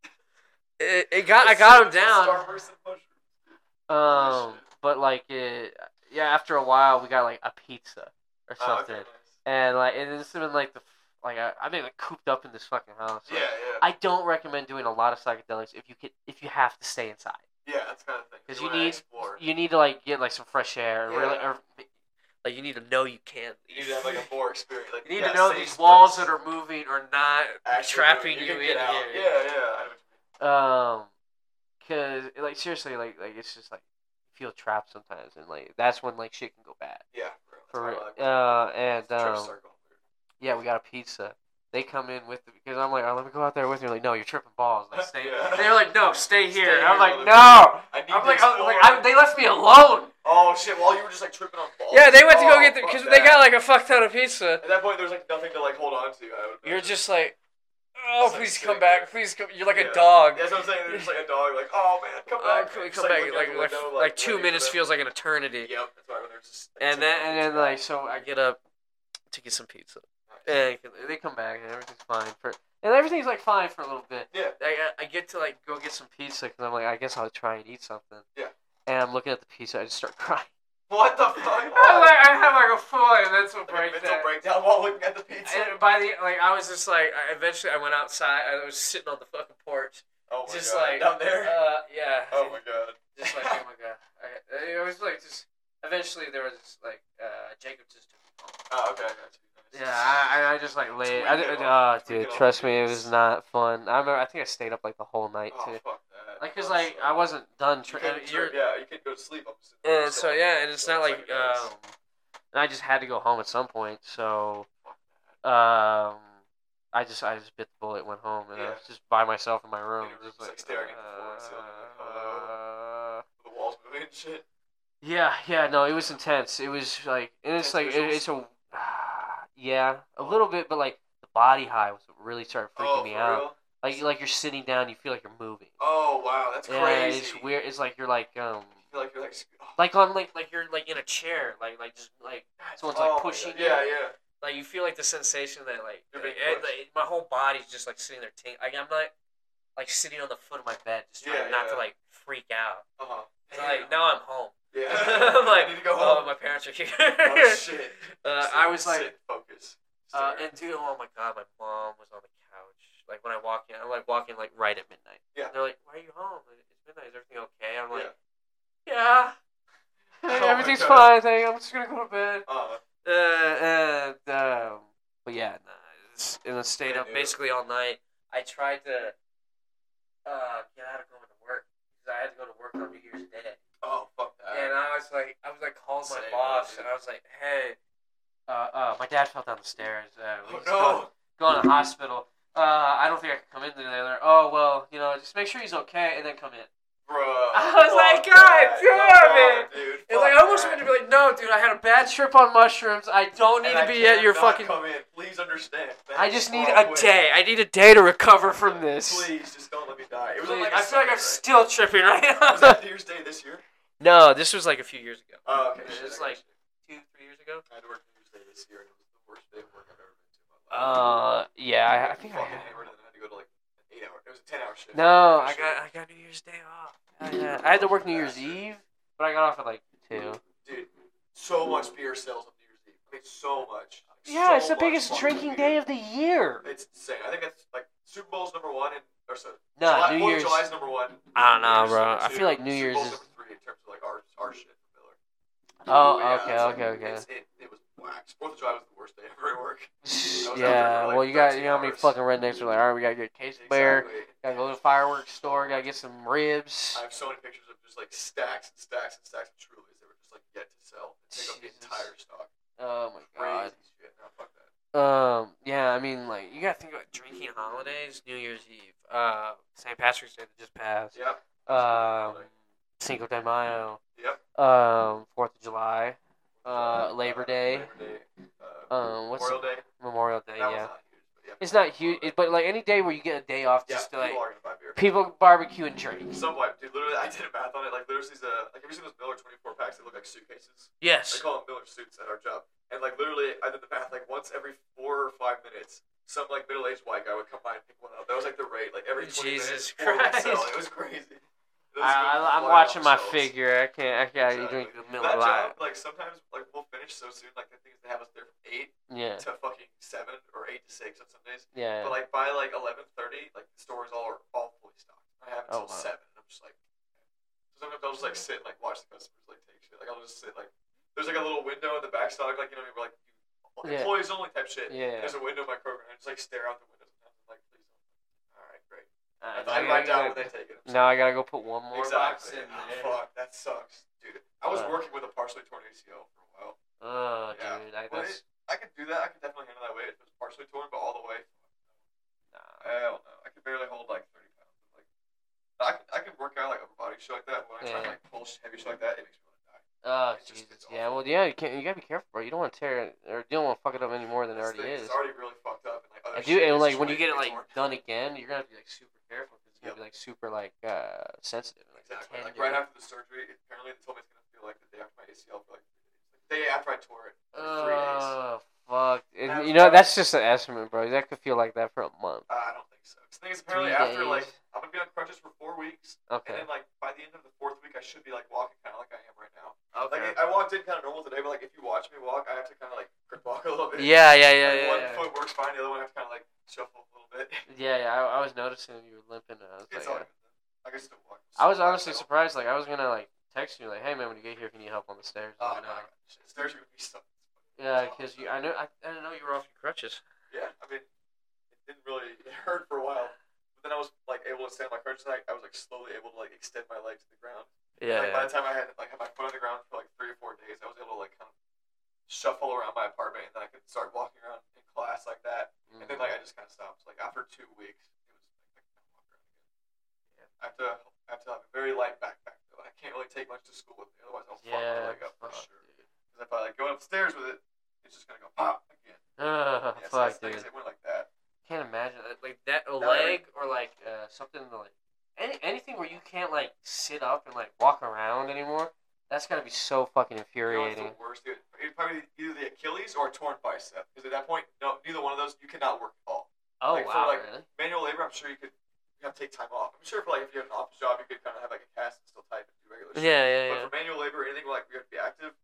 A: It, it got. I got him down.
B: Starburst and mushrooms.
A: Um, but like it. Yeah, after a while, we got like a pizza or
B: Oh, okay,
A: something,
B: nice.
A: and like and it's been like the f- like I, I've been like, cooped up in this fucking house.
B: Yeah,
A: Like,
B: yeah.
A: I don't recommend doing a lot of psychedelics if you can if you have to stay inside.
B: Yeah, that's kind of thing.
A: Because you
B: wanna
A: need-
B: explore.
A: You need to like get like some fresh air. Or really,
B: Yeah.
A: or, like you need to know you can't.
B: You need to have like a more experience. Like,
A: [LAUGHS] You need
B: yeah,
A: to know
B: safe
A: these walls
B: space.
A: that are moving are not
B: Actually
A: trapping
B: moving.
A: you,
B: can
A: in
B: get out.
A: here.
B: Yeah, yeah. I know what you mean.
A: Um, cause like seriously, like like it's just like you feel trapped sometimes, and like that's when like shit can go bad.
B: Yeah, bro. That's
A: For
B: why I
A: real.
B: like when
A: uh, and
B: trips
A: um,
B: start going weird.
A: yeah, we got a pizza. They come in with because I'm like, oh, let me go out there with you. Like, no, you're tripping balls. Like, stay.
B: [LAUGHS] Yeah.
A: They're like, no, stay
B: Stay
A: here.
B: here,
A: And I'm like,
B: motherfucker.
A: no.
B: I need
A: I'm
B: to
A: like, I'm like,
B: explore.
A: I'm, they left me alone.
B: Oh shit! While you were just like tripping on balls.
A: Yeah, they went to
B: Oh,
A: go get the
B: fuck
A: because
B: that.
A: they got like a fuck ton of pizza.
B: At that point, there's like nothing to like hold on to. I would
A: You're
B: imagine.
A: just like, oh,
B: It's like
A: please
B: sitting
A: come back,
B: there.
A: please come. You're like
B: Yeah.
A: a dog.
B: That's what I'm saying. There's just like a dog, like, oh man, come
A: Oh,
B: back.
A: can we
B: Just,
A: come back?
B: looking out
A: Like,
B: the
A: like,
B: window,
A: like, two
B: waiting for
A: minutes
B: them.
A: feels like an eternity.
B: Yep, that's why when there's just.
A: And then and then like so I get up to get some pizza. And they come back and everything's fine for and everything's like fine for a little bit.
B: Yeah.
A: I, I get to like go get some pizza because I'm like I guess I'll try and eat something.
B: Yeah.
A: And I'm looking at the pizza, I just start [LAUGHS] crying.
B: [LAUGHS] What the fuck?
A: [LAUGHS] I,
B: [LAUGHS]
A: like, I had like a full like, mental
B: Like,
A: breakdown.
B: Oh, mental breakdown while looking at the pizza.
A: And by the like, I was just like, I, eventually I went outside. I was sitting on the fucking porch,
B: oh my
A: just
B: god.
A: like
B: down there.
A: Uh, yeah.
B: oh my god.
A: [LAUGHS] Just like oh my god. I, it was like just. Eventually there was like uh, Jacob just.
B: [LAUGHS] Oh, okay, I got you.
A: Yeah, I, I just like laid. I
B: Tweak it
A: didn't, oh,
B: up. Tweak
A: dude,
B: it up.
A: trust me, it was not fun. I remember. I think I stayed up like the whole night
B: Oh
A: too.
B: fuck that.
A: Like, cause
B: That
A: like
B: sucks.
A: I wasn't done.
B: You
A: Tra-
B: couldn't
A: you're-
B: sleep- yeah, you could go to sleep. I'm assuming.
A: And so yeah, and it's
B: so
A: not
B: it's
A: like
B: like a nice-
A: um, and I just had to go home at some point, so um, I just I just bit the bullet, and went home, and I
B: Yeah.
A: was just by myself in my room,
B: were
A: just
B: just, like, staring at the floor, so, like,
A: uh,
B: hello. the walls moving and shit.
A: yeah, yeah, no, it was intense. It was like, and it's
B: Intense
A: like it,
B: visuals?
A: it's a [SIGHS] yeah, a little bit, but like the body high was what really started freaking
B: oh,
A: me
B: for
A: out.
B: Real?
A: Like like you're sitting down, you feel like you're moving.
B: Oh wow, that's
A: yeah,
B: crazy.
A: it's weird. It's like you're like um.
B: I feel like you're like. sc- Oh,
A: Like on like like you're like in a chair, like like just like someone's, like,
B: my God.
A: pushing you.
B: Oh, Yeah, yeah.
A: like you feel like the sensation that like,
B: You're being
A: it-
B: pushed.
A: like, my whole body's just like sitting there. Ting- like I'm not like sitting on the foot of my bed, just trying
B: Yeah,
A: not to
B: yeah.
A: like freak out.
B: Uh huh.
A: 'Cause, Like now I'm
B: [LAUGHS]
A: home. [LAUGHS]
B: Yeah.
A: I'm like,
B: I need to go
A: oh,
B: home.
A: my [LAUGHS] parents are here.
B: oh shit.
A: [LAUGHS] uh,
B: Sit-
A: I was like,
B: sit, focus.
A: uh,
B: Stare.
A: and dude, oh my god, my mom was on the couch. Like when I walk in, I'm like walking like right at midnight.
B: Yeah.
A: They're like, why are you home? Like, It's midnight. Is everything okay? I'm like,
B: Yeah.
A: yeah. [LAUGHS]
B: Oh my
A: Everything's
B: God.
A: fine. I think I'm just gonna go to bed.
B: uh,
A: Uh, and um, but yeah, nah, it's, and I stayed
B: I
A: up
B: knew.
A: basically all night. I tried to uh, get out of going to work because I had to go to work on New Year's Day,
B: oh fuck that.
A: and I was like, I was like calling my
B: Same,
A: boss, and
B: dude.
A: I was like, hey, uh, uh, my dad fell down the stairs. Uh, we
B: oh
A: just
B: no.
A: Going, going to the hospital. Uh, I don't think I can come in today. They're, oh well, you know, just make sure he's okay, and then come in. [LAUGHS]
B: Bro.
A: I was
B: fuck
A: like,
B: that.
A: God damn
B: Come on, dude.
A: And like, I
B: Fuck
A: almost
B: that.
A: wanted to be like, no, dude, I had a bad trip on mushrooms. I don't need to
B: And I
A: be at your
B: cannot
A: fucking
B: Come in, please understand. Thanks.
A: I just need
B: Oh,
A: a
B: wait.
A: day. I need a day to recover from this.
B: Please, just don't let me die. It was on,
A: Please,
B: like, a
A: I feel like I'm
B: Sunday, right?
A: still tripping right
B: [LAUGHS] Was that
A: now.
B: New Year's Day this year?
A: [LAUGHS] no, this was like a few years ago.
B: Oh, okay.
A: It
B: shit,
A: was
B: I got
A: like-
B: you.
A: Two, three years ago.
B: I had to work New Year's Day this year, and it was the worst day of work I've ever been to in my life.
A: Uh, yeah, I, I think I.
B: fucking hammered, and then I had to go to like an eight-hour. It was a ten-hour shift.
A: No, I got I got New Year's Day off. I, uh, I had to work New Year's
B: Bastard.
A: Eve, but I got off at like two.
B: Dude, so much beer sales on New Year's Eve. I mean, so much. Like,
A: Yeah,
B: so
A: it's the
B: much
A: biggest
B: fucking
A: drinking
B: beer.
A: day of the year.
B: It's insane. I think that's like Super Bowl's number one, and or sorry,
A: No,
B: July,
A: New
B: Fourth of
A: Year's.
B: July's number one.
A: I don't
B: New
A: know,
B: Year's
A: bro.
B: number
A: I
B: two,
A: feel like New Year's
B: Super Bowl's
A: is-
B: number three in terms of like our our shit for Miller.
A: Oh,
B: Yeah, it's
A: okay,
B: like-
A: okay, okay.
B: it's- It, it was wax. Fourth of July was the worst day [LAUGHS] ever at work. was out there
A: Yeah,
B: for, like,
A: well, you got
B: 13
A: you know how many
B: hours.
A: fucking rednecks are like, all right, we gotta get case
B: Exactly.
A: bear, gotta go to the fireworks store, gotta get some ribs.
B: I have so many pictures of just like stacks and stacks and stacks of Trulies that were just like yet to sell. They Take up the
A: Jesus.
B: entire stock.
A: Oh my god.
B: Crazy shit. No, fuck that.
A: Um. Yeah. I mean, like, you gotta think about drinking holidays, New Year's Eve, uh, St. Patrick's Day that just passed,
B: Yep.
A: um, Cinco de Mayo,
B: Yep.
A: um, Fourth of July, uh, Labor Day,
B: Labor Day. Uh,
A: um, what's
B: Memorial Day.
A: Memorial Day?
B: That one's
A: Yeah,
B: not huge, but yeah.
A: it's not huge, it- but like any day where you get a day off,
B: Yeah,
A: just to,
B: people
A: like
B: are gonna buy beer.
A: people barbecue and drink.
B: Some white dude. Literally, I did a math on it. Like, literally, these uh, like have you seen those Miller twenty four packs that look like suitcases? I
A: Yes.
B: call them Miller suits at our job. And like literally, I did the math. Like once every four or five minutes, some like middle-aged white guy would come by and pick one up. That was like the rate. Like every twenty
A: Jesus
B: minutes, four would
A: [LAUGHS] Christ.
B: sell. It was crazy. Those
A: I,
B: things
A: I, I'm
B: fly
A: watching
B: off
A: my
B: the shelves.
A: figure. I can't. I can't
B: Exactly.
A: drink the Miller
B: That
A: Lite.
B: job, like sometimes, like we'll finish so soon. Like the things they have us there from eight
A: Yeah.
B: to fucking seven or eight to six on some days.
A: Yeah.
B: But like by like eleven thirty, like the stores all are all fully stocked. I have
A: Oh,
B: until
A: wow.
B: seven. And I'm just like, so sometimes I'll just like sit and like watch the customers like take shit. Like I'll just sit like there's like a little window in the back stock, like you know what I mean? We're
A: Yeah.
B: like employees only type shit.
A: Yeah.
B: There's a window in my program. I just like stare out the window sometimes. I'm like, please. don't. All right, great.
A: Uh,
B: I, I write down when they take it. I'm
A: now I gotta go put one
B: sorry.
A: more box
B: exactly.
A: in
B: Oh,
A: there.
B: fuck, that sucks, dude. I was
A: Uh.
B: working with a partially torn ACL E for a while.
A: Oh,
B: Yeah.
A: dude, I
B: Well,
A: that's
B: it- I could do that. I could definitely handle that way. If it was partially torn, but all the way,
A: nah.
B: I don't know. I can barely hold like thirty pounds. Like, I can, I can work out like upper body shit like that. When I
A: Yeah.
B: try and like pull sh- heavy shit like that, it makes me want to die.
A: Oh,
B: It's just-
A: Jesus.
B: it's
A: Yeah,
B: awful.
A: well, yeah, you can't. You gotta be careful, bro. You don't want to tear it, or you don't want to fuck it up any more than it
B: This
A: already
B: thing
A: is.
B: It's already really fucked up. And, like, other
A: I do,
B: shit
A: and
B: is
A: like
B: just
A: when you
B: way
A: get it
B: more
A: like
B: torn.
A: done again, you're gonna have to be like super careful because it's gonna
B: Yep.
A: be like super like uh sensitive. Like,
B: exactly like
A: tender.
B: right after the surgery. it- Apparently, they told me it's gonna feel like the day after my ACL for like three days. Like, the day after I tore it. Like, three days.
A: Oh fuck! And
B: That's
A: you know
B: rough.
A: that's just an estimate, bro. That could feel like that for a month.
B: Uh, I don't think so. 'Cause The thing is, apparently,
A: Three
B: after like
A: days.
B: I'm gonna be on crutches for four weeks,
A: Okay.
B: and then like by the end of the fourth week, I should be like walking kind of like I am right now.
A: Okay.
B: Like I I walked in kind of normal today, but like if you watch me walk, I have to kind of like crip walk a little bit.
A: yeah, yeah, yeah,
B: Like,
A: yeah.
B: one
A: yeah.
B: foot works fine, the other one I have to kind of like shuffle a little
A: [LAUGHS]
B: bit. [LAUGHS]
A: Yeah, yeah. I, I was noticing you were limping. And I was
B: It's
A: like,
B: all
A: uh,
B: good, though. I can still walk. Oh,
A: I was honestly
B: Still-
A: surprised. Like, I was gonna like text you, like, "Hey, man, when you get here, can you help on the stairs?"
B: Oh,
A: Like,
B: no, I got shit. Stairs are gonna be stuck.
A: uh, Yeah, because you, I know, I, I didn't know you were off your crutches.
B: Yeah, I mean, it didn't really it hurt for a while, but then I was like able to stand on my crutches. And I, I was like slowly able to like extend my leg to the ground.
A: Yeah,
B: Like by the time I had like had my foot on the ground for like three or four days, I was able to like kind of shuffle around my apartment, and then I could start walking around in class like that.
A: yeah.
B: And then like I just kind of stopped. Like after two weeks, it was like I can't walk around again. I have to I have to have a very light backpack though. I can't really take much to school with me, otherwise I'll fuck my
A: yeah.
B: leg up for
A: fuck,
B: sure.
A: dude.
B: Because if I like go upstairs with it, it's just gonna go pop again.
A: Ugh,
B: Yeah, so
A: fuck,
B: that's the thing
A: dude.
B: is it went like that.
A: Can't imagine that. Like that, a
B: That
A: leg or like uh, something like any anything where you can't like sit up and like walk around anymore. That's gotta be so fucking
B: You know, it's
A: infuriating.
B: the worst. Dude. It probably either the Achilles or a torn bicep. Because at that point, no, neither one of those you cannot work at all.
A: Oh
B: like, for,
A: wow,
B: like-
A: really?
B: Manual labor, I'm sure you could you have to take time off. I'm sure for like if you have an office job, you could kind of have like a cast and still type and do regular. shit.
A: Yeah, yeah,
B: But
A: yeah.
B: for manual labor, anything like we have to be active,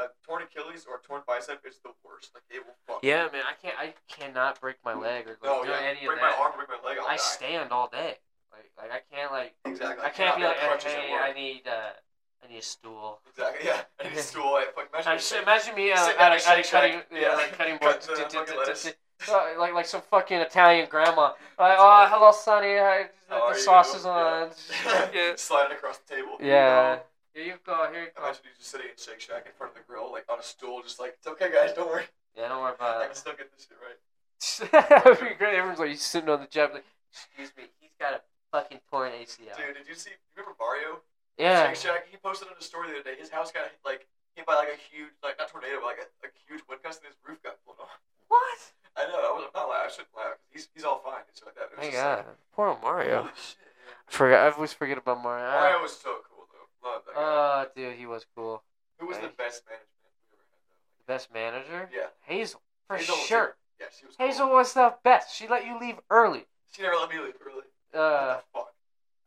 B: a torn Achilles or a torn bicep is the worst. Like it will fuck.
A: Yeah, man, I can't, I cannot break my leg or like,
B: No,
A: do
B: Oh, yeah.
A: any of
B: break
A: that.
B: my arm, break my leg. I'll
A: I
B: die.
A: stand all day. Like, like I can't like
B: exactly.
A: I can't
B: cannot
A: be like,
B: on crutches at
A: hey,
B: work.
A: I need uh, I need a stool.
B: Exactly. Yeah. I
A: [LAUGHS]
B: need a stool. I fucking imagine.
A: I
B: me
A: just
B: [LAUGHS] sitting-
A: imagine me uh,
B: Sit
A: at,
B: down,
A: a, at a
B: shake,
A: cutting,
B: shake.
A: yeah, like
B: Yeah. [LAUGHS]
A: cutting board,
B: Cut the
A: [LAUGHS]
B: fucking lettuce.
A: So, like like some fucking Italian grandma. Like, oh, hello, Sonny. I,
B: How
A: the
B: are
A: sauce
B: you?"
A: is on. [LAUGHS]
B: [LAUGHS] Yeah. Sliding across the table.
A: yeah. yeah. Here you go. Here you
B: I
A: go.
B: Imagine you just sitting in Shake Shack in front of the grill, like on a stool, just like it's okay, guys, don't
A: [LAUGHS]
B: worry.
A: Yeah, don't worry
B: I
A: about
B: can still get this shit right.
A: [LAUGHS] it. that would be great. Everyone's like sitting on the job. Like, excuse me, he's got a fucking torn ACL.
B: Dude, did you see? Remember Mario?
A: yeah.
B: Shake Shack. He posted on his story the other day. His house got like hit by like a huge, like not tornado, but like a, a huge wind gust, and his roof got blown off.
A: What?
B: I know. I was I'm not laughing. I shouldn't laugh. He's he's all fine and shit like that. It was
A: My
B: just
A: God,
B: like,
A: Oh, poor old Mario.
B: Holy shit. man.
A: Forgot. I always forget about Mario.
B: Mario was so cool though. Love that guy.
A: Oh, dude, he was cool.
B: Who was the
A: thank-
B: best management we ever had though?
A: Best manager?
B: Yeah.
A: Hazel, for
B: Hazel was-
A: sure.
B: Yeah, she was.
A: Hazel
B: Cool.
A: was the best. She let you leave early.
B: She never let me leave. Really.
A: Uh,
B: what the fuck?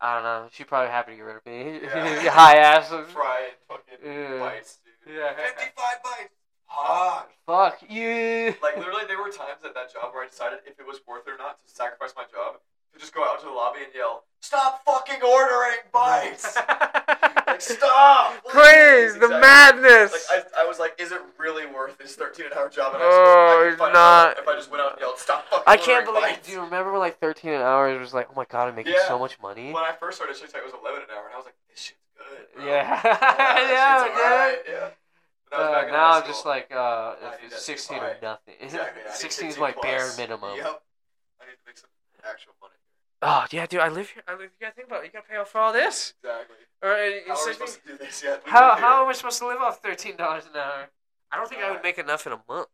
A: I don't know. She probably happy to get rid of me. [LAUGHS]
B: Yeah.
A: High ass.
B: Fried fucking
A: Yeah.
B: bites, dude.
A: Yeah.
B: 55 bites! Ah!
A: Fuck you. [LAUGHS]
B: Like, literally, there were times at that job where I decided if it was worth it or not to sacrifice my job to just go out to the lobby and yell, Stop fucking ordering bites!
A: [LAUGHS]
B: like, stop!
A: Please, the
B: Exactly.
A: madness.
B: Like, I, I was like, is it really worth this 13 an hour job? And I
A: Oh,
B: I could
A: it's
B: find
A: not.
B: out If I just went out and yelled, Stop fucking
A: I can't
B: ordering
A: believe.
B: bites."
A: Do you remember when like 13 an hour it was like, oh my god, I'm making
B: Yeah.
A: so much money.
B: When I first started Shake Shack, it was 11 an hour, and I was like, This shit's good. [LAUGHS]
A: [LAUGHS]
B: Bro.
A: Yeah.
B: yeah,
A: yeah, dude.
B: yeah. That was back
A: Uh,
B: in
A: now
B: high
A: I'm just
B: school.
A: like uh,
B: I need
A: if
B: that
A: it's 16 or
B: supply.
A: nothing. [LAUGHS]
B: Exactly, I need
A: 16 is
B: 16
A: my bare
B: plus.
A: minimum.
B: Yep. I need to make some actual money.
A: Oh yeah, dude, I live here. I live. You gotta think about it. You gotta pay off for all this.
B: Exactly.
A: Or uh, it's
B: How are we
A: like-
B: supposed to do this yet? We
A: how,
B: live here.
A: how am I supposed to live off thirteen dollars an hour? I don't think I would make enough in a month.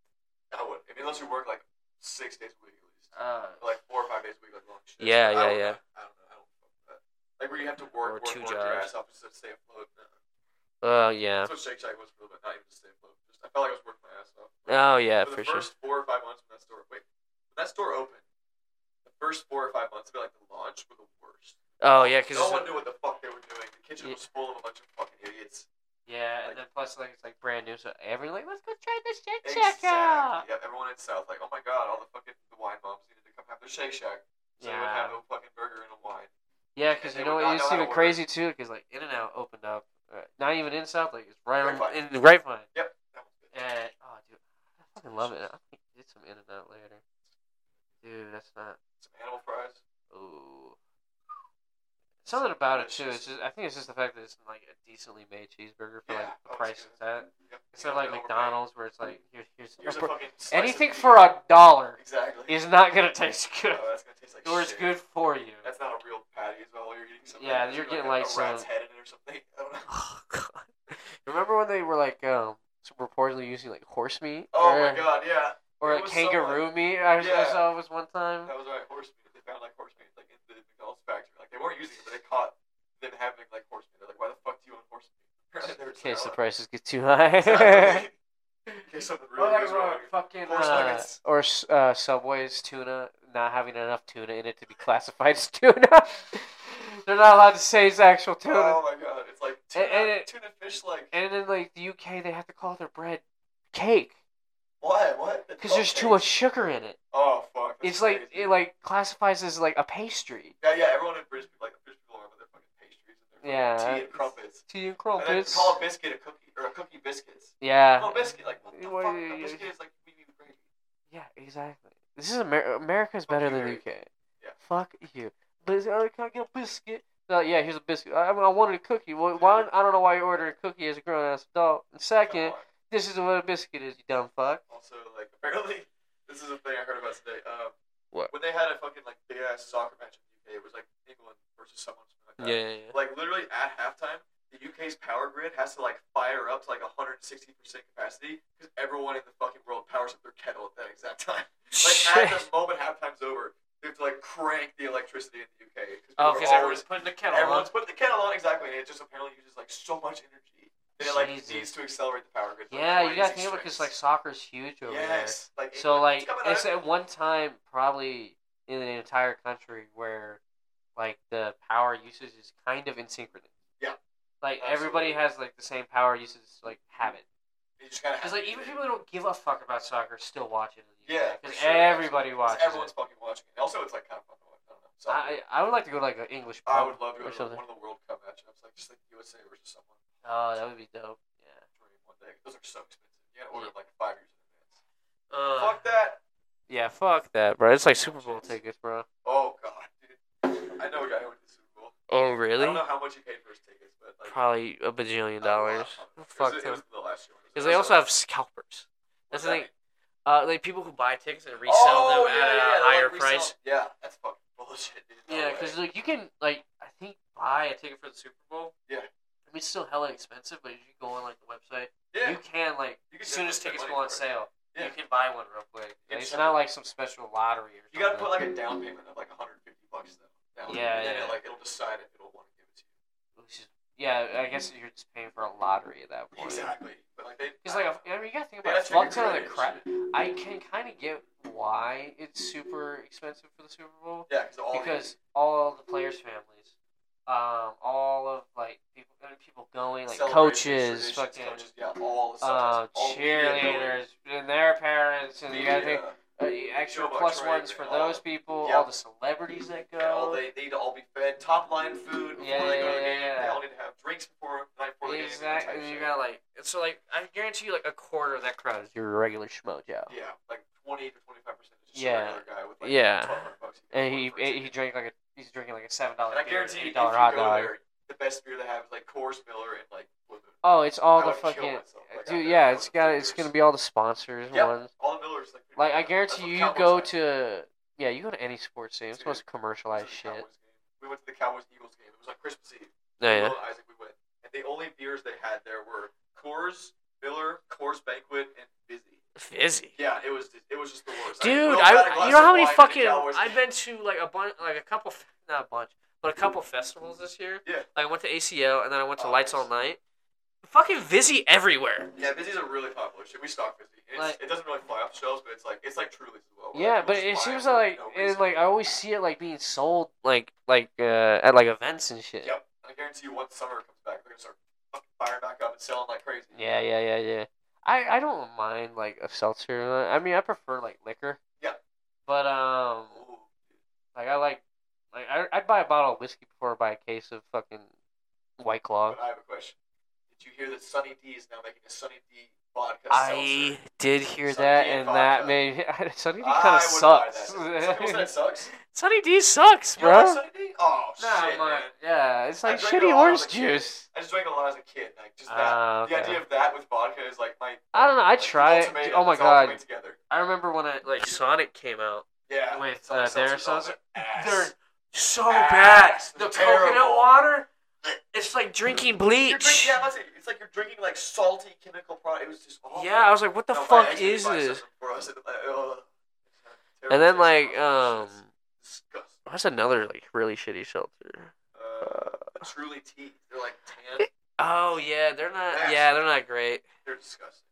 B: I would. I mean, unless you work like six days a week at least,
A: Uh,
B: Or, like four or five days a week, like long shifts.
A: Yeah,
B: I
A: yeah,
B: don't-
A: yeah.
B: I don't know. I don't fuck with that. Like where you have to
A: Or
B: work, work,
A: two
B: work your
A: jobs.
B: ass off just to stay afloat. No.
A: oh yeah.
B: That's what Shake Shack was for, but not even to stay afloat. Just I felt like I was working my ass off.
A: Oh yeah, for
B: for the
A: sure.
B: first four or five months when that store wait, when that store opened, the first four or five months of it, like the launch, were the worst.
A: Oh yeah, because
B: no one knew what the fuck they were doing. The kitchen
A: Yeah.
B: was full of a bunch of fucking idiots.
A: yeah, and
B: like-
A: then plus like it's like brand new, so everyone like let's go try this Shake Shack
B: Exactly.
A: out.
B: Yeah, everyone in South like, oh my god, all the fucking the wine moms needed to come have their Shake Shack, so they would
A: Yeah.
B: have a fucking burger and a wine.
A: Yeah, because
B: They
A: you
B: would
A: know
B: not
A: what? It's
B: know how to
A: even
B: order.
A: crazy too, because like In and Out opened up, uh, not even in South Lake, it's right on,
B: Grapevine.
A: in the Grapevine.
B: Yep, that was good.
A: And oh dude, I fucking love it. I think get some In and Out later. Dude, that's not.
B: Some animal fries.
A: Ooh. Something about it too. It's just I think it's just the fact that it's like a decently made cheeseburger for like
B: Yeah,
A: the
B: oh,
A: price
B: it's
A: it's at.
B: Yep.
A: Instead
B: You
A: of
B: know,
A: like
B: they overpay.
A: McDonald's where it's like here, here's,
B: Here's a
A: for-
B: fucking slice of
A: anything
B: meat.
A: for a dollar
B: exactly.
A: is not gonna taste
B: [LAUGHS] oh,
A: good.
B: that's gonna taste like
A: Or it's
B: shit.
A: good for you.
B: That's not a real patty as well. You're eating something.
A: Yeah,
B: that's
A: you're
B: got,
A: getting,
B: like,
A: like,
B: a rat's
A: some-
B: head in it or something. [LAUGHS] I don't know.
A: Oh god. Remember when they were like um reportedly using like horse meat?
B: Oh
A: or,
B: my god, yeah.
A: Or
B: It
A: like
B: was so, like-
A: kangaroo meat I, was- I
B: Yeah.
A: saw was one time.
B: That was right, horse meat. They found like horse meat like in the McDonald's factory. Like they weren't using it, but they caught them having like horse meat. They're like, why the fuck do you want horse meat? [LAUGHS] Apparently they were
A: in case the
B: selling
A: prices get too high. [LAUGHS]
B: Exactly. In case something
A: Well, like,
B: really goes wrong.
A: uh, fucking
B: Horse
A: uh,
B: nuggets.
A: or s- uh, Subway's tuna not having enough tuna in it [LAUGHS] to be classified as tuna. They're not allowed to say it's actual tuna.
B: Oh my god, it's like Tuna,
A: and it-
B: tuna fish, like
A: And then like the UK, they have to call their bread cake
B: why? What? It's
A: because there's
B: okay.
A: too much sugar in it.
B: Oh fuck! that's
A: It's like
B: crazy.
A: it like classifies as like a pastry.
B: yeah, yeah. Everyone in British people like the British people are with their fucking pastries and their fucking
A: Yeah,
B: tea and
A: that's-
B: crumpets.
A: Tea and
B: And then
A: crumpets.
B: call a biscuit a cookie or a cookie biscuits.
A: Yeah.
B: Well, biscuit like what the
A: What-
B: fuck? A biscuit is like medium gravy.
A: Yeah, exactly. This is Amer- America's
B: Fuck
A: better
B: you,
A: than
B: Harry.
A: UK.
B: Yeah.
A: Fuck you. But uh, can I get a biscuit? No, yeah, here's a biscuit. I, I wanted a cookie. Well, one, I don't know why you're ordering a cookie as a grown ass adult. And
B: Come
A: second,
B: on.
A: this isn't what a biscuit is, you dumb fuck.
B: Also, like [LAUGHS] apparently, this is a thing I heard about today. Um,
A: What?
B: When they had a fucking like big ass soccer match in the UK, it was like England versus someone something like that. Like literally at halftime, the UK's power grid has to like fire up to like 160 percent capacity because everyone in the fucking world powers up their kettle at that exact [LAUGHS] time.
A: [LAUGHS]
B: Like at the moment halftime's over, they have to like crank the electricity in the UK because
A: Oh, because [LAUGHS] everyone's putting the kettle on.
B: everyone's putting the kettle on exactly, and it just apparently uses like so much energy that it like
A: Jesus.
B: needs to accelerate the power grid. to, like,
A: Yeah, you gotta think
B: crazy
A: of it because like
B: strengths.
A: soccer's huge over
B: Yes. Like,
A: there. So
B: England-
A: like
B: coming
A: it's
B: out.
A: at one time probably in the entire country where like the power usage is kind of in synchrony.
B: Yeah.
A: Like everybody
B: Absolutely.
A: has like the same power usage like habit.
B: You just gotta have
A: Because like
B: it.
A: even people who don't give a fuck about soccer still watch it. in the
B: Yeah,
A: UK, 'cause
B: for sure,
A: everybody
B: absolutely. 'Cause
A: watches
B: Everyone's
A: it.
B: fucking watching it. Also, it's like kind of fun to watch. I don't know. So
A: I I would like to go to like an English
B: I
A: pub
B: would love to
A: or
B: go to
A: something.
B: one of the World Cup matchups, like just like USA versus someone.
A: Oh, that would be dope. Yeah.
B: Dream one day. Those are so expensive. You gotta order them, like five years in advance.
A: Uh,
B: Fuck that.
A: yeah, fuck that, bro. It's like Super Bowl tickets, bro.
B: Oh god, dude. I know a guy who went to the Super Bowl.
A: Oh
B: I
A: really?
B: don't know how much he paid for his tickets, but like
A: probably a bajillion
B: a lot.
A: dollars.
B: It was-
A: Fuck
B: it
A: them.
B: was the last year.
A: Because they also have scalpers. That's
B: What's
A: the
B: that
A: thing.
B: mean?
A: Uh, like people who buy tickets and resell
B: Oh,
A: them
B: yeah,
A: at a
B: yeah, they'll, like,
A: higher
B: resell-
A: price.
B: Yeah, that's fucking bullshit, dude. No
A: Yeah,
B: way.
A: because like you can like I think buy a ticket for the Super Bowl.
B: Yeah.
A: I mean, it's still hella expensive, but if you go on like the website,
B: yeah,
A: you can like
B: You can
A: as soon as
B: definitely
A: tickets
B: spend
A: go
B: money
A: on
B: for it.
A: sale,
B: Yeah.
A: you can buy one real quick.
B: Yeah,
A: Like, it's
B: sure.
A: not like some special lottery or
B: You
A: something.
B: gotta put like a down payment of like 150 bucks though. That
A: Yeah,
B: and then
A: yeah.
B: It, like it'll decide if it'll want to give it to you.
A: Which is- yeah, I guess you're just paying for a lottery at that point.
B: Exactly. But like they.
A: It's like a, I mean, you gotta think
B: they
A: about it. fuck
B: gotta figure
A: ton of the
B: credit
A: crap.
B: and shit.
A: I can kind of get why it's super expensive for the Super Bowl
B: Yeah, because all
A: because all the players' families, um, all of like people, I mean, people going,
B: the
A: like
B: celebrations,
A: coaches,
B: traditions,
A: fucking
B: coaches, yeah, all the
A: uh,
B: sometimes all
A: cheerleaders, and their parents, and you
B: media,
A: gotta think uh, extra
B: Joe Buck,
A: plus
B: right,
A: ones for
B: all-
A: those people,
B: yeah.
A: all the celebrities that
B: and all
A: go.
B: they they need to all be fed top line food before
A: Yeah,
B: they go to
A: yeah,
B: the game.
A: yeah.
B: They all need to have drinks before the night before the game. that
A: Exactly,
B: type
A: and you
B: shit.
A: gotta like, so like, I guarantee you, like a quarter of that crowd is your regular schmojo.
B: Yeah, like 20 to 25 percent. is just a
A: Yeah.
B: regular guy with like
A: Yeah.
B: 1200 bucks you can
A: And he
B: afford for a
A: he
B: ticket.
A: drank like a he's drinking like a seven dollar
B: And I guarantee you,
A: eight
B: if
A: dollar
B: you
A: hot
B: go
A: dog.
B: there, the best beer they have is like Coors Miller and like Blue Moon.
A: Oh, it's all
B: I
A: the
B: would kill
A: fucking
B: myself, like, out
A: dude.
B: there,
A: Yeah,
B: I
A: it's
B: would
A: got
B: kill
A: it's gonna
B: yourself.
A: be all the sponsors
B: Yep.
A: ones.
B: All the Millers like.
A: Like I
B: that's
A: guarantee
B: what
A: you, you
B: Cowboys
A: go
B: had.
A: to yeah, you go to any sports team. It's
B: Dude,
A: the most
B: We went
A: commercialized
B: to the
A: shit.
B: Cowboys game. We went to the Cowboys Eagles game. It was on Christmas Eve.
A: No, Oh, yeah.
B: Will and Isaac, we went, and the only beers they had there were Coors Miller, Coors Banquet, and Fizzy.
A: Fizzy.
B: Yeah, it was it was just the worst.
A: Dude,
B: Will got a
A: I
B: glass
A: you know
B: of
A: how many
B: wine at a
A: fucking
B: Cowboys
A: I've
B: game.
A: been to like a bunch like a couple f- not a bunch but a couple festivals this year.
B: Yeah.
A: Like I went to ACO and then I went to
B: Oh,
A: Lights
B: nice.
A: All Night. Fucking Vizzy everywhere.
B: Yeah, Fizzy's a really popular shit. We stock Fizzy. It's,
A: Like-
B: it doesn't really fly off the shelves, but it's like it's like Truly's as well. where,
A: Yeah,
B: like,
A: but
B: people
A: it
B: just buy
A: seems
B: for
A: like
B: no
A: and
B: reason.
A: like I always see it like being sold like like uh, at like events and shit.
B: Yep, I guarantee you, once summer comes back, they're gonna start fucking firing back up and selling like crazy.
A: Yeah, yeah, yeah, yeah. I I don't mind like a seltzer. I mean, I prefer like liquor.
B: Yeah.
A: But um,
B: Ooh.
A: like I like, like I I'd buy a bottle of whiskey before I buy a case of fucking White Claw.
B: But I have a question. Did you hear that Sunny D is now making a Sunny D vodka
A: I
B: seltzer?
A: did hear
B: Sunny
A: that,
B: D
A: and
B: and
A: that
B: vodka.
A: made me, [LAUGHS] Sunny D
B: I
A: kind of
B: would buy
A: sucks. [LAUGHS]
B: that. Some people say it sucks.
A: Sunny D sucks,
B: You don't like
A: bro.
B: Sunny D? Oh shit,
A: my-
B: man.
A: yeah, it's
B: I
A: like
B: drank it
A: shitty
B: all when I was
A: orange
B: a kid.
A: juice.
B: I just drank a lot as a kid. Like just that.
A: Ah,
B: The
A: okay.
B: idea of that with vodka is like my.
A: I don't know. I
B: like,
A: try it.
B: ultimate-
A: Oh my
B: it's all
A: god!
B: coming Together.
A: I remember when I like Sonic came out.
B: Yeah.
A: With,
B: Sonic
A: uh, their
B: seltzers all
A: seltzer-
B: ass.
A: They're so
B: Ass.
A: bad. The
B: Terrible.
A: coconut water, it's like drinking bleach.
B: You're drinking, yeah, that's it. It's like you're drinking like salty chemical product. It was just awful.
A: yeah, I was like, what the
B: No, my
A: fuck
B: ex used to
A: is
B: buy
A: this?
B: some for us, and, like, ugh.
A: And then
B: Terrible
A: like,
B: taste.
A: um,
B: Disgusting.
A: what's another like really shitty shelter?
B: Uh, the truly tea. They're like tan.
A: Oh yeah, they're not.
B: Ass.
A: Yeah, they're not great.
B: They're disgusting.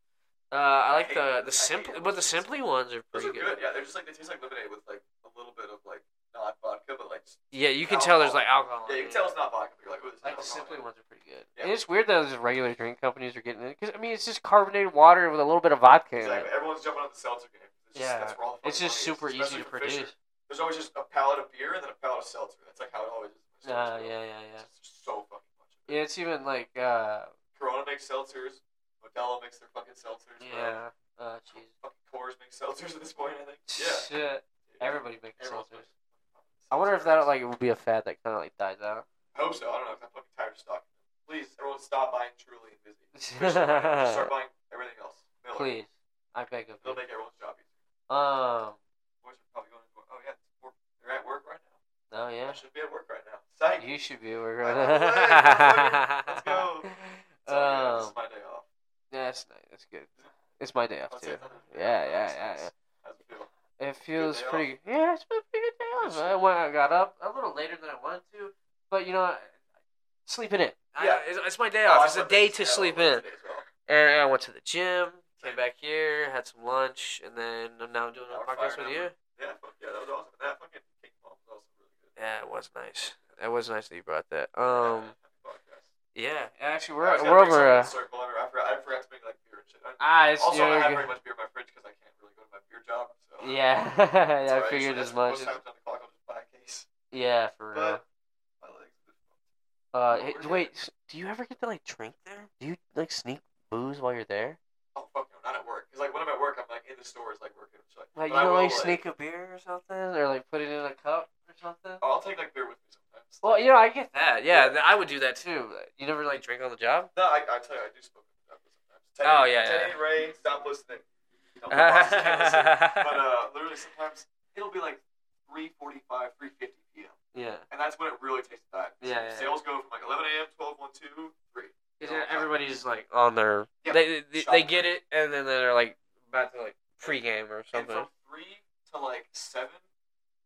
A: Uh, I
B: I
A: like
B: hate
A: the
B: those. I
A: the
B: hate
A: simple,
B: those.
A: but the simply ones are
B: Those
A: pretty
B: are
A: good.
B: good. Yeah, they're just like they taste like lemonade with like a little bit of like not vodka, but like
A: Yeah, you can tell there's like alcohol.
B: yeah,
A: in
B: you can
A: it.
B: tell it's not vodka. But you're like, ooh, this is
A: Like the
B: alcohol in
A: simply
B: it.
A: ones are pretty good.
B: Yeah,
A: And it's weird that just regular drink companies are getting it because I mean it's just carbonated water with a little bit of vodka in
B: Exactly.
A: it.
B: Everyone's jumping on the seltzer game. It's just,
A: Yeah.
B: That's where all the
A: It's
B: fucking
A: just
B: money is,
A: super
B: especially
A: easy to
B: for Fisher.
A: produce.
B: There's always just a pallet of beer and then a pallet of seltzer. That's like how it always is. with
A: Uh, yeah, yeah,
B: seltzers, bro. It's
A: yeah.
B: just so fucking much. of it.
A: Yeah, it's even like uh,
B: Corona makes seltzers. Modelo makes their fucking seltzers. bro.
A: yeah. Uh, jeez.
B: Fucking Coors makes seltzers at this point, I think. Yeah.
A: Shit. [LAUGHS] Everybody makes
B: Everyone's
A: seltzers.
B: making fucking
A: I wonder if that
B: seltzers.
A: like will be a fad that kind of like dies out.
B: I hope so. I don't know. 'cause I'm fucking tired of stocking. Please, everyone stop buying Truly and
A: [LAUGHS]
B: Vizzy. Especially when I just Start buying everything else. Miller.
A: Please, I beg of
B: They'll
A: you.
B: make everyone's job easier.
A: Um.
B: Boys are probably going to, oh yeah, we're, they're at work right now.
A: Oh yeah.
B: I should be at work right now. Psych.
A: You should be aware.
B: I'm
A: [LAUGHS]
B: aware. Let's go. It's all good. this
A: Um,
B: is my day off.
A: yeah, that's nice. That's good. It's my day off
B: That's
A: too.
B: it.
A: Yeah, yeah, yeah,
B: Nice.
A: yeah.
B: How's it feel?
A: It feels
B: day off.
A: pretty. Yeah, it's been a pretty good day off. I went, I got up a little later than I wanted to, but you know, I- sleeping in.
B: Yeah.
A: it's, it's my day
B: Oh,
A: off.
B: I
A: it's a
B: slept
A: day
B: in.
A: to
B: Yeah,
A: sleep
B: I
A: in.
B: slept today as well.
A: And I went to the gym, came back here, had some lunch, and then I'm now doing
B: Hour
A: a podcast
B: fire
A: with you.
B: number. Yeah, fuck yeah, that was awesome. And That fucking King Kong was also really good.
A: Yeah, it was nice. It was nice that you brought that. Um,
B: Podcast.
A: yeah, actually,
B: I
A: we're
B: was gonna
A: we're
B: bring something
A: over.
B: in
A: Uh,
B: the circle. I forgot, I forgot to bring like beer and shit. I,
A: ah, it's
B: also, I
A: you're
B: don't have
A: good.
B: very much beer in my fridge because I can't really go to my beer job. So
A: [LAUGHS] Yeah, yeah,
B: It's
A: I
B: alright.
A: figured
B: So
A: as
B: that's-
A: much.
B: Most times on the clock, I'll just buy a case.
A: Yeah, for real.
B: But my legs.
A: Uh,
B: we're
A: hey,
B: good.
A: wait, s- do you ever get to like drink there? Do you like sneak booze while you're there?
B: Oh fuck no, not at work. Because like when I'm at work, I'm like in the stores, like working. So, like,
A: Like
B: but
A: you
B: I
A: don't
B: will,
A: like sneak a beer or something, or like put it in a cup or something.
B: Oh, I'll take like beer with me sometimes.
A: Well, you know, I get that. Yeah,
B: Yeah.
A: th- I would do that too. You never like drink on the job.
B: No, I, I tell you, I do smoke with them sometimes. Teddy,
A: Oh, yeah,
B: Teddy
A: yeah.
B: Ray, stop listening.
A: [LAUGHS]
B: Don't the bosses can't listen. But uh, literally sometimes it'll be like 3:45, 3:50 p.m.
A: yeah,
B: and that's when it really takes time.
A: Yeah, yeah,
B: Sales go from like 11 a.m., 12, 1, 2, 3.
A: because everybody's like on their.
B: Yeah,
A: They, they
B: shot.
A: they get it, and then they're like about to like pregame or
B: And
A: something.
B: from 3 to like 7,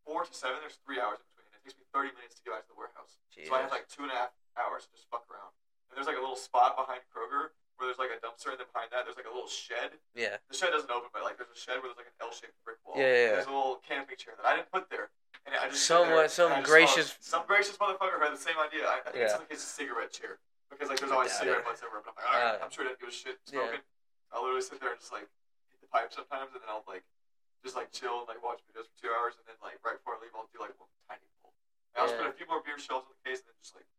B: 4 to 7, there's three hours in between. It takes me 30 minutes to get out to the warehouse. So I have
A: Jesus.
B: like two and a half hours to just fuck around. And there's like a little spot behind Kroger where there's like a dumpster, and then behind that, there's like a little shed.
A: yeah,
B: The shed doesn't open, but like there's a shed where there's like an L shaped brick wall.
A: Yeah, yeah, yeah.
B: There's a little canopy chair that I didn't put there. And I just sit
A: Someone-
B: there,
A: some
B: and I just
A: gracious-
B: saw- some gracious motherfucker who had the same idea. I, I think it's
A: Yeah.
B: like his cigarette chair because like there's
A: I
B: always
A: doubt
B: cigarette
A: it.
B: butts everywhere. But I'm like, all right,
A: Uh,
B: I'm sure he doesn't give a shit
A: yeah.
B: smoking. I'll literally sit there and just like hit the pipe sometimes, and then I'll like just like chill and like watch videos for two hours, and then like right before I leave, I'll do like one tiny pull. And I'll just
A: Yeah.
B: put a few more beer shelves in the case, and then just like,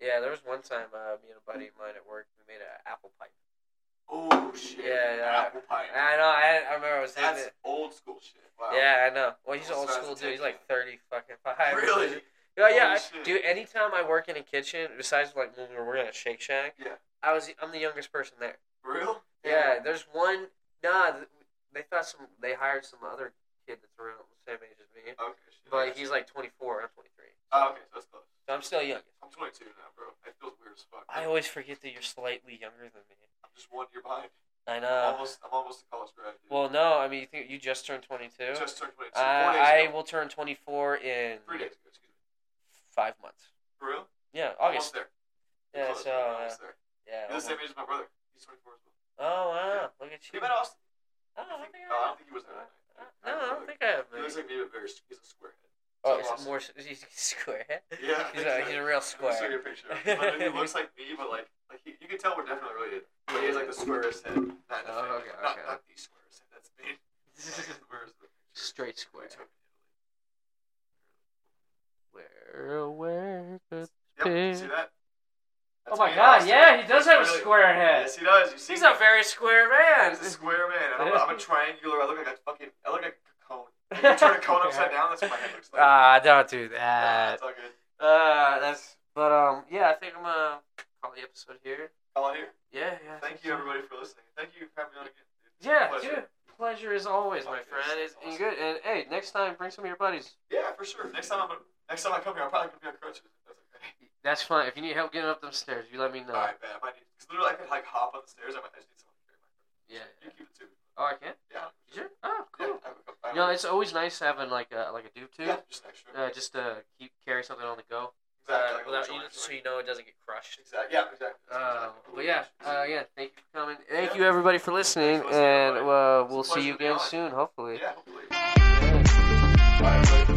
A: yeah. There was one time uh, me and a buddy of mine at work we made an apple pie.
B: oh shit,
A: Yeah, yeah.
B: apple pie.
A: I know. I, I remember I was saying
B: That's
A: it.
B: old school shit. Wow.
A: Yeah, I know. Well, he's
B: Almost
A: old
B: as
A: school dude. He's like thirty
B: addictive.
A: fucking five. [LAUGHS] Oh,
B: Really?
A: Yeah, yeah.
B: Holy
A: I,
B: shit.
A: dude, anytime I work in a kitchen, besides like when we were working at Shake Shack,
B: Yeah.
A: I was I'm the youngest person there.
B: For real?
A: Yeah, there's one. Nah, th- they thought some. They hired some other kid that's around the same age as me,
B: Okay. shit.
A: but he's like 24. I'm 23,
B: Oh, okay, so that's close.
A: so I'm still young.
B: I'm 22 now, bro. It feels weird as fuck.
A: I always forget that you're slightly younger than me.
B: I'm just one year behind.
A: I
B: I'm
A: know.
B: almost, I'm almost a college grad.
A: uh,
B: Dude.
A: Well, no, I mean, you think you just turned 22.
B: just turned
A: uh,
B: 22. Four days
A: I
B: ago.
A: will turn 24 in
B: Three days ago. Excuse me.
A: five months.
B: For real?
A: Yeah,
B: Almost
A: August.
B: there. You're
A: Yeah,
B: close,
A: so
B: man.
A: uh,
B: almost there.
A: yeah.
B: You're the same
A: almost.
B: age as my brother. He's 24 as well.
A: Oh wow, look at
B: You
A: you.
B: met Austin?
A: Oh, I
B: I
A: don't
B: think-
A: think
B: oh,
A: I
B: I
A: Uh,
B: don't think he was there that night.
A: No, I
B: really.
A: don't think I have.
B: He
A: many.
B: looks like me, but very. He's a squarehead.
A: [LAUGHS] Oh,
B: so
A: it's more. He's [LAUGHS] a square.
B: Yeah,
A: He's a, he's a real
B: Let me show you
A: square.
B: a picture. of him. Like, he looks like me, but like, like he, you can tell we're definitely related. But he has like the squarest head. Not, the
A: Oh,
B: famous-
A: okay,
B: not,
A: okay.
B: not the squarest head. That's me.
A: [LAUGHS]
B: Where's the
A: Straight square.
B: picture?
A: Where, oh, where? Could...
B: Yep, see that?
A: Oh
B: That's me
A: my
B: and
A: God!
B: Austin.
A: Yeah, he does have a
B: Really-
A: square head.
B: Yes, he does. You see,
A: He's a very square man.
B: He's a square man. and
A: [LAUGHS]
B: I'm, I'm a triangular. I look like a fucking. I look like a cone. If you turn a
A: [LAUGHS]
B: cone upside down, that's what my head looks like.
A: Ah, don't do
B: Nah,
A: that.
B: it's all good.
A: Uh, that's. But um, yeah, I think I'm gonna call the episode here.
B: All here.
A: Yeah, yeah. I think
B: Thank you,
A: so.
B: everybody, for listening. Thank you for having me on again. It's a
A: Yeah,
B: pleasure.
A: dude. Pleasure as always, my
B: Always.
A: friend. It's been
B: Awesome.
A: good. And hey, next time bring some of your buddies.
B: Yeah, for sure. Next time I'm gonna, next time I come here, I'm probably gonna be on crutches. if That's okay.
A: That's fine. If you need help getting up them stairs, you let me know.
B: All right, man. I might need because literally I could like hop on the stairs. I might I just need someone to carry my crutches.
A: Yeah.
B: You keep it too.
A: Oh, I can.
B: Yeah.
A: You sure? Oh, cool.
B: Yeah. I have a couple- I
A: You know,
B: have-
A: it's always nice having like a like a dude too,
B: yeah, just an extra.
A: uh, just to keep carry something on the go,
B: exactly.
A: uh,
B: like a
A: without
B: little
A: you,
B: joint
A: so
B: joint.
A: you know it doesn't get crushed.
B: Exactly. Yeah. Exactly.
A: Uh,
B: That's exactly what
A: but
B: we
A: yeah,
B: should do.
A: uh, yeah. Thank you for coming. Thank
B: Yeah.
A: you everybody for listening,
B: Thanks for listening,
A: and
B: everybody.
A: uh,
B: It's a
A: we'll see
B: pleasure
A: you
B: to be
A: again
B: on.
A: soon, hopefully.
B: yeah. Hopefully.
A: Yeah.
B: Bye, everybody.